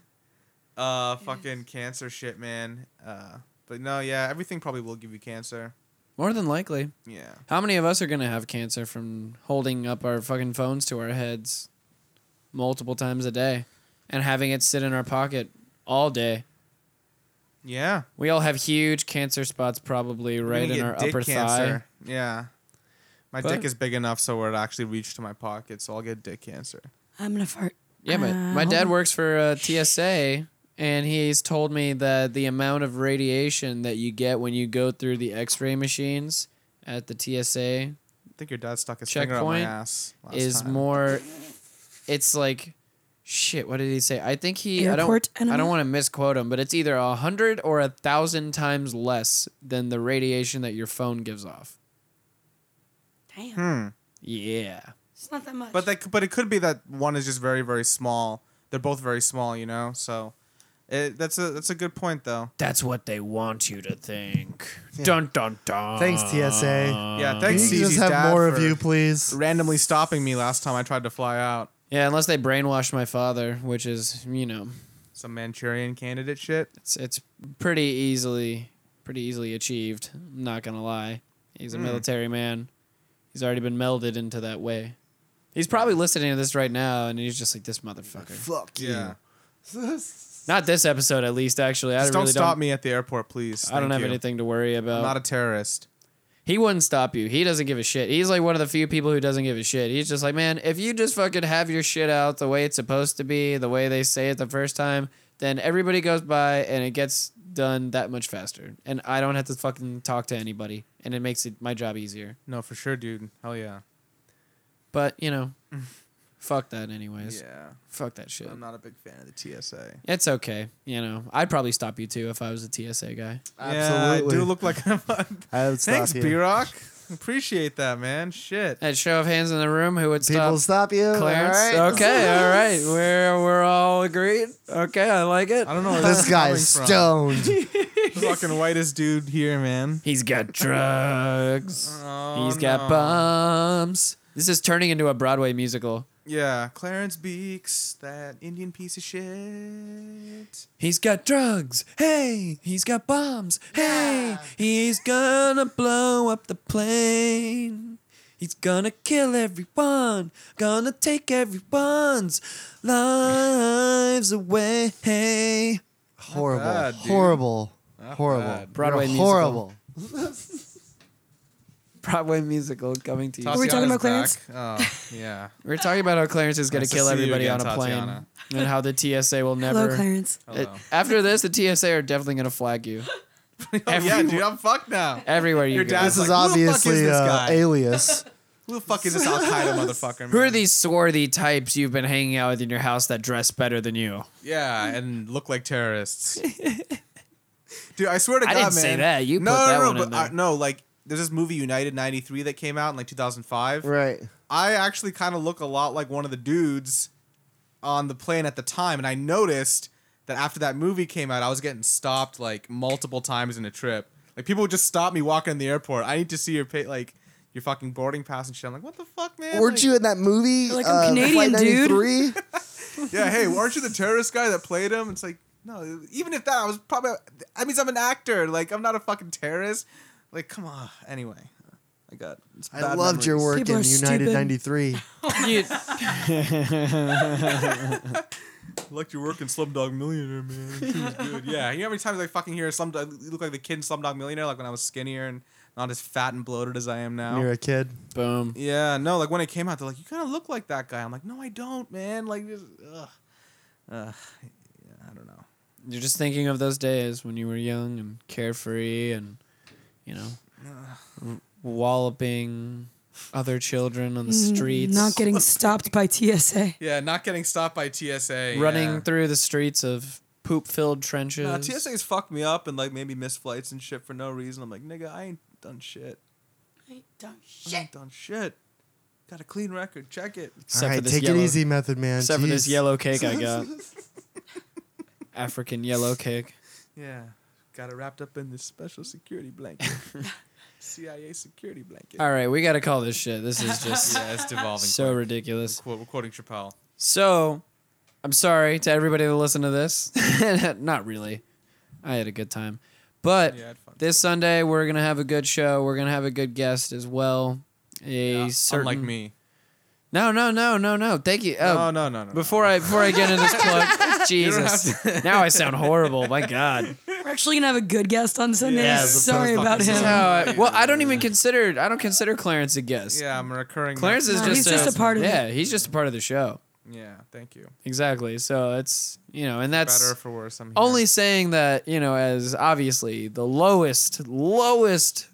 Speaker 4: uh, fucking cancer shit, man. Uh, But no, yeah, everything probably will give you cancer.
Speaker 1: More than likely.
Speaker 4: Yeah.
Speaker 1: How many of us are gonna have cancer from holding up our fucking phones to our heads multiple times a day and having it sit in our pocket all day?
Speaker 4: Yeah.
Speaker 1: We all have huge cancer spots probably
Speaker 4: You're
Speaker 1: right
Speaker 4: gonna
Speaker 1: in
Speaker 4: get
Speaker 1: our
Speaker 4: dick
Speaker 1: upper
Speaker 4: cancer. Yeah. My
Speaker 1: But-
Speaker 4: dick is big enough so where it actually reached to my pocket, so I'll get dick cancer.
Speaker 3: I'm gonna fart.
Speaker 1: thigh. Yeah, my, my
Speaker 3: Uh,
Speaker 1: dad
Speaker 3: hold-
Speaker 1: works for uh, TSA and he's told me that the amount of radiation that you get when you go through the x-ray machines at the TSA
Speaker 4: I think your dad stuck his finger up my
Speaker 1: Checkpoint
Speaker 4: ass. Last
Speaker 1: is
Speaker 4: time.
Speaker 1: more it's like shit what did he say i think he
Speaker 3: Airport
Speaker 1: i don't i don't
Speaker 3: enema?
Speaker 1: want to misquote him but it's either a hundred or a thousand times less than the radiation that your phone gives off
Speaker 3: Damn,
Speaker 4: Hmm.
Speaker 1: yeah
Speaker 3: it's not that much.
Speaker 4: But that, c- but it could be that one is just very, very small. They're both very small, you know. So, it, that's a that's a good point though.
Speaker 1: that's what they want you to think dun dun dun
Speaker 2: Thanks, TSA.
Speaker 4: Yeah,
Speaker 2: Can
Speaker 4: thanks.
Speaker 2: you
Speaker 4: CZ's
Speaker 2: just have
Speaker 4: dad
Speaker 2: more of
Speaker 4: for
Speaker 2: you, please?
Speaker 4: Randomly stopping me last time I tried to fly out.
Speaker 1: yeah unless they brainwash my father which is you know
Speaker 4: Some Manchurian candidate shit.
Speaker 1: it's it's pretty easily pretty easily achieved i'm not gonna lie he's a
Speaker 4: Mm.
Speaker 1: military man he's already been melded into that way he's probably listening to this right now and he's just like this motherfucker
Speaker 2: Fuck
Speaker 4: Yeah.
Speaker 2: you.
Speaker 1: not this episode at least actually i
Speaker 4: Just
Speaker 1: really
Speaker 4: don't stop
Speaker 1: don't
Speaker 4: me at the airport, please.
Speaker 1: i don't
Speaker 4: Thank
Speaker 1: have
Speaker 4: you.
Speaker 1: anything to worry
Speaker 4: I'm
Speaker 1: about
Speaker 4: not a terrorist.
Speaker 1: he wouldn't stop you he doesn't give a shit he's like one of the few people who doesn't give a shit he's just like man if you just fucking have your shit out the way it's supposed to be the way they say it the first time then everybody goes by and it gets done that much faster and i don't have to fucking talk to anybody and it makes it my job easier
Speaker 4: No, for sure, dude. Hell yeah.
Speaker 1: But you know, fuck that anyways.
Speaker 4: Yeah.
Speaker 1: Fuck that shit.
Speaker 4: I'm not a big fan of the TSA.
Speaker 1: It's okay. You know, I'd probably stop you too if I was a TSA guy.
Speaker 2: Absolutely.
Speaker 4: Yeah, I do look like I'm. a-
Speaker 2: I would stop
Speaker 4: Thanks,
Speaker 2: you.
Speaker 4: B Rock. Appreciate that, man. Shit.
Speaker 1: At show of hands in the room, who would
Speaker 2: People
Speaker 1: stop?
Speaker 2: stop you.
Speaker 1: Clarence.
Speaker 2: All right.
Speaker 1: Okay, all right. We're we're all agreed. Okay, I like it.
Speaker 4: I don't know. Where
Speaker 2: This guy
Speaker 4: coming
Speaker 2: is
Speaker 4: from.
Speaker 2: stoned.
Speaker 4: The fucking whitest dude here, man.
Speaker 1: He's got drugs.
Speaker 4: Oh,
Speaker 1: He's got
Speaker 4: no.
Speaker 1: bumps. This is turning into a Broadway musical.
Speaker 4: Yeah, Clarence Beeks, that Indian piece of shit.
Speaker 1: He's got drugs. Hey, he's got bombs. Hey, he's gonna blow up the plane. He's gonna kill everyone. Gonna take everyone's lives away.
Speaker 2: horrible.
Speaker 4: bad, dude.
Speaker 2: horrible. horrible.
Speaker 4: bad.
Speaker 2: You're
Speaker 1: Broadway musical.
Speaker 2: horrible.
Speaker 1: Broadway musical coming to you.
Speaker 4: Tatiana's
Speaker 3: we talking about Clarence?
Speaker 4: back. Oh, yeah.
Speaker 1: We're talking about how Clarence is gonna
Speaker 4: Nice to
Speaker 1: kill
Speaker 4: see you
Speaker 1: everybody
Speaker 4: again,
Speaker 1: on a plane,
Speaker 4: Tatiana.
Speaker 1: and how the TSA will never.
Speaker 3: Hello, Clarence.
Speaker 1: Uh,
Speaker 4: Hello.
Speaker 1: after this, the TSA are definitely gonna flag you
Speaker 4: Oh, yeah, dude, I'm fucked now.
Speaker 1: everywhere you
Speaker 4: Your
Speaker 1: go.
Speaker 4: dad's
Speaker 2: This is
Speaker 4: Like, who the fuck is
Speaker 2: obviously
Speaker 4: this
Speaker 2: uh,
Speaker 4: guy?
Speaker 2: alias.
Speaker 4: Who the fuck is this Al Qaeda motherfucker?
Speaker 1: Who are
Speaker 4: man?
Speaker 1: these swarthy types you've been hanging out with in your house that dress better than you?
Speaker 4: Yeah, and look like terrorists. Dude, I swear to
Speaker 1: I
Speaker 4: God,
Speaker 1: didn't say
Speaker 4: man.
Speaker 1: that. You
Speaker 4: no,
Speaker 1: put
Speaker 4: no,
Speaker 1: that
Speaker 4: no,
Speaker 1: one
Speaker 4: but
Speaker 1: in there.
Speaker 4: I- no, like there's this movie United '93 that came out in like 2005.
Speaker 2: right.
Speaker 4: I actually kind of look a lot like one of the dudes on the plane at the time, and I noticed that after that movie came out, I was getting stopped like multiple times in a trip. Like people would just stop me walking in the airport. I need to see your pay, like your fucking boarding pass and shit. I'm like, what the fuck, man?
Speaker 2: Weren't
Speaker 4: Like,
Speaker 2: you in that movie? uh,
Speaker 3: Like, I'm Canadian, dude.
Speaker 2: dude.
Speaker 4: yeah, hey, aren't you the terrorist guy that played him? It's like, no, even if that, I was probably, that means I'm an actor. Like, I'm not a fucking terrorist. Like, come on. Anyway, I got, it's
Speaker 2: I
Speaker 4: bad
Speaker 2: loved
Speaker 4: memories.
Speaker 2: your work
Speaker 3: People
Speaker 2: in
Speaker 3: are
Speaker 2: United
Speaker 3: stupid.
Speaker 2: '93.
Speaker 1: You-
Speaker 4: Liked your work in Slumdog Millionaire, man. It was good. Yeah, you know how many times I fucking hear Slumdog, you look like the kid in Slumdog Millionaire, like when I was skinnier and not as fat and bloated as I am now.
Speaker 2: You're a kid.
Speaker 1: Boom.
Speaker 4: Yeah, no, like when it came out, they're like, you kind of look like that guy. I'm like, no, I don't, man. Like, just, ugh. Ugh. yeah, I don't know.
Speaker 1: You're just thinking of those days when you were young and carefree and, you know, w- walloping other children on the
Speaker 3: Mm,
Speaker 1: streets.
Speaker 3: Not getting stopped by TSA.
Speaker 4: Yeah, not getting stopped by TSA.
Speaker 1: running
Speaker 4: yeah.
Speaker 1: through the streets of poop filled trenches.
Speaker 4: Nah, TSA's fucked me up and like maybe missed flights and shit for no reason. I'm like, nigga, I ain't done shit. I ain't done shit. Got a clean record. Check it.
Speaker 1: Except
Speaker 2: All
Speaker 1: for
Speaker 2: right,
Speaker 1: this
Speaker 2: take
Speaker 1: yellow,
Speaker 2: it easy, Method Man.
Speaker 1: Except for this
Speaker 2: Jeez.
Speaker 1: yellow cake I got. African yellow cake.
Speaker 4: Yeah. Got it wrapped up in this special security blanket. CIA security blanket.
Speaker 1: All right, we got to call this shit. This is just
Speaker 4: Yeah, it's devolving.
Speaker 1: so ridiculous.
Speaker 4: Quote, we're quoting Chappelle.
Speaker 1: So, I'm sorry to everybody that listened to this. Not really. I had a good time. But
Speaker 4: Yeah, I had fun.
Speaker 1: this Sunday we're gonna have a good show. We're gonna have a good guest as well. A
Speaker 4: Uh,
Speaker 1: certain
Speaker 4: Unlike me.
Speaker 1: No, no, no, no, no. Thank you. Oh,
Speaker 4: no, no, no, no.
Speaker 1: Before I before I get into this plug, Jesus. Now I sound horrible. My God.
Speaker 3: We're actually gonna have a good guest on Sunday.
Speaker 2: Yeah, as
Speaker 3: Sorry
Speaker 2: opposed
Speaker 3: about
Speaker 2: to
Speaker 3: him.
Speaker 1: No, I- uh, well, I don't even consider I don't consider Clarence a guest.
Speaker 4: yeah, I'm a recurring.
Speaker 1: Clarence is
Speaker 3: No,
Speaker 1: just
Speaker 3: he's just a part of it.
Speaker 1: yeah. He's just a part of the show.
Speaker 4: Yeah, thank you.
Speaker 1: Exactly. So it's you know, and
Speaker 4: Better
Speaker 1: that's
Speaker 4: or for worse, I'm here.
Speaker 1: only saying that you know as obviously the lowest lowest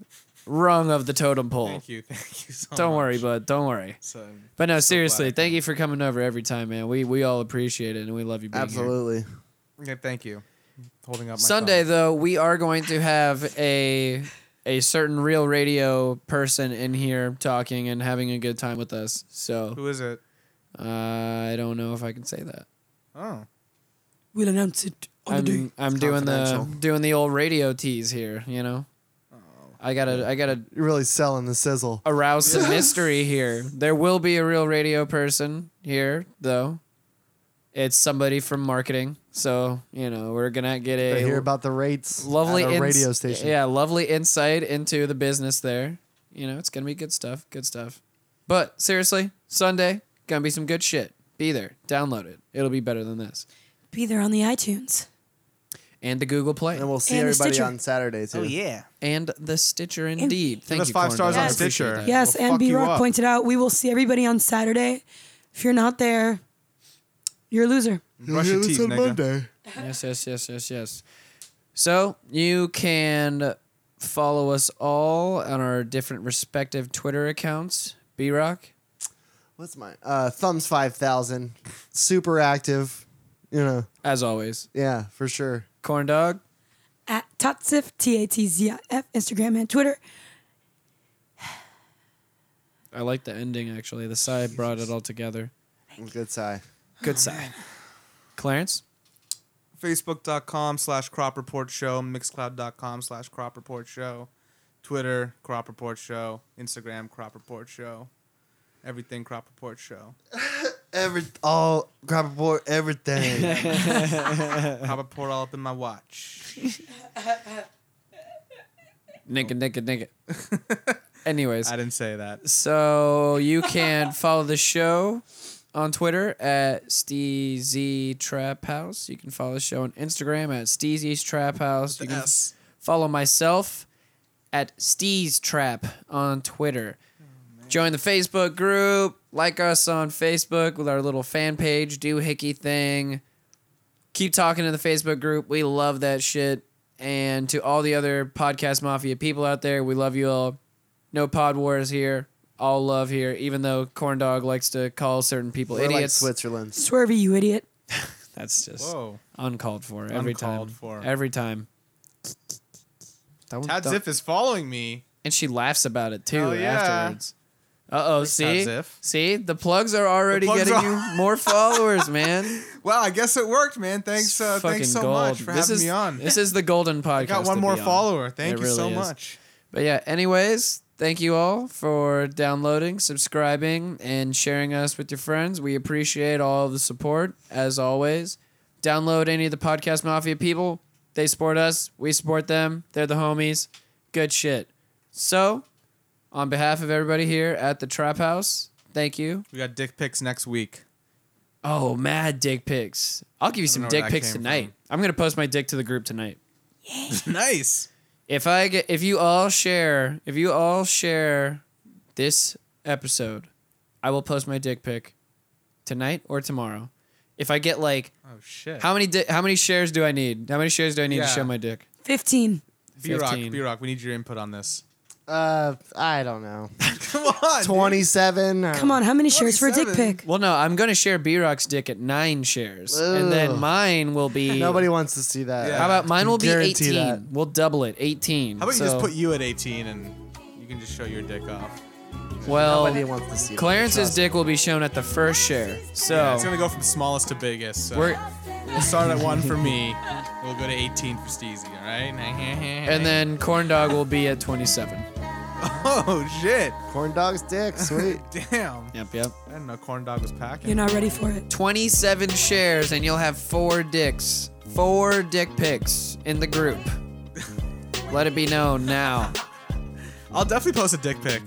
Speaker 1: rung of the totem pole.
Speaker 4: Thank you, thank you. So
Speaker 1: Don't
Speaker 4: much.
Speaker 1: worry, bud. Don't worry.
Speaker 4: So,
Speaker 1: But no,
Speaker 4: so
Speaker 1: seriously,
Speaker 4: glad I
Speaker 1: thank you for coming over every time, man. We we all appreciate it and we love you. Being here.
Speaker 2: Absolutely.
Speaker 4: Yeah, thank you. Holding up my
Speaker 1: Sunday
Speaker 4: phone.
Speaker 1: though, we are going to have a a certain real radio person in here talking and having a good time with us. So
Speaker 4: Who is it?
Speaker 1: uh, I don't know if I can say that.
Speaker 4: Oh,
Speaker 3: We'll announce it on Oh, the day.
Speaker 1: I'm I'm
Speaker 2: It's
Speaker 1: doing the
Speaker 2: confidential.
Speaker 1: doing the old radio tease here. You know, I gotta I gotta
Speaker 2: You're really selling the sizzle.
Speaker 1: arouse some mystery here. There will be a real radio person here though. It's somebody from marketing, so you know we're gonna get
Speaker 2: To
Speaker 1: a
Speaker 2: hear about the rates
Speaker 1: lovely
Speaker 2: at a
Speaker 1: ins-
Speaker 2: radio station.
Speaker 1: Yeah, lovely insight into the business there. You know, it's gonna be good stuff. Good stuff. But seriously, Sunday gonna be some good shit. Be there. Download it. It'll be better than this.
Speaker 3: Be there on the iTunes.
Speaker 1: And the Google Play
Speaker 2: And we'll see
Speaker 3: And the
Speaker 2: everybody
Speaker 3: Stitcher.
Speaker 2: on Saturday too.
Speaker 6: Oh yeah.
Speaker 1: and the Stitcher. Indeed, thank
Speaker 4: us
Speaker 1: you.
Speaker 4: five
Speaker 1: Cornel.
Speaker 4: stars
Speaker 3: on
Speaker 1: I
Speaker 3: Yes.
Speaker 1: appreciate
Speaker 4: Stitcher.
Speaker 1: that.
Speaker 3: Yes,
Speaker 4: We'll
Speaker 3: and
Speaker 4: fuck you
Speaker 3: B
Speaker 4: up.
Speaker 3: Rock pointed out we will see everybody on Saturday. If you're not there, you're a loser.
Speaker 2: Mm-hmm.
Speaker 4: brush your teeth, nigga.
Speaker 1: Yes, yes, yes, yes, yes. So you can follow us all on our different respective Twitter accounts. B Rock.
Speaker 2: What's mine? Uh, thumbs five thousand. Super active. You know.
Speaker 1: As always,
Speaker 2: Yeah, for sure.
Speaker 1: Corn Dog.
Speaker 3: At Tatzif, T A T Z I F, Instagram and Twitter.
Speaker 1: I like the ending actually. The side brought it all together.
Speaker 2: Good sigh.
Speaker 1: Good sign. Clarence?
Speaker 4: Facebook.com slash crop report show, mixcloud.com slash crop report show, Twitter, crop report show, Instagram, crop report show, everything crop report show.
Speaker 2: Every all grab a board. Everything.
Speaker 4: Crop report all up in my watch.
Speaker 1: Nigga, nigga, nigga. Anyways,
Speaker 4: I didn't say that.
Speaker 1: so you can follow the show on Twitter at Steezy Trap House. You can follow the show on Instagram at Steezy's Trap House. You can
Speaker 4: S.
Speaker 1: follow myself at Steez Trap on Twitter. Join the Facebook group. Like us on Facebook with our little fan page, do hickey thing. Keep talking to the Facebook group. We love that shit. And to all the other podcast mafia people out there, we love you all. No pod wars here. All love here, even though Corn Dog likes to call certain people
Speaker 2: We're like
Speaker 1: idiots.
Speaker 2: Switzerland.
Speaker 3: Swervy, you idiot.
Speaker 1: That's just
Speaker 4: Whoa.
Speaker 1: uncalled for every
Speaker 4: Uncalled
Speaker 1: time.
Speaker 4: for.
Speaker 1: Every time. That one-
Speaker 4: Tad
Speaker 1: that-
Speaker 4: Ziff is following me.
Speaker 1: and she laughs about it too
Speaker 4: Hell yeah.
Speaker 1: afterwards. Uh oh, see?
Speaker 4: Ziff.
Speaker 1: See? The plugs are already
Speaker 4: plugs
Speaker 1: getting
Speaker 4: are-
Speaker 1: you more followers, man.
Speaker 4: Wow, I guess it worked, man. Thanks, uh,
Speaker 1: Fucking
Speaker 4: thanks so
Speaker 1: gold.
Speaker 4: much for
Speaker 1: this
Speaker 4: having
Speaker 1: is,
Speaker 4: me on.
Speaker 1: This is the golden podcast.
Speaker 4: I got one
Speaker 1: to
Speaker 4: more
Speaker 1: be on.
Speaker 4: follower. Thank
Speaker 1: It
Speaker 4: you so
Speaker 1: really is.
Speaker 4: much.
Speaker 1: But yeah, anyways, thank you all for downloading, subscribing, and sharing us with your friends. We appreciate all of the support, as always. Download any of the Podcast Mafia people. They support us, we support them. They're the homies. Good shit. So, on behalf of everybody here at the Trap House, thank you.
Speaker 4: We got dick pics next week.
Speaker 1: Oh, mad dick pics. I'll give you some
Speaker 4: know where
Speaker 1: dick
Speaker 4: that
Speaker 1: pics
Speaker 4: came from.
Speaker 1: tonight. I'm going to post my dick to the group tonight.
Speaker 4: nice.
Speaker 1: If I get, if you all share, if you all share this episode, I will post my dick pic tonight or tomorrow. If I get like,
Speaker 4: Oh shit.
Speaker 1: how many di- how many shares do I need? How many shares do I need to
Speaker 4: Yeah.
Speaker 1: show my dick?
Speaker 3: 15.
Speaker 4: B Rock,
Speaker 1: 15.
Speaker 4: B Rock, we need your input on this.
Speaker 2: Uh, I don't know.
Speaker 4: Come on.
Speaker 2: Twenty-seven. I don't
Speaker 3: Come on, how many shares for a dick
Speaker 4: 27.
Speaker 3: pic?
Speaker 1: Well, no, I'm gonna share B Rock's dick at nine shares, and then
Speaker 2: Ugh.
Speaker 1: mine will be.
Speaker 2: Nobody wants to see that.
Speaker 4: Yeah.
Speaker 1: How about mine will be
Speaker 2: Guarantee
Speaker 1: 18?
Speaker 2: that.
Speaker 1: We'll double it, 18.
Speaker 4: How about you
Speaker 1: So,
Speaker 4: just put you at 18 and you can just show your dick off?
Speaker 1: Well,
Speaker 2: Nobody wants to see that,
Speaker 1: Clarence's
Speaker 2: trust
Speaker 1: dick will be shown at the first share. So
Speaker 4: It's gonna go from smallest to biggest. So
Speaker 1: we're
Speaker 4: we'll start at one for me. We'll go to 18 for Steezy. All right.
Speaker 1: and then corn dog will be at 27.
Speaker 4: oh shit!
Speaker 2: me. corn dog's dick. Sweet.
Speaker 4: Damn.
Speaker 1: Yep, yep.
Speaker 4: I didn't know corn dog was packing.
Speaker 3: You're not ready for it.
Speaker 1: 27 shares and you'll have four dicks. Four dick pics in the group. Let it be known now.
Speaker 4: I'll definitely post a dick pic.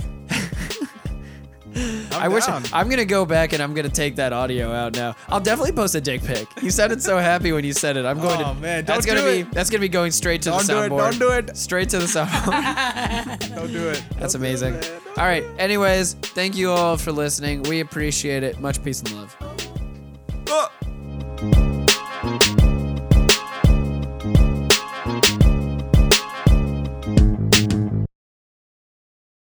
Speaker 1: I wish I'm gonna go back and I'm gonna take that audio out now. I'll definitely post a dick pic. You sounded so happy when you said it. I'm going
Speaker 4: Oh,
Speaker 1: to.
Speaker 4: man,
Speaker 1: that's
Speaker 4: don't
Speaker 1: gonna
Speaker 4: do
Speaker 1: be
Speaker 4: it.
Speaker 1: that's gonna be going straight to
Speaker 4: Don't
Speaker 1: the
Speaker 4: do it,
Speaker 1: soundboard.
Speaker 4: don't do it.
Speaker 1: Straight to the soundboard.
Speaker 4: Don't do it.
Speaker 1: That's amazing. All right. Anyways, thank you all for listening. We appreciate it. Much peace and love.
Speaker 4: Oh.